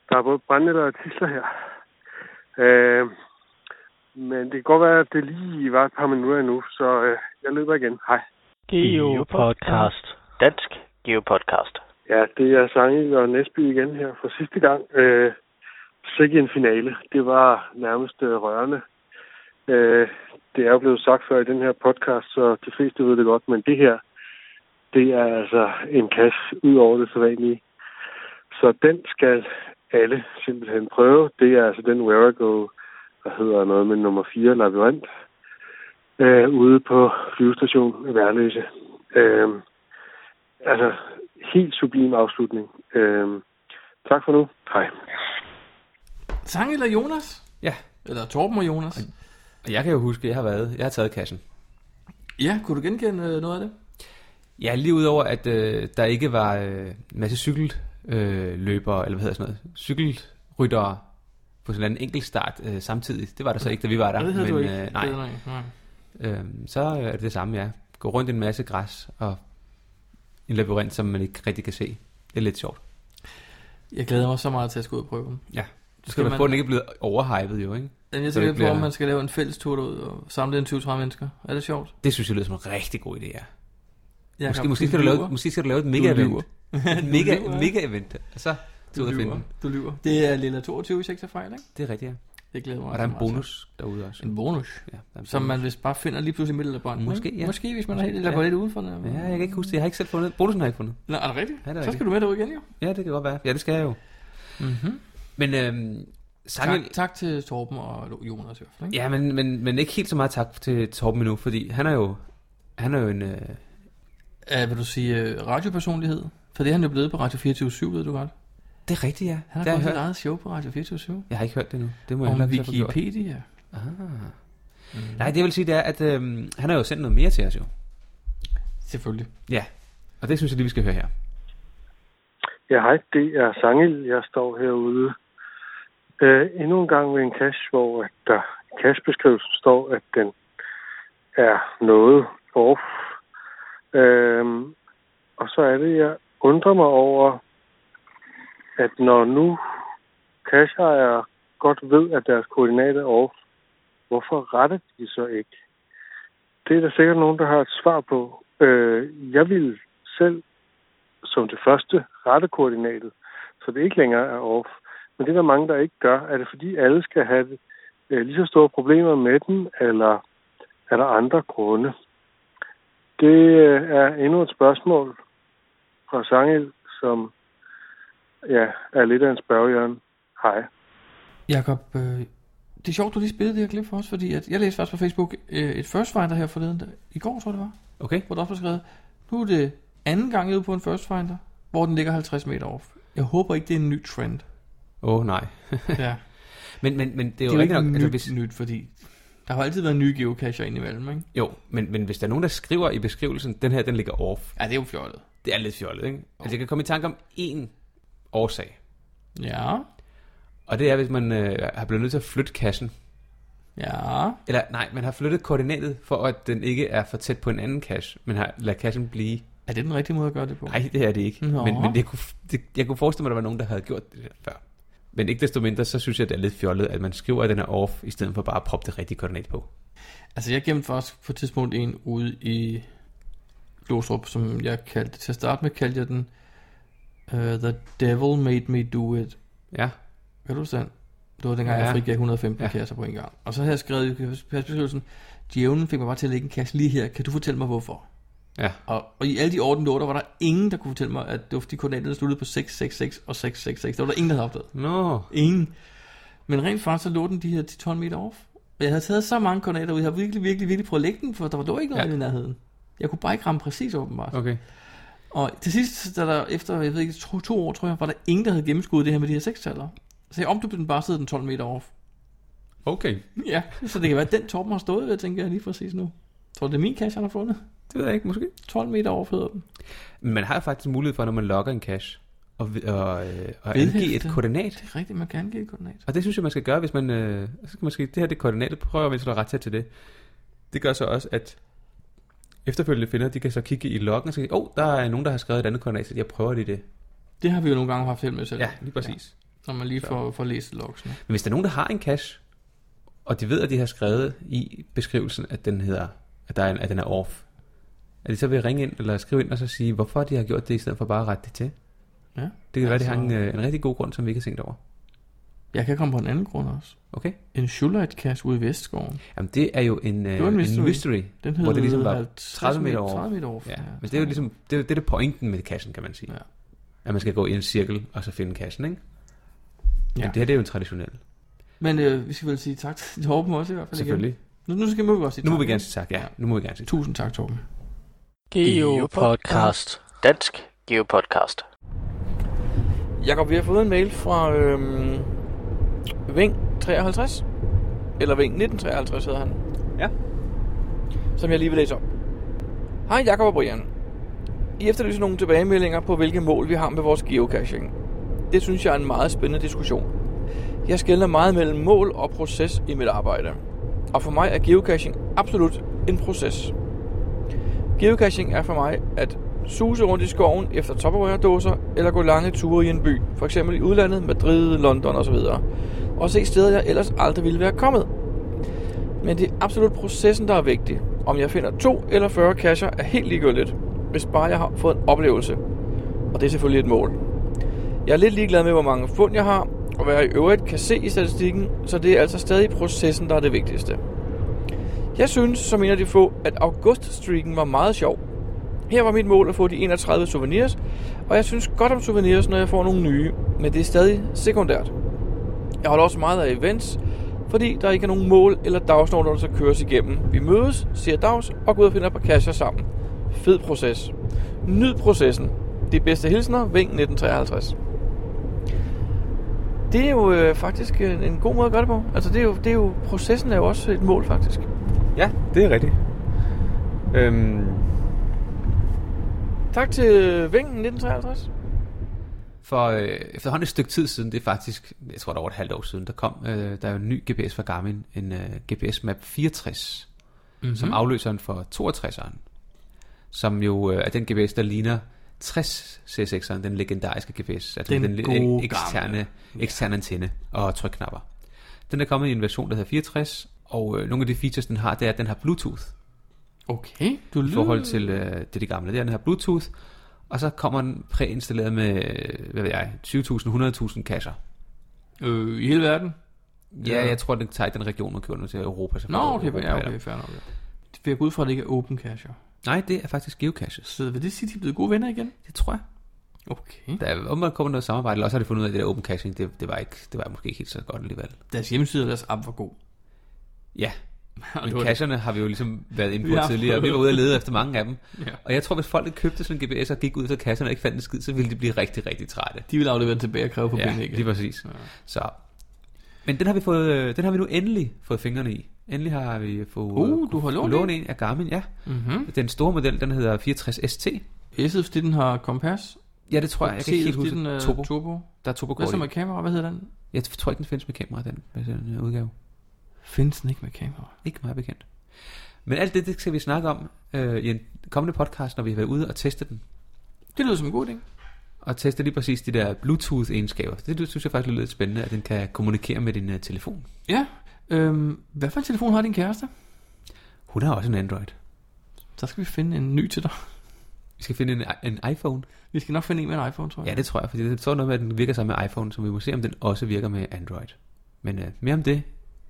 Speaker 14: Der er både brandnælder og tisler her. Øh, men det kan godt være, at det lige var et par minutter endnu, så øh, jeg løber igen. Hej.
Speaker 7: Geopodcast. Dansk Geopodcast.
Speaker 14: Ja, det er Sange og Næsby igen her for sidste gang. Øh, sikke en finale. Det var nærmest øh, rørende. Øh, det er jo blevet sagt før i den her podcast, så de fleste ved det godt, men det her, det er altså en cash ud over det sædvanlige. Så den skal alle simpelthen prøve. Det er altså den Where I Go, der hedder noget med nummer 4 labyrint, øh, ude på flyvestation Værløse. Øh, altså, helt sublim afslutning. Øhm, tak for nu. Hej.
Speaker 1: Sang eller Jonas?
Speaker 2: Ja.
Speaker 1: Eller Torben og Jonas?
Speaker 2: Og jeg kan jo huske, at jeg har været, jeg har taget kassen.
Speaker 1: Ja, kunne du genkende øh, noget af det?
Speaker 2: Ja, lige udover, at øh, der ikke var øh, en masse cykelløbere, øh, løbere, eller hvad hedder sådan noget, cykelryttere på sådan en enkelt start øh, samtidig. Det var der så ikke, da vi var der.
Speaker 1: Ja, det havde du ikke.
Speaker 2: Øh,
Speaker 1: Det
Speaker 2: nej.
Speaker 1: havde du ikke, nej.
Speaker 2: Øhm, så øh, er det det samme, ja. Gå rundt i en masse græs og en labyrint, som man ikke rigtig kan se. Det er lidt sjovt.
Speaker 1: Jeg glæder mig så meget til at skulle ud og prøve den.
Speaker 2: Ja. Du skal passe på, at den ikke er blevet overhypet jo, ikke?
Speaker 1: Jamen, jeg
Speaker 2: Så det
Speaker 1: tænker på,
Speaker 2: bliver-
Speaker 1: om man skal lave en fælles tur derud og samle en 20-30 mennesker. Er det sjovt?
Speaker 2: Det synes jeg lyder som en rigtig god idé, ja.
Speaker 1: Jakob,
Speaker 2: Måske, måske,
Speaker 1: du
Speaker 2: skal du lave,
Speaker 1: lyver.
Speaker 2: måske skal du lave et
Speaker 1: Du lyver.
Speaker 2: mega-event.
Speaker 1: Du
Speaker 2: Et mega,
Speaker 1: lyver, ja.
Speaker 2: mega-event. Og så du ud at finde den.
Speaker 1: Du lyver. Det er Lilla 22, hvis jeg ikke tager fejl, ikke?
Speaker 2: Det er rigtigt, ja.
Speaker 1: Det glæder mig.
Speaker 2: Og der er en
Speaker 1: også meget til.
Speaker 2: bonus derude også.
Speaker 1: altså. En bonus?
Speaker 2: Ja, der er en
Speaker 1: Som
Speaker 2: bonus.
Speaker 1: man hvis bare finder lige pludselig midt eller branden.
Speaker 2: Måske, ja.
Speaker 1: Måske, hvis man er helt eller
Speaker 2: Ja.
Speaker 1: går lidt udenfor. Eller...
Speaker 2: Ja, jeg kan ikke huske det. Jeg har ikke selv fundet Bonusen har jeg ikke fundet.
Speaker 1: Nå, er det rigtigt?
Speaker 2: Ja, det er
Speaker 1: Så
Speaker 2: rigtigt.
Speaker 1: skal du med derud igen, jo.
Speaker 2: Ja, det kan godt være. Ja, det skal jeg jo.
Speaker 1: Mhm.
Speaker 2: Men øhm, Samuel...
Speaker 1: Tak, tak til Torben og Jonas i hvert fald. Ikke?
Speaker 2: Ja, men, men, men ikke helt så meget tak til Torben endnu, fordi han er jo, han er jo en... Øh,
Speaker 1: Uh, vil du sige uh, radiopersonlighed? For det er han jo blevet på Radio 24 ved du godt.
Speaker 2: Det er rigtigt, ja.
Speaker 1: Han
Speaker 2: Det
Speaker 1: har fået
Speaker 2: har jeg
Speaker 1: sit
Speaker 2: hørt.
Speaker 1: eget show på Radio 24
Speaker 2: Jeg har ikke hørt det nu. Det må jeg
Speaker 1: Om
Speaker 2: hellere så få gjort.
Speaker 1: Wikipedia.
Speaker 2: Ah. Mm. Nej, det jeg vil sige, det er, at øhm, han har jo sendt noget mere til os jo.
Speaker 1: Selvfølgelig.
Speaker 2: Ja, og det synes jeg lige, vi skal høre her.
Speaker 14: Ja, hej, det er Sangel. Jeg står herude øh, endnu en gang ved en kasse, hvor at der i kassebeskrivelsen står, at den er noget off. Øhm, og så er det, jeg undrer mig over, at når nu kasseejere godt ved, at deres koordinater er off, hvorfor retter de så ikke? Det er der sikkert nogen, der har et svar på. Øh, jeg vil selv som det første rette koordinatet, så det ikke længere er off. Men det er der mange, der ikke gør. Er det fordi alle skal have øh, lige så store problemer med den, eller er der andre grunde? Det øh, er endnu et spørgsmål fra Sangel, som ja, er lidt af en spørgjørn. Hej.
Speaker 1: Jakob, øh, det er sjovt, du lige spillede det her klip for os, fordi at jeg læste faktisk på Facebook øh, et First Finder her forleden, der, i går tror jeg det var,
Speaker 2: okay.
Speaker 1: hvor der også var skrevet, nu er det anden gang ude på en First Finder, hvor den ligger 50 meter off. Jeg håber ikke, det er en ny trend.
Speaker 2: Åh, oh, nej.
Speaker 1: ja.
Speaker 2: Men, men, men det er
Speaker 1: Det
Speaker 2: jo,
Speaker 1: er jo ikke
Speaker 2: rigtigt nok...
Speaker 1: nyt,
Speaker 2: altså,
Speaker 1: hvis... nyt, fordi der har altid været nye geocacher ind imellem, ikke?
Speaker 2: Jo, men, men hvis der er nogen, der skriver i beskrivelsen, den her, den ligger off.
Speaker 1: Ja, det er jo fjollet.
Speaker 2: Det er lidt fjollet, ikke? Altså, jeg kan komme i tanke om én årsag.
Speaker 1: Ja.
Speaker 2: Og det er, hvis man øh, har blevet nødt til at flytte kassen.
Speaker 1: Ja.
Speaker 2: Eller nej, man har flyttet koordinatet, for at den ikke er for tæt på en anden cache, men har ladet kassen blive.
Speaker 1: Er det den rigtige måde at gøre det på?
Speaker 2: Nej, det er det ikke.
Speaker 1: Nå.
Speaker 2: Men, men jeg, kunne, det, jeg kunne forestille mig, at der var nogen, der havde gjort det der før. Men ikke desto mindre, så synes jeg, det er lidt fjollet, at man skriver, at den er off, i stedet for bare at proppe det rigtige koordinat på.
Speaker 1: Altså, jeg gemte faktisk på et tidspunkt en ude i Glostrup, som jeg kaldte, til at starte med kaldte jeg den uh, The Devil Made Me Do It.
Speaker 2: Ja.
Speaker 1: Kan du huske den? Det var dengang, ja.
Speaker 2: Ja.
Speaker 1: jeg frigav 115 ja.
Speaker 2: Ja.
Speaker 1: kasser på en gang. Og så havde jeg skrevet i kassebeskrivelsen, djævlen fik mig bare til at lægge en kasse lige her. Kan du fortælle mig, hvorfor?
Speaker 2: Ja.
Speaker 1: Og, og i alle de orden lå, der var der ingen, der kunne fortælle mig, at det var fordi koordinaterne sluttede på 666 og 666. Der var der ingen, der havde opdaget.
Speaker 2: Nå.
Speaker 1: Ingen. Men rent faktisk så lå den de her 10-12 meter off. Og jeg havde taget så mange koordinater ud. Jeg har virkelig, virkelig, virkelig prøvet at lægge den, for der var dog ikke noget
Speaker 2: Ja.
Speaker 1: ja. i nærheden. Jeg kunne bare ikke ramme præcis åbenbart.
Speaker 2: Okay.
Speaker 1: Og til sidst, da der efter jeg ved ikke, to, to år, tror jeg, var der ingen, der havde gennemskuddet det her med de her sekstaller. Så jeg omdøbte den bare sidder den 12 meter off.
Speaker 2: Okay.
Speaker 1: Ja, så det kan være, at den Torben har stået ved, tænker jeg lige præcis nu. Tror du, det er min kasse, han har fundet?
Speaker 2: Det ved jeg ikke, måske.
Speaker 1: 12 meter off hedder den.
Speaker 2: Men man har jo faktisk mulighed for, når man logger en cache, og, og, øh, og
Speaker 1: Vedhæfte.
Speaker 2: angive et koordinat.
Speaker 1: Det er rigtigt, man kan angive et koordinat.
Speaker 2: Og det synes jeg, man skal gøre, hvis man... Øh, så skal man sige, det her det er koordinatet, prøver man så ret tæt til det. Det gør så også, at efterfølgende finder, de kan så kigge i loggen og sige, åh, oh, der er nogen, der har skrevet et andet koordinat, så jeg prøver lige det.
Speaker 1: Det har vi jo nogle gange haft held med selv.
Speaker 2: Ja, lige præcis.
Speaker 1: Ja. Når man lige
Speaker 2: Så.
Speaker 1: får, får læst logsene.
Speaker 2: Men hvis der er nogen, der har en cache, og de ved, at de har skrevet i beskrivelsen, at den hedder, at, der er en, at den er off, at de så vil ringe ind eller skrive ind og så sige, hvorfor de har gjort det, i stedet for bare at rette det til.
Speaker 1: Ja.
Speaker 2: Det kan være, de har en,
Speaker 1: Altså-
Speaker 2: øh, en rigtig god grund, som vi ikke har tænkt over.
Speaker 1: Jeg kan komme på en anden grund også.
Speaker 2: Okay.
Speaker 1: En Schulite kasse ude i Vestskoven.
Speaker 2: Jamen, det er jo en, øh,
Speaker 1: var en
Speaker 2: en
Speaker 1: mystery.
Speaker 2: mystery, mystery
Speaker 1: Den
Speaker 2: hvor
Speaker 1: hed
Speaker 2: det ligesom var
Speaker 1: 50
Speaker 2: 30 meter over.
Speaker 1: 30 meter over.
Speaker 2: Ja,
Speaker 1: Ja,
Speaker 2: men det er jo ligesom, det er, det er det pointen med kassen, kan man sige.
Speaker 1: Ja.
Speaker 2: At man skal gå i en cirkel, og så finde kassen, ikke? Ja.
Speaker 1: Ja.
Speaker 2: Men det her, det er jo en traditionel.
Speaker 1: Men øh, vi skal vel sige tak til Torben også i hvert fald igen.
Speaker 2: Selvfølgelig.
Speaker 1: Nu, nu skal må vi godt sige
Speaker 2: Nu må
Speaker 1: tak,
Speaker 2: vi
Speaker 1: ikke?
Speaker 2: gerne sige tak, ja. Nu må vi gerne sige
Speaker 1: Tusind tak, Torben.
Speaker 7: Geopodcast. Dansk Geopodcast.
Speaker 15: Jakob, vi har fået en mail fra øhm, Ving 53. Eller Ving 1953 hedder han.
Speaker 2: Ja.
Speaker 15: Som jeg lige vil læse op. Hej Jakob og Brian. I efterlyser nogle tilbagemeldinger på, hvilke mål vi har med vores geocaching. Det synes jeg er en meget spændende diskussion. Jeg skældner meget mellem mål og proces i mit arbejde. Og for mig er geocaching absolut en proces. Geocaching er for mig at suse rundt i skoven efter topperware-dåser, eller gå lange ture i en by, for eksempel i udlandet, Madrid, London osv., og se steder, jeg ellers aldrig ville være kommet. Men det er absolut processen, der er vigtig. Om jeg finder to eller 40 kasser er helt ligegyldigt, hvis bare jeg har fået en oplevelse. Og det er selvfølgelig et mål. Jeg er lidt ligeglad med, hvor mange fund jeg har, Og hvad jeg i øvrigt kan se i statistikken, så det er altså stadig processen, der er det vigtigste. Jeg synes, som en af de få, at auguststreaken var meget sjov. Her var mit mål at få de 31 souvenirs, og jeg synes godt om souvenirs, når jeg får nogle nye, men det er stadig sekundært. Jeg holder også meget af events, fordi der ikke er nogen mål eller dagsnorter, der skal køres igennem. Vi mødes, siger dags, og går ud og finder på kasser sammen. Fed proces. Nyd processen. De bedste hilsner, Ving 1953. Det er jo øh, faktisk en, en god måde at gøre det på. Altså det er, jo, det er jo, processen er jo også et mål faktisk.
Speaker 3: Ja, det er rigtigt. Øhm,
Speaker 15: Tak til Ving 1953.
Speaker 2: For øh, efterhånden et stykke tid siden, det er faktisk, jeg tror det er over et halvt år siden, der kom, øh, der er jo en ny GPS fra Garmin, en øh, GPS Map 64,
Speaker 1: Mhm.
Speaker 2: mm-hmm. som afløseren for 62'eren, som jo øh, er den GPS, der ligner 60 C6'eren, den legendariske GPS, altså
Speaker 1: Den
Speaker 2: den, den le-
Speaker 1: gode
Speaker 2: eksterne,
Speaker 1: gamle.
Speaker 2: eksterne antenne og trykknapper. Den er kommet i en version, der hedder 64, og øh, nogle af de features, den har, det er, at den har Bluetooth.
Speaker 1: Okay, du
Speaker 2: I forhold til øh, det, det gamle. Det er den her Bluetooth, og så kommer den præinstalleret med, øh, hvad ved jeg, 20.000, 100.000 kasser.
Speaker 1: Øh, I hele verden?
Speaker 2: Ja, jeg tror, den tager i den region, man kører nu til Europa. Så
Speaker 1: Nå,
Speaker 2: fra
Speaker 1: okay,
Speaker 2: Europa,
Speaker 1: ja,
Speaker 2: eller-
Speaker 1: okay, fair nok. ja. Det vil jeg gå ud fra, at det ikke er open cache.
Speaker 2: Nej, det er faktisk geocaches.
Speaker 1: Så vil det sige, at de er blevet gode venner igen?
Speaker 2: Det tror jeg.
Speaker 1: Okay.
Speaker 2: Der er åbenbart kommet noget samarbejde, eller også har de fundet ud af, at det der open caching, det, det, var ikke, det var måske ikke helt så godt alligevel.
Speaker 1: Deres hjemmeside og deres app var god.
Speaker 2: Ja,
Speaker 1: det var
Speaker 2: men
Speaker 1: det.
Speaker 2: cacherne har vi jo ligesom været inde
Speaker 1: Vi
Speaker 2: på
Speaker 1: har-
Speaker 2: tidligere, og vi var ude og lede efter mange af dem.
Speaker 1: Ja.
Speaker 2: Og jeg tror, hvis folk ikke købte sådan en GPS og gik ud til kasserne og ikke fandt en skid, så ville de blive rigtig, rigtig trætte.
Speaker 1: De ville aflevere den tilbage og kræve for
Speaker 2: ja,
Speaker 1: penge igen.
Speaker 2: lige præcis. Ja. Så. Men den har, vi fået, øh, den har vi nu endelig fået fingrene i. Endelig har vi fået
Speaker 1: Uh, du har lånt
Speaker 2: lånt en af Garmin, ja.
Speaker 1: Mhm.
Speaker 2: Den store model, den hedder 64 ST.
Speaker 1: S'et, fordi den har kompas?
Speaker 2: Ja, det tror jeg. Jeg kan ikke helt huske
Speaker 1: den, øh,
Speaker 2: Turbo.
Speaker 1: turbo.
Speaker 2: Der er turbo
Speaker 1: Hvad så med kamera? Hvad hedder den?
Speaker 2: Jeg tror ikke, den findes med kamera, den, med den her udgave.
Speaker 1: Findes den ikke med kamera?
Speaker 2: Ikke meget bekendt. Men alt det, det skal vi snakke om øh, i en kommende podcast, når vi har været ude og teste den.
Speaker 1: Det lyder som en god idé.
Speaker 2: Og teste lige præcis de der Bluetooth-egenskaber. Det synes jeg faktisk lyder lidt spændende, at den kan kommunikere med din øh, telefon.
Speaker 1: Ja. Øhm, hvad for en telefon har din kæreste?
Speaker 2: Hun har også en Android.
Speaker 1: Så skal vi finde en ny til dig.
Speaker 2: Vi skal finde en, en iPhone.
Speaker 1: Vi skal nok finde en med en iPhone, tror jeg.
Speaker 2: Ja, det tror jeg, fordi det står noget med, at den virker sammen med iPhone, så vi må se, om den også virker med Android. Men øh, mere om det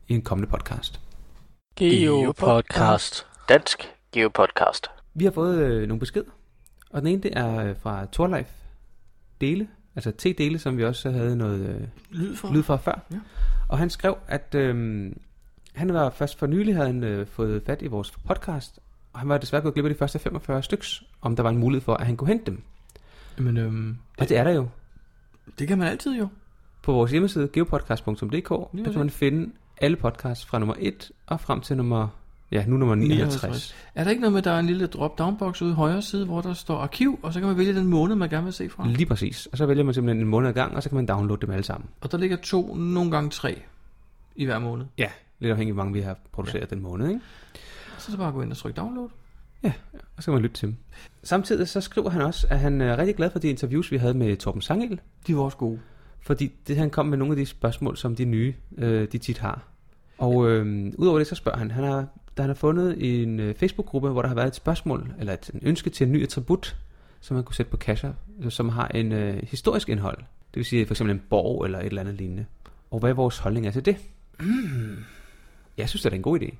Speaker 2: i en kommende podcast.
Speaker 7: Geopodcast. Dansk Geopodcast.
Speaker 2: Vi har fået øh, nogle beskeder, og den ene det er øh, fra Torlife Dele, altså T-Dele, som vi også havde noget øh,
Speaker 1: lyd, fra.
Speaker 2: lyd fra før.
Speaker 1: Ja.
Speaker 2: Og han skrev, at øh, han var først for nylig, havde han øh, fået fat i vores podcast, og han var desværre gået glip af de første 45 styks, om der var en mulighed for, at han kunne hente dem.
Speaker 1: Jamen, øhm,
Speaker 2: og det er der jo.
Speaker 1: Det kan man altid jo.
Speaker 2: På vores hjemmeside, geopodcast.dk, der
Speaker 1: præcis.
Speaker 2: kan man finde alle podcasts fra nummer 1 og frem til nummer, ja, nu nummer 59. 59.
Speaker 1: Er der ikke noget med, at der er en lille drop-down-boks ude i højre side, hvor der står arkiv, og så kan man vælge den måned, man gerne vil se fra?
Speaker 2: Lige præcis. Og så vælger man simpelthen en måned ad gang, og så kan man downloade dem alle sammen.
Speaker 1: Og der ligger to, nogle gange tre i hver måned.
Speaker 2: Ja, lidt afhængig af, hvor mange vi har produceret ja. den måned, ikke?
Speaker 1: Så er det bare at gå ind og trykke download.
Speaker 2: Og så kan man lytte til dem. Samtidig så skriver han også, at han er rigtig glad for de interviews, vi havde med Torben Sangel.
Speaker 1: De var også gode.
Speaker 2: Fordi det, han kom med nogle af de spørgsmål, som de nye, øh, de tit har. Og øh, udover det, så spørger han, han har, da han har fundet en øh, Facebook-gruppe, hvor der har været et spørgsmål, eller et en ønske til en ny attribut, som man kunne sætte på kasser, øh, som har en øh, historisk indhold. Det vil sige for eksempel en borg eller et eller andet lignende. Og hvad vores holdning er til det?
Speaker 1: Mm.
Speaker 2: Jeg synes, det er en god idé.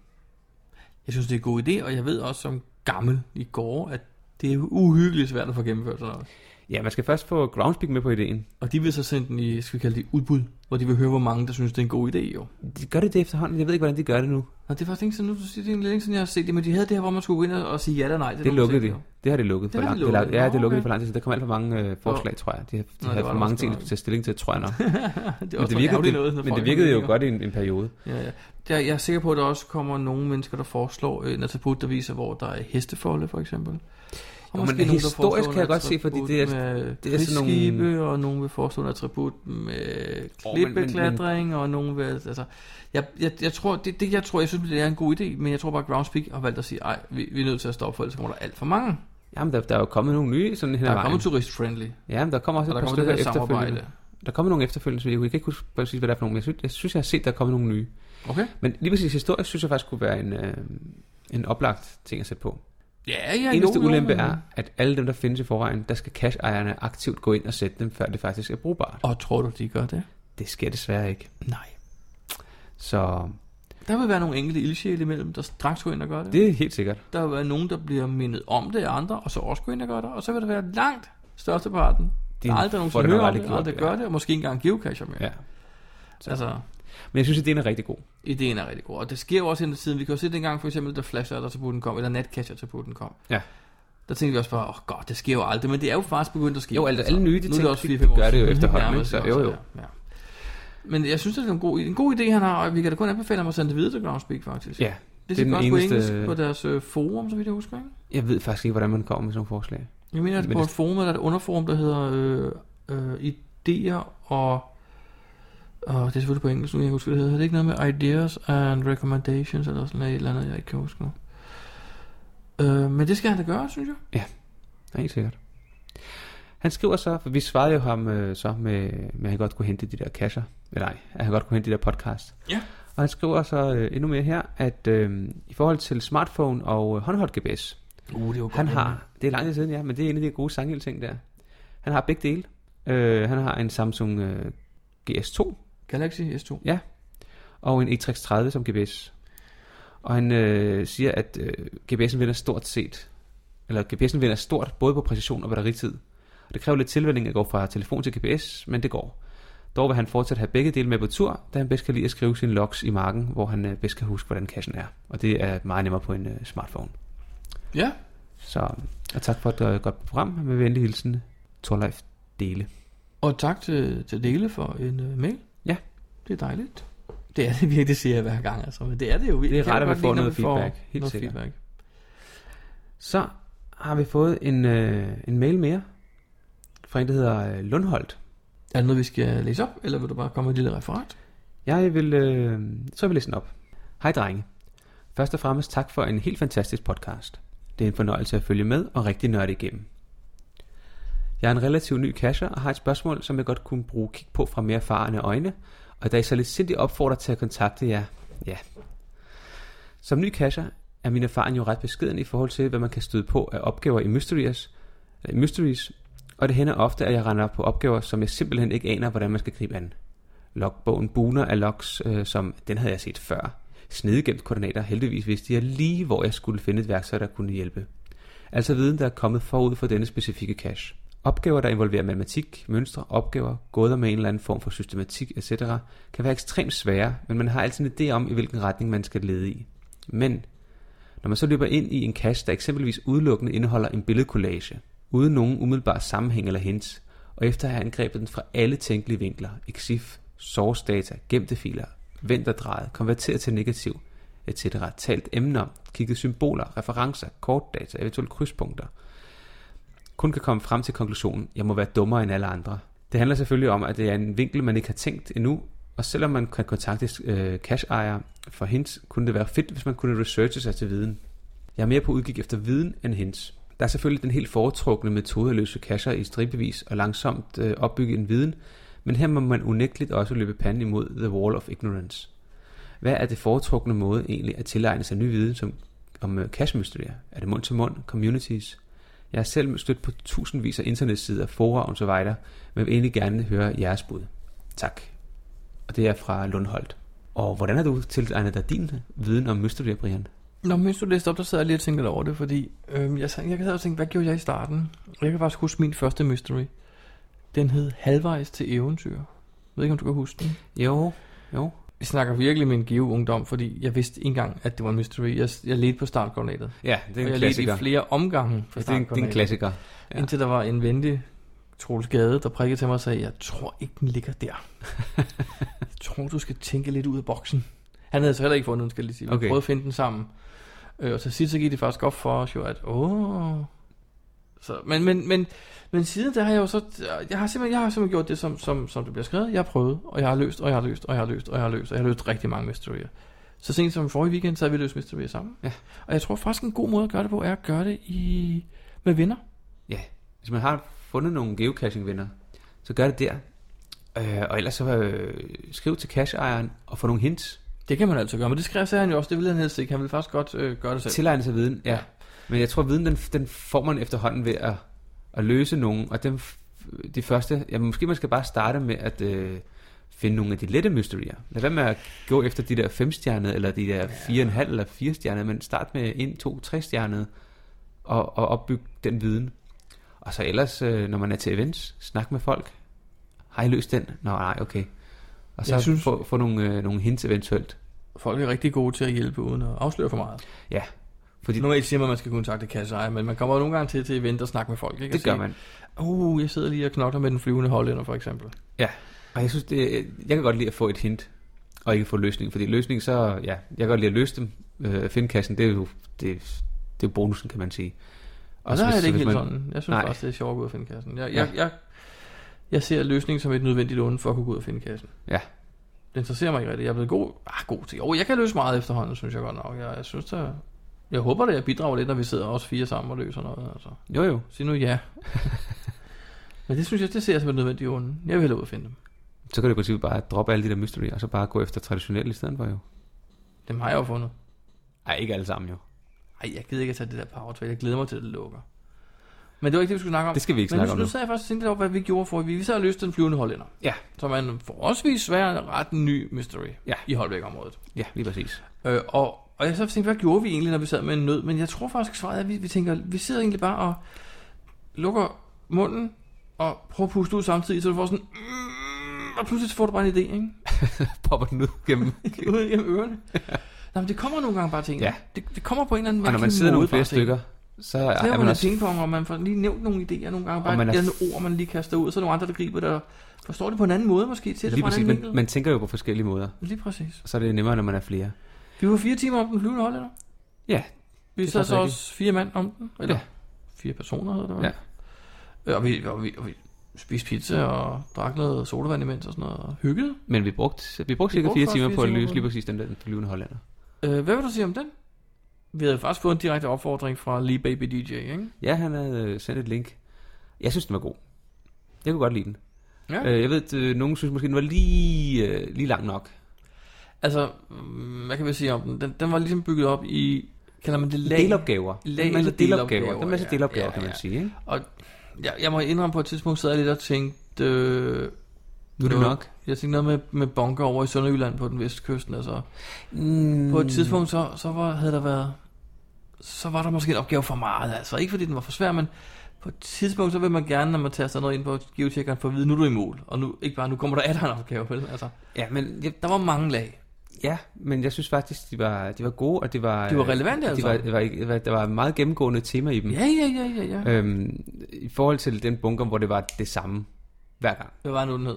Speaker 1: Jeg synes, det er en god idé, og jeg ved også som gammel i går, at det er uhyggeligt svært at få gennemført sådan noget.
Speaker 2: Ja, man skal først få Groundspeak med på ideen.
Speaker 1: Og de vil så sende den i, skal vi kalde det, udbud, hvor de vil høre, hvor mange, der synes, det er en god idé, jo.
Speaker 2: De gør det det efterhånden. Jeg ved ikke, hvordan de gør det nu.
Speaker 1: Nå, det er faktisk ikke sådan, nu du siger, det er længe siden, jeg har set det, men de havde det her, hvor man skulle gå ind og og sige ja eller nej.
Speaker 2: Det, det lukkede de. Det har de lukket
Speaker 1: Det
Speaker 2: for
Speaker 1: har
Speaker 2: lang
Speaker 1: de
Speaker 2: tid.
Speaker 1: lukket?
Speaker 2: Ja, det
Speaker 1: Nå,
Speaker 2: lukkede de
Speaker 1: okay.
Speaker 2: for lang tid. siden. Der kom alt for mange øh, forslag,
Speaker 1: Nå.
Speaker 2: tror jeg. De, har- de
Speaker 1: Nå,
Speaker 2: Nå,
Speaker 1: det
Speaker 2: havde
Speaker 1: var
Speaker 2: for
Speaker 1: der
Speaker 2: mange
Speaker 1: også
Speaker 2: ting
Speaker 1: noget.
Speaker 2: at tage stilling til, tror jeg nok.
Speaker 1: Det er
Speaker 2: men
Speaker 1: også
Speaker 2: det
Speaker 1: noget
Speaker 2: virkede,
Speaker 1: ærgerligt
Speaker 2: det,
Speaker 1: noget, når
Speaker 2: men det
Speaker 1: folk
Speaker 2: virkede jo
Speaker 1: ikke
Speaker 2: godt i en, en periode.
Speaker 1: Ja, ja. Der, jeg er sikker på, at der også kommer nogle mennesker, der foreslår øh, en attribut, der viser, hvor der er hestefolde, for eksempel.
Speaker 2: Jo, men historisk kan jeg godt se, fordi det er- det er sådan nogle-
Speaker 1: nogle... og nogen vil foreslå en attribut med
Speaker 2: Åh, men- men- men-
Speaker 1: klippeklatring, og nogen vil... Altså, jeg, jeg, jeg, tror, det, det, jeg tror, jeg synes, det er en god idé, men jeg tror bare, at Groundspeak har valgt at sige, nej, vi, vi er nødt til at stoppe, for ellers kommer der alt for mange.
Speaker 2: Jamen, der, der er jo kommet nogle nye sådan hen
Speaker 1: Der
Speaker 2: ad
Speaker 1: er
Speaker 2: vejen.
Speaker 1: kommet turist-friendly.
Speaker 2: Ja, men der kommer også
Speaker 1: Og
Speaker 2: et
Speaker 1: der
Speaker 2: par
Speaker 1: kommer det
Speaker 2: stykker
Speaker 1: her
Speaker 2: efterfølgende.
Speaker 1: samarbejde.
Speaker 2: Der kommer nogle efterfølgende, så jeg kan ikke huske præcis, hvad der er for nogle. men Jeg synes, jeg, synes, jeg har set, der er kommet nogle nye.
Speaker 1: Okay.
Speaker 2: Men lige præcis historisk, synes jeg faktisk kunne være en, øh, en oplagt ting at sætte på.
Speaker 1: Ja, ja,
Speaker 2: Eneste
Speaker 1: jo, jo,
Speaker 2: ulempe
Speaker 1: men-
Speaker 2: er, at alle dem, der findes i forvejen, der skal cash-ejerne aktivt gå ind og sætte dem, før det faktisk er brugbart.
Speaker 1: Og tror du, de gør det?
Speaker 2: Det sker desværre ikke. Nej. Så
Speaker 1: Der vil være nogle enkelte ildsjæle imellem, der straks går ind og gør det.
Speaker 2: det er helt sikkert.
Speaker 1: Der vil være nogen, der bliver mindet om det af andre, og så også går ind og gør det. Og så vil der være langt størsteparten,
Speaker 2: Det
Speaker 1: der
Speaker 2: er-
Speaker 1: aldrig
Speaker 2: får
Speaker 1: nogensinde
Speaker 2: det
Speaker 1: hører
Speaker 2: nok
Speaker 1: om
Speaker 2: aldrig
Speaker 1: det,
Speaker 2: gjort,
Speaker 1: aldrig
Speaker 2: ja.
Speaker 1: gør det, og måske ikke engang geocacher mere.
Speaker 2: Ja.
Speaker 1: Så. Altså,
Speaker 2: Men jeg synes, ideen er rigtig god.
Speaker 1: Ideen er rigtig god. Og det sker jo også hele tiden. Vi kan jo se dengang, for eksempel, da Flasher der Tabuten kom, eller Netcatcher Tabuten kom.
Speaker 2: Ja.
Speaker 1: Der tænkte vi også bare, åh oh, godt, det sker jo aldrig, men det er jo faktisk begyndt at ske. Altså,
Speaker 2: Jo, alle- alle nye, de
Speaker 1: nu er
Speaker 2: ting,
Speaker 1: det også
Speaker 2: de- de
Speaker 1: 4-5 år
Speaker 2: gør det jo
Speaker 1: siden,
Speaker 2: efterhånden,
Speaker 1: nærmest,
Speaker 2: ikke? Så
Speaker 1: ikke
Speaker 2: jo,
Speaker 1: også? Ja, ja. Men jeg synes, det er en god, en god idé, han har, og vi kan da kun anbefale ham at sende det videre til Groundspeak, faktisk.
Speaker 2: Ja,
Speaker 1: det,
Speaker 2: det er
Speaker 1: det er
Speaker 2: den
Speaker 1: også eneste...
Speaker 2: eneste-
Speaker 1: på engelsk på deres øh, forum, så vidt jeg husker, ikke?
Speaker 2: Jeg ved faktisk ikke, hvordan man kommer med sådan nogle forslag.
Speaker 1: Jeg mener, at
Speaker 2: Men
Speaker 1: på et
Speaker 2: det-
Speaker 1: forum er der et underforum, der hedder øh, øh, idéer og... Og det er selvfølgelig på engelsk nu, jeg kan huske, hvad det hedder. Er det ikke noget med ideas and recommendations, eller sådan noget, et eller andet, jeg ikke kan huske nu? Øh, men det skal han da gøre, synes jeg.
Speaker 2: Ja, helt sikkert. Han skriver så, for vi svarede jo ham øh, så med, med, at han godt kunne hente de der kasser. Eller nej, at han godt kunne hente de der podcast.
Speaker 1: Ja.
Speaker 2: Og han skriver så øh, endnu mere her, at øh, i forhold til smartphone og øh, håndholdt GPS,
Speaker 1: Uh, det var godt
Speaker 2: han
Speaker 1: nemlig.
Speaker 2: har, det er lang tid siden, ja, men det er en af de gode sangildting der. Han har begge dele. Øh, han har en Samsung øh, GS2.
Speaker 1: Galaxy S2.
Speaker 2: Ja. Og en E330 som GPS. Og han øh, siger, at øh, GPS'en vinder stort set. Eller GPS'en vinder stort, både på præcision og batteritid. Og det kræver lidt tilvænding at gå fra telefon til GPS, men det går. Dog vil han fortsat have begge dele med på tur, da han bedst kan lide at skrive sine logs i marken, hvor han øh, bedst kan huske, hvordan kassen er. Og det er meget nemmere på en øh, smartphone.
Speaker 1: Ja.
Speaker 2: Så og tak for et øh, godt program. Med venlig hilsen, Torleif Dele.
Speaker 1: Og tak til, til Dele for en øh, mail.
Speaker 2: Ja.
Speaker 1: Det er dejligt. Det er det virkelig, det siger jeg hver gang, altså. Men det er det jo.
Speaker 2: Det er
Speaker 1: Jeg kan
Speaker 2: rart, at man
Speaker 1: godt
Speaker 2: får
Speaker 1: lide, når
Speaker 2: noget
Speaker 1: vi får
Speaker 2: feedback. Helt
Speaker 1: noget
Speaker 2: sikkert.
Speaker 1: feedback.
Speaker 2: Så har vi fået en, øh, en mail mere fra en, der hedder øh, Lundholt.
Speaker 1: Er det noget, vi skal læse op, eller vil du bare komme med et lille referat?
Speaker 2: Jeg vil, øh, så vil jeg læse den op. Hej drenge. Først og fremmest tak for en helt fantastisk podcast. Det er en fornøjelse at følge med og rigtig nørde igennem. Jeg er en relativt ny casher og har et spørgsmål, som jeg godt kunne bruge kig på fra mere erfarne øjne, og da I så lidt sindigt opfordrer til at kontakte jer, ja. Som ny casher er min erfaring jo ret beskeden i forhold til, hvad man kan støde på af opgaver i Mysteries, eller i mysteries og det hænder ofte, at jeg render op på opgaver, som jeg simpelthen ikke aner, hvordan man skal gribe an. Logbogen buner af logs, øh, som den havde jeg set før. Snedegemt koordinater, heldigvis vidste jeg lige, hvor jeg skulle finde et værktøj, der kunne hjælpe. Altså viden, der er kommet forud for denne specifikke cache. Opgaver, der involverer matematik, mønstre, opgaver, gåder med en eller anden form for systematik etc., kan være ekstremt svære, men man har altid en idé om, i hvilken retning man skal lede i. Men når man så løber ind i en cache, der eksempelvis udelukkende indeholder en billedkollage, uden nogen umiddelbar sammenhæng eller hints, og efter at have angrebet den fra alle tænkelige vinkler, EXIF, source data, gemte filer, vendt og drejet, konverteret til negativ, etc. talt emne om, kigget symboler, referencer, kortdata, eventuelt krydspunkter, kun kan komme frem til konklusionen, jeg må være dummere end alle andre. Det handler selvfølgelig om, at det er en vinkel, man ikke har tænkt endnu, og selvom man kan kontakte øh, cash-ejere for hints, kunne det være fedt, hvis man kunne researche sig til viden. Jeg er mere på udkig efter viden end hints. Der er selvfølgelig den helt foretrukne metode at løse kasser i stribevis og langsomt øh, opbygge en viden, men her må man unægteligt også løbe panden imod The Wall of Ignorance. Hvad er det foretrukne måde egentlig at tilegne sig ny viden som, om øh, cashmysterier? Er det mund til mund, communities? Jeg har selv stødt på tusindvis af internetsider, fora og så videre, men vil egentlig gerne høre jeres bud. Tak. Og det er fra Lundholt. Og hvordan har du tilegnet dig din viden om mysterier, Brian?
Speaker 1: Nå, mens du læste op, der sad jeg lige og tænkte lidt over det, fordi øhm, jeg, sad- jeg sad og tænkte, hvad gjorde jeg i starten? Og jeg kan faktisk huske min første mystery. Den hed Halvvejs til eventyr. Jeg ved ikke, om du kan huske den?
Speaker 2: Jo, jo.
Speaker 1: Vi snakker virkelig min give ungdom, fordi jeg vidste ikke engang, at det var en mystery. Jeg, jeg ledte på startkoordinatet.
Speaker 2: Ja, det er en
Speaker 1: og jeg
Speaker 2: klassiker.
Speaker 1: ledte i flere omgange på
Speaker 2: Ja, det er en- det er en klassiker.
Speaker 1: Ja. Indtil der var en venlig Troels Gade, der prikkede til mig og sagde, jeg tror ikke, den ligger der. jeg tror, du skal tænke lidt ud af boksen. Han havde så heller ikke fundet den, skal jeg lige sige. Vi
Speaker 2: Okay.
Speaker 1: prøvede at finde den sammen. Øh, og til sidst så gik det faktisk op for os jo, at åh... Så, men, men, men, men siden der har jeg jo så... Jeg har simpelthen, jeg har simpelthen gjort det, som, som, som det bliver skrevet. Jeg har prøvet, og jeg har løst, og jeg har løst, og jeg har løst, og jeg har løst, og jeg har løst rigtig mange mysterier. Så sent som forrige weekend, så har vi løst mysterier sammen.
Speaker 2: Ja.
Speaker 1: Og jeg tror faktisk, en god måde at gøre det på, er at gøre det i, med venner.
Speaker 2: Ja, hvis man har fundet nogle geocaching-venner, så gør det der. Øh, og ellers så øh, skriv til cache-ejeren og få nogle hints.
Speaker 1: Det kan man altid gøre, men det skrev sagde han jo også, det ville han helst ikke. Han ville faktisk godt øh, gøre det selv.
Speaker 2: Tilegne sig viden, ja. Men jeg tror, viden den, den får man efterhånden ved at, at løse nogen. Og dem, f- de første, ja, måske man skal bare starte med at øh, finde nogle af de lette mysterier. Lad være med at gå efter de der femstjernede, eller de der fire og en halv eller fire stjernede, men start med en, to, tre stjernede, og, og opbygge den viden. Og så ellers, øh, når man er til events, snak med folk. Har I løst den? Nå, nej, okay. Og så
Speaker 1: Jeg
Speaker 2: synes...
Speaker 1: synes-
Speaker 2: få, få nogle, øh, nogle hints eventuelt.
Speaker 1: Folk er rigtig gode til at hjælpe uden at afsløre for meget.
Speaker 2: Ja.
Speaker 1: Fordi Normalt siger man, at man skal kontakte kasseejer, men man kommer jo nogle gange til til event og snakke med folk. Ikke?
Speaker 2: Det
Speaker 1: Og sige,
Speaker 2: gør man.
Speaker 1: Uh, jeg sidder lige og knokler med den flyvende hollænder, for eksempel.
Speaker 2: Ja, og jeg synes, det, jeg kan godt lide at få et hint, og ikke få løsning, fordi løsning så, ja, jeg kan godt lide at løse dem. Øh, findkassen, det er jo det, det er bonusen, kan man sige.
Speaker 1: Og så er
Speaker 2: hvis-
Speaker 1: det ikke
Speaker 2: hvis
Speaker 1: helt
Speaker 2: man-
Speaker 1: sådan. Jeg synes
Speaker 2: nej,
Speaker 1: faktisk, det er sjovt at gå ud og finde kassen. Jeg,
Speaker 2: Ja.
Speaker 1: jeg, jeg, jeg ser løsningen som et nødvendigt onde for at kunne gå ud og finde kassen.
Speaker 2: Ja.
Speaker 1: Det interesserer mig ikke rigtigt. Jeg er blevet god, ah, god til. Jo, jeg kan løse meget efterhånden, synes jeg godt nok. Jeg, jeg synes, der, jeg håber, at jeg bidrager lidt, når vi sidder os fire sammen og løser noget. Altså.
Speaker 2: Jo, jo.
Speaker 1: Sig nu ja. Men det synes jeg, det ser jeg som et nødvendigt onde. Jeg vil hellere ud og finde dem.
Speaker 2: så kan du i princippet bare droppe alle de der mystery, og så bare gå efter traditionelt i stedet for jo.
Speaker 1: Dem har jeg jo fundet.
Speaker 2: Nej, ikke alle sammen jo.
Speaker 1: Ej, jeg gider ikke at tage det der power trail. Jeg glæder mig til, at det lukker. Men det var ikke det, vi skulle snakke om.
Speaker 2: Det skal vi ikke
Speaker 1: Men
Speaker 2: snakke om
Speaker 1: nu.
Speaker 2: nu.
Speaker 1: Nu sad jeg faktisk og tænkte lidt over, hvad vi gjorde for. Vi, vi sad og løste den flyvende hollænder.
Speaker 2: Ja.
Speaker 1: Som er en forholdsvis svær, ret ny mystery
Speaker 2: ja.
Speaker 1: i Holbæk-området.
Speaker 2: Ja, lige præcis.
Speaker 1: Øh, og, og jeg så tænkte, hvad gjorde vi egentlig, når vi sad med en nød? Men jeg tror faktisk, svaret er, at vi, vi tænker, vi sidder egentlig bare og lukker munden og prøver at puste ud samtidig, så du får sådan... Mm, og pludselig så får du bare en idé, ikke?
Speaker 2: Popper den ud gennem...
Speaker 1: ud gennem ørerne. Nå, men det kommer nogle gange bare ting.
Speaker 2: Ja.
Speaker 1: Det, det kommer på en eller anden
Speaker 2: Og når man
Speaker 1: mærkelig
Speaker 2: sidder nogle
Speaker 1: måde
Speaker 2: flere
Speaker 1: bare ting.
Speaker 2: stykker, så
Speaker 1: Så
Speaker 2: er
Speaker 1: laver
Speaker 2: man
Speaker 1: man
Speaker 2: også...
Speaker 1: en pingpong, og man får lige nævnt nogle idéer nogle gange, bare
Speaker 2: man
Speaker 1: man
Speaker 2: er-
Speaker 1: et eller andet ord, man lige kaster ud, og så er der nogle andre, der griber det, og forstår det på en anden måde måske, til det
Speaker 2: Lige
Speaker 1: fra en
Speaker 2: præcis,
Speaker 1: anden
Speaker 2: man,
Speaker 1: vinkel.
Speaker 2: man tænker jo på forskellige måder.
Speaker 1: Lige præcis.
Speaker 2: Så er det nemmere, når man er flere.
Speaker 1: Vi var fire timer om den flyvende hollænder.
Speaker 2: Ja,
Speaker 1: Vi
Speaker 2: det er
Speaker 1: sad
Speaker 2: faktisk
Speaker 1: så
Speaker 2: rigtigt.
Speaker 1: også fire mand om den, eller
Speaker 2: Ja.
Speaker 1: fire personer, hedder det. vel? Øh, Og vi, og vi, og vi spiste pizza og drak noget sodavand imens og sådan noget, og hyggede.
Speaker 2: Men vi brugte, vi brugte
Speaker 1: Vi
Speaker 2: cirka
Speaker 1: brugte
Speaker 2: fire
Speaker 1: faktisk
Speaker 2: timer
Speaker 1: fire
Speaker 2: på at
Speaker 1: timer på
Speaker 2: løse lige
Speaker 1: det.
Speaker 2: præcis den der den flyvende hollander.
Speaker 1: Øh, hvad vil du sige om den? Vi havde faktisk fået en direkte opfordring fra Lee Baby DJ, ikke?
Speaker 2: Ja, han havde øh, sendt et link. Jeg synes, den var god. Jeg kunne godt lide den.
Speaker 1: Ja.
Speaker 2: Øh, jeg ved, at øh, nogen synes måske, den var lige, øh, lige lang nok.
Speaker 1: Altså, mm, hvad kan vi sige om den? Den, den var ligesom bygget op i, kalder man det lag?
Speaker 2: Delopgaver.
Speaker 1: Lag,
Speaker 2: En masse
Speaker 1: eller delopgaver.
Speaker 2: delopgaver. En masse delopgaver, kan man sige, ikke?
Speaker 1: Og jeg, jeg må indrømme på et tidspunkt, sad jeg lidt og tænkte... Øh,
Speaker 2: Nu er det
Speaker 1: noget-
Speaker 2: nok.
Speaker 1: Jeg tænkte noget med, med bunker over i Sønderjylland på den vestkysten. Altså.
Speaker 2: Mm.
Speaker 1: På et tidspunkt, så, så var, havde der været... Så var der måske en opgave for meget, altså. Ikke fordi den var for svær, men på et tidspunkt, så vil man gerne, når man tager sådan noget ind på geotjekkeren, for at vide, nu er du i mål. Og nu, ikke bare, nu kommer der atter en opgave, vel? Altså,
Speaker 2: ja, men jeg,
Speaker 1: der var mange lag.
Speaker 2: Ja, men jeg synes faktisk, de var, de var gode, og det var... øh,
Speaker 1: De var relevante,
Speaker 2: de
Speaker 1: altså.
Speaker 2: var, var, ikke- var, Der var meget gennemgående tema i dem.
Speaker 1: Ja, ja, ja, ja, ja.
Speaker 2: Øhm, I forhold til den bunker, hvor det var det samme hver gang.
Speaker 1: Hvad var nu den hed?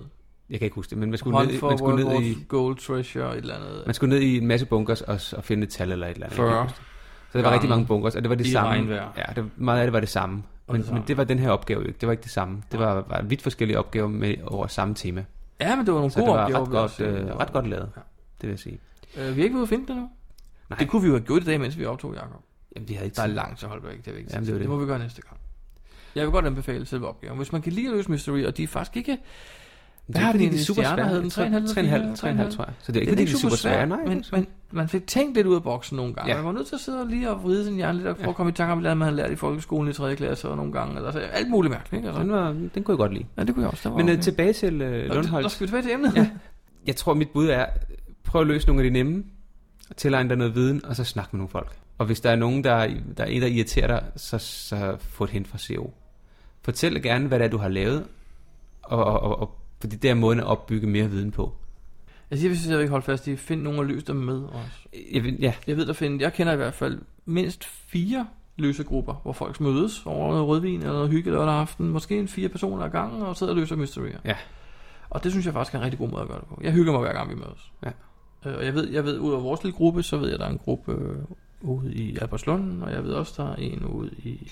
Speaker 2: Jeg kan ikke huske det, men man skulle
Speaker 1: Hånd
Speaker 2: ned,
Speaker 1: for
Speaker 2: man skulle
Speaker 1: World
Speaker 2: ned i...
Speaker 1: War Gold Treasure, et eller andet.
Speaker 2: Man skulle ned i en masse bunkers og, og finde et tal eller et eller andet.
Speaker 1: 40.
Speaker 2: Jeg kan ikke huske det. Så der var
Speaker 1: Gange
Speaker 2: rigtig mange bunkers, og det var det
Speaker 1: i
Speaker 2: samme.
Speaker 1: regnvejr.
Speaker 2: Ja, det, meget af det var det samme.
Speaker 1: Og
Speaker 2: Men
Speaker 1: det
Speaker 2: det,
Speaker 1: samme.
Speaker 2: men det var den her opgave jo ikke. Det var ikke det samme. Det var, var vidt forskellige opgaver med over samme tema.
Speaker 1: Ja, men det var nogle
Speaker 2: så
Speaker 1: gode
Speaker 2: det var
Speaker 1: opgaver,
Speaker 2: ret
Speaker 1: vil jeg
Speaker 2: godt,
Speaker 1: sige.
Speaker 2: øh, ret godt lavet, ja. det vil jeg sige.
Speaker 1: Øh, vi er ikke ved at finde det nu.
Speaker 2: Nej.
Speaker 1: Det kunne vi jo have gjort i dag, mens vi optog, Jacob.
Speaker 2: Jamen, vi havde ikke
Speaker 1: Der er
Speaker 2: tid.
Speaker 1: langt til Holbæk, det er vigtigt.
Speaker 2: Jamen, det
Speaker 1: det,
Speaker 2: er jo det.
Speaker 1: det må vi gøre næste gang. Jeg vil godt anbefale selve opgaven. Hvis man kan lide at løse mystery, og de er faktisk ikke... Hvad
Speaker 2: er
Speaker 1: har
Speaker 2: ikke,
Speaker 1: den
Speaker 2: fordi de er
Speaker 1: egentlig
Speaker 2: super
Speaker 1: stjerner?
Speaker 2: svære.
Speaker 1: Havde den 3,5 eller
Speaker 2: Tre- tre en halv-
Speaker 1: 4?
Speaker 2: tre en halv, tror jeg. Så det er ikke,
Speaker 1: Den
Speaker 2: fordi de er super
Speaker 1: svær,
Speaker 2: svære, nej,
Speaker 1: Men,
Speaker 2: altså.
Speaker 1: men man fik tænkt lidt ud af boksen nogle gange.
Speaker 2: Ja.
Speaker 1: Man var nødt til at sidde og lige og vride sin hjerne lidt, og prøve
Speaker 2: Ja.
Speaker 1: at komme i tanke om, hvad man havde lært i folkeskolen i 3. klasse og nogle gange. Eller, så, alt muligt mærkeligt. Ikke? Altså.
Speaker 2: Den, var, den kunne jeg godt lide.
Speaker 1: Ja, det kunne jeg også. Den var
Speaker 2: Men øh,
Speaker 1: okay.
Speaker 2: tilbage til øh,
Speaker 1: Nå,
Speaker 2: Lundholt.
Speaker 1: der skal vi tilbage til emnet.
Speaker 2: Ja. Jeg tror, mit bud er, prøv at løse nogle af de nemme, og tilegne dig noget viden, og så snak med nogle folk. Og hvis der er nogen, der, der er en, der irriterer dig, så, så få et hint fra CO. Fortæl gerne, hvad det er, du har lavet, og, og, og, og fordi det er måden at opbygge mere viden på.
Speaker 1: Jeg siger, hvis jeg ikke holde fast i, find nogen og løs dem med os.
Speaker 2: Jeg, ved- ja.
Speaker 1: jeg ved, der find, jeg kender i hvert fald mindst fire løsegrupper, hvor folk mødes over noget rødvin eller noget hygge lørdag aften. Måske en fire personer ad gangen og sidder og løser mysterier.
Speaker 2: Ja.
Speaker 1: Og det synes jeg faktisk er en rigtig god måde at gøre det på. Jeg hygger mig hver gang, vi mødes.
Speaker 2: Ja.
Speaker 1: Øh, Og jeg ved, jeg ved ud af vores lille gruppe, så ved jeg, at der er en gruppe øh, ude i Albertslund, og jeg ved også, der er en ude i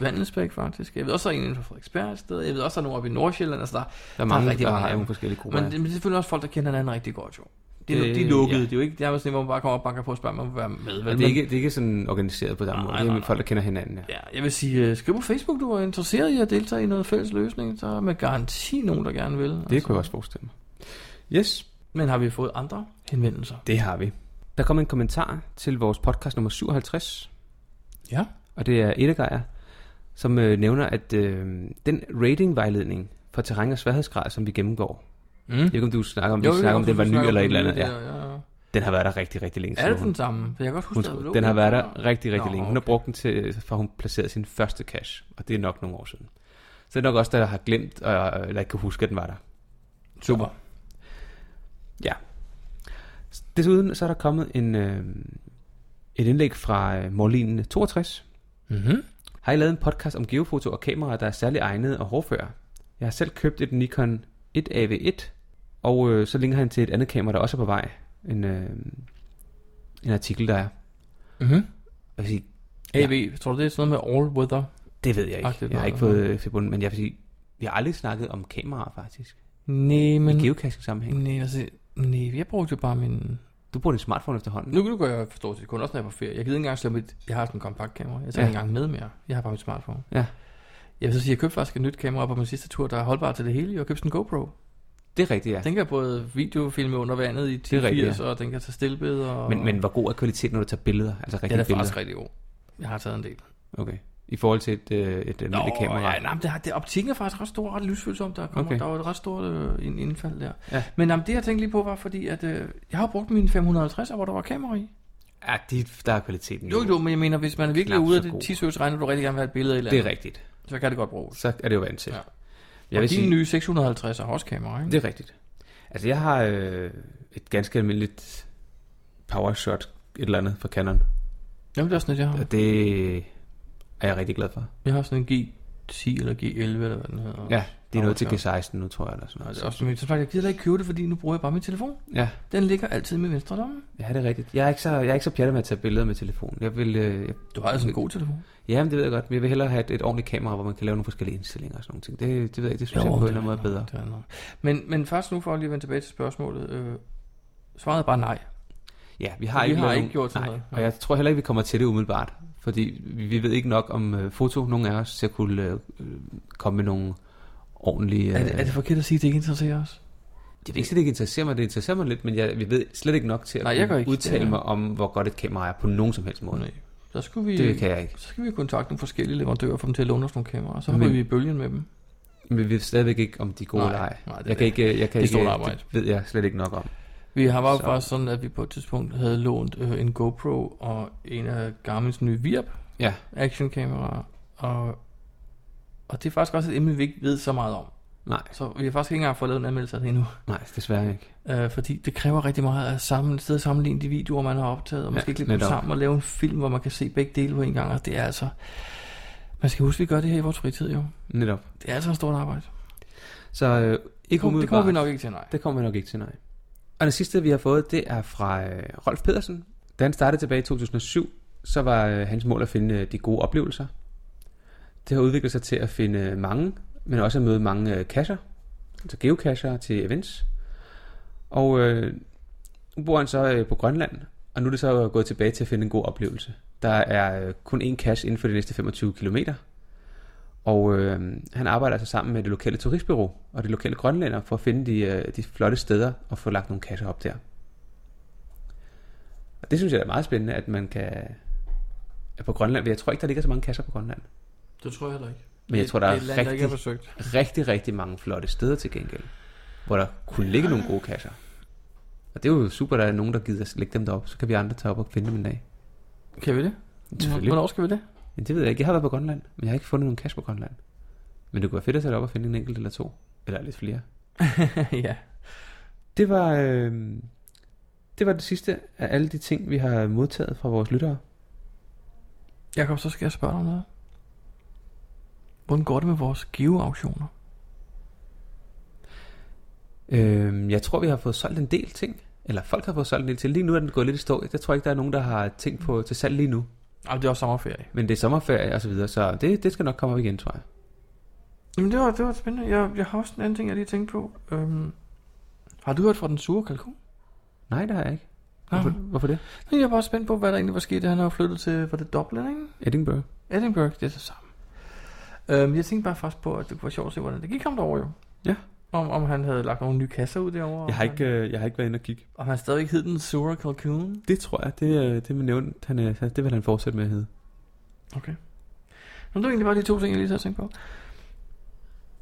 Speaker 1: Vandelsbæk faktisk. Jeg ved også, der er en inden for Frederiksberg et sted. Jeg ved også, der er nogen oppe i Nordsjælland. Altså, der,
Speaker 2: Der er mange,
Speaker 1: rigtig
Speaker 2: der
Speaker 1: mange
Speaker 2: har
Speaker 1: af dem.
Speaker 2: nogle forskellige grupper,
Speaker 1: Men
Speaker 2: ja.
Speaker 1: det, men det er selvfølgelig også folk, der kender hinanden rigtig godt, jo. Det,
Speaker 2: Det-
Speaker 1: det, de er lukkede.
Speaker 2: ja.
Speaker 1: Det er jo ikke det er jo sådan, hvor man bare kommer og banker på og spørger, om man vil være med.
Speaker 2: Og det, er
Speaker 1: Men-
Speaker 2: ikke, det er ikke sådan organiseret på den måde. Det er med folk, der kender hinanden. Ja.
Speaker 1: Ja, jeg vil sige, øh, skriv på Facebook, du er interesseret i at deltage i noget fælles løsning. Så er med garanti nogen, der gerne vil. Altså.
Speaker 2: Det kunne jeg også forestille mig. Yes.
Speaker 1: Men har vi fået andre henvendelser?
Speaker 2: Det har vi. Der kom en kommentar til vores podcast nummer 57.
Speaker 1: Ja.
Speaker 2: Og det er Edegejer, som øh, nævner, at øh, den ratingvejledning for terræn og sværhedsgrad, som vi gennemgår, Mm. Jeg ved ikke, om du snakker om, vi
Speaker 1: Jo, jo,
Speaker 2: snakker om,
Speaker 1: jeg
Speaker 2: den var
Speaker 1: synes,
Speaker 2: ny
Speaker 1: vi snakker
Speaker 2: eller
Speaker 1: om
Speaker 2: et
Speaker 1: den
Speaker 2: eller andet.
Speaker 1: nye
Speaker 2: Ja.
Speaker 1: der, ja, ja.
Speaker 2: Den har været der rigtig, rigtig længe
Speaker 1: Er det den samme? For jeg kan godt huske,
Speaker 2: hun,
Speaker 1: der lå
Speaker 2: den har
Speaker 1: en
Speaker 2: været
Speaker 1: før.
Speaker 2: der rigtig, rigtig
Speaker 1: Nå,
Speaker 2: længe. Hun har brugt den til, fra hun placerede sin første cash, og det er nok nogle år siden. Så det er nok også, der jeg har glemt, og, eller ikke kan huske, at den var der. Super. Ja. Desuden så er der kommet en, øh, et indlæg fra øh, Morlin 62.
Speaker 1: Mhm.
Speaker 2: Har I lavet en podcast om geofoto og kameraer, der er særlig egnede og hårdføre? Jeg har selv købt et Nikon 1AV1, og øh, så linker han til et andet kamera, der også er på vej. En, øh, en artikel, der er.
Speaker 1: Mhm.
Speaker 2: Jeg vil sige,
Speaker 1: AB, tror du, det er sådan noget med all weather?
Speaker 2: det ved jeg ikke.
Speaker 1: Agtigt
Speaker 2: jeg
Speaker 1: noget,
Speaker 2: har ikke fået øh, forbundet, men jeg vil sige, vi har aldrig snakket om kameraer faktisk.
Speaker 1: Nej, men...
Speaker 2: I geocaching sammenhæng.
Speaker 1: Nej, altså, nej, jeg brugte jo bare min...
Speaker 2: Du bruger din smartphone efterhånden.
Speaker 1: Nu, nu gør jeg forstå til kun også når jeg er på ferie. Jeg gider ikke engang slå mit... Jeg har sådan en kompakt kamera. Jeg tager
Speaker 2: Ja.
Speaker 1: ja. ikke engang med mere. Jeg har bare mit smartphone.
Speaker 2: Ja.
Speaker 1: Jeg vil så sige, jeg købte faktisk et nyt kamera på min sidste tur, der er holdbar til det hele. Jeg købte sådan en GoPro.
Speaker 2: Det er rigtigt, ja.
Speaker 1: Den kan både øh, videofilme under vandet i
Speaker 2: er rigtigt,
Speaker 1: 1080, og den kan tage stillbilleder. Og...
Speaker 2: Men, men hvor god er kvaliteten, når du tager billeder? Altså rigtige
Speaker 1: den er
Speaker 2: billeder?
Speaker 1: faktisk rigtig god. Jeg har taget en del.
Speaker 2: Okay. I forhold til et, øh, et almindeligt kamera?
Speaker 1: ja, nej, men det, har- det, optikken er faktisk ret stor, ret lysfølsom. Der, kommer,
Speaker 2: Okay.
Speaker 1: okay. der var et ret stort øh, ind- indfald der.
Speaker 2: Ja.
Speaker 1: Men jamen, det jeg tænkte lige på var fordi, at øh, jeg har brugt min 550, hvor der var kamera i.
Speaker 2: Ja, de, der er kvaliteten
Speaker 1: Jo, jo, men jeg mener, hvis man er virkelig
Speaker 2: knap
Speaker 1: ude af
Speaker 2: så god.
Speaker 1: det t-shirts regner, du rigtig gerne vil have et billede eller
Speaker 2: Det er
Speaker 1: andet.
Speaker 2: rigtigt.
Speaker 1: Så kan det godt bruges.
Speaker 2: Så er det jo vant til.
Speaker 1: Ja.
Speaker 2: Jeg
Speaker 1: Jeg
Speaker 2: vil
Speaker 1: og din
Speaker 2: sige-
Speaker 1: sige... nye 650 er også kamera, ikke?
Speaker 2: Det er rigtigt. Altså, jeg har øh, et ganske almindeligt powershot, et eller andet fra Canon.
Speaker 1: Jamen, det er sådan et, jeg har.
Speaker 2: Og det er jeg rigtig glad for.
Speaker 1: Jeg har sådan en G10 eller G11 eller hvad den hedder.
Speaker 2: Ja, det er noget til
Speaker 1: Powershot.
Speaker 2: G16 nu, tror jeg. Eller sådan
Speaker 1: Og
Speaker 2: noget.
Speaker 1: det er også, men så sagt, jeg gider da ikke købe det, fordi nu bruger jeg bare min telefon.
Speaker 2: Ja.
Speaker 1: Den ligger altid med venstre lomme.
Speaker 2: Ja, det er rigtigt. Jeg er ikke så, jeg er ikke så pjattet med at tage billeder med telefonen. Jeg vil, øh, jeg,
Speaker 1: du har altså en god telefon.
Speaker 2: Ja, men det ved jeg godt. Men jeg vil hellere have et, et ordentligt kamera, hvor man kan lave nogle forskellige indstillinger og sådan nogle ting. Det, det ved jeg ikke. Det synes
Speaker 1: Jo,
Speaker 2: jeg på en
Speaker 1: det
Speaker 2: eller anden
Speaker 1: er
Speaker 2: måde er bedre.
Speaker 1: Det er nok. Men, men først nu for lige at vende tilbage til spørgsmålet. Øh, svaret er bare nej.
Speaker 2: Ja, vi har,
Speaker 1: vi
Speaker 2: ikke,
Speaker 1: har
Speaker 2: lavet
Speaker 1: ikke
Speaker 2: nogen-
Speaker 1: gjort sådan
Speaker 2: nej,
Speaker 1: noget.
Speaker 2: Og jeg tror heller ikke, vi kommer til det umiddelbart. Fordi vi, vi ved ikke nok om øh, foto, nogen af os, til at kunne øh, øh, komme med nogle ordentlige... øh,
Speaker 1: Er, det, er det forkert at sige, at det ikke interesserer os?
Speaker 2: Jeg ved ikke, at det ikke interesserer mig. Det interesserer mig lidt, men jeg, vi ved slet ikke nok til at
Speaker 1: Nej, jeg
Speaker 2: kunne
Speaker 1: gør ikke.
Speaker 2: udtale
Speaker 1: Ja.
Speaker 2: mig om, hvor godt et kamera er på nogen som helst måde. Nej.
Speaker 1: Så skulle vi,
Speaker 2: Det kan jeg ikke.
Speaker 1: Så skal vi kontakte nogle forskellige leverandører og få dem til at låne os nogle kameraer. Så
Speaker 2: Men-
Speaker 1: hopper vi i bølgen med dem.
Speaker 2: Men vi ved stadigvæk ikke, om de er gode
Speaker 1: Nej,
Speaker 2: eller ej.
Speaker 1: nej, det er
Speaker 2: jeg kan
Speaker 1: det.
Speaker 2: ikke, øh, jeg kan
Speaker 1: Det er stort
Speaker 2: ikke,
Speaker 1: arbejde.
Speaker 2: Det ved jeg slet ikke nok om.
Speaker 1: Vi har
Speaker 2: Så-
Speaker 1: bare faktisk sådan, at vi på et tidspunkt havde lånt øh, en GoPro og en af Garmin's nye Virp
Speaker 2: Ja.
Speaker 1: actionkameraer. Og, og det er faktisk også et emne, vi ikke ved så meget om.
Speaker 2: Nej.
Speaker 1: Så vi har faktisk ikke engang fået lavet en anmeldelse af det endnu.
Speaker 2: Nej, desværre ikke.
Speaker 1: Øh, fordi det kræver rigtig meget at sammen, sidde og sammenligne de videoer, man har optaget, og man
Speaker 2: Ja,
Speaker 1: skal ikke lægge dem
Speaker 2: netop.
Speaker 1: sammen og lave en film, hvor man kan se begge dele på en gang. Og det er altså... Man skal huske, at vi gør det her i vores fritid, jo.
Speaker 2: Netop.
Speaker 1: Det er altså en stort arbejde.
Speaker 2: Så øh,
Speaker 1: Det
Speaker 2: ikke
Speaker 1: kommer- det kommer vi nok ikke til, nej.
Speaker 2: Det kommer vi nok ikke til, nej. Og det sidste, vi har fået, det er fra øh, Rolf Pedersen. Da han startede tilbage i 2007, så var øh, hans mål at finde øh, de gode oplevelser. Det har udviklet sig til at finde øh, mange, men også at møde mange øh, kasser, altså geocacher til events. Og øh, nu bor han så øh, på Grønland, og nu er det så gået tilbage til at finde en god oplevelse. Der er øh, kun én cache inden for de næste 25 kilometer. Og øh, han arbejder altså sammen med det lokale turistbyrå og de lokale grønlænder for at finde de, øh, de flotte steder og få lagt nogle kasser op der. Og det synes jeg er meget spændende, at man kan... At på Grønland, jeg tror ikke, der ligger så mange kasser på Grønland.
Speaker 1: Det tror jeg heller ikke.
Speaker 2: Men jeg tror, der
Speaker 1: Det
Speaker 2: er,
Speaker 1: er et land, der
Speaker 2: rigtig,
Speaker 1: ikke er forsøgt.
Speaker 2: rigtig, rigtig mange flotte steder til gengæld, hvor der kunne ligge nogle gode kasser. Og det er jo super, der er nogen, der gider at lægge dem derop. Så kan vi andre tage op og finde dem en dag.
Speaker 1: Kan vi det?
Speaker 2: Selvfølgelig.
Speaker 1: Hvornår skal vi det?
Speaker 2: Men det ved jeg ikke. Jeg har været på Grønland, men jeg har ikke fundet nogen kasse på Grønland. Men det kunne være fedt at tage det op og finde en enkelt eller to. Eller lidt flere.
Speaker 1: ja.
Speaker 2: Det var, øh, det var det sidste af alle de ting, vi har modtaget fra vores lyttere.
Speaker 1: Jakob, så skal jeg spørge dig om noget. Hvordan går det med vores geoauktioner?
Speaker 2: Øh, jeg tror, vi har fået solgt en del ting. Eller folk har fået solgt en del ting. Lige nu er den gået lidt i stå. Jeg tror ikke, der er nogen, der har ting på til salg lige nu.
Speaker 1: Ej, det er også sommerferie.
Speaker 2: Men det er sommerferie og så videre, så det, det skal nok komme op igen, tror jeg.
Speaker 1: Jamen, det var, det var spændende. Jeg, jeg har også en anden ting, jeg lige tænkte på. Øhm, har du hørt fra den sure kalkun?
Speaker 2: Nej, det har jeg ikke.
Speaker 1: Nå.
Speaker 2: Hvorfor, hvorfor det?
Speaker 1: Jeg er bare spændt på, hvad der egentlig var sket, da han har flyttet til, var det Dublin, ikke?
Speaker 2: Edinburgh.
Speaker 1: Edinburgh, det er det samme. Øhm, jeg tænkte bare faktisk på, at det kunne være sjovt at se, hvordan det gik ham derovre jo.
Speaker 2: Ja.
Speaker 1: Om, om han havde lagt nogle nye kasser ud derovre.
Speaker 2: Jeg har ikke, øh, jeg har ikke været inde og kigge.
Speaker 1: Om han stadigvæk hed den sure kalkun.
Speaker 2: Det tror jeg. Det, øh, det, vil nævnt, han, øh, det vil han fortsætte med at hedde.
Speaker 1: Okay. Nå, det var egentlig bare de to ting, jeg lige sad og tænkte på.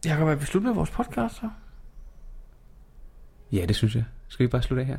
Speaker 1: Jeg kan være beslut med vores podcast, så.
Speaker 2: Ja, det synes jeg. Skal vi bare slutte af her?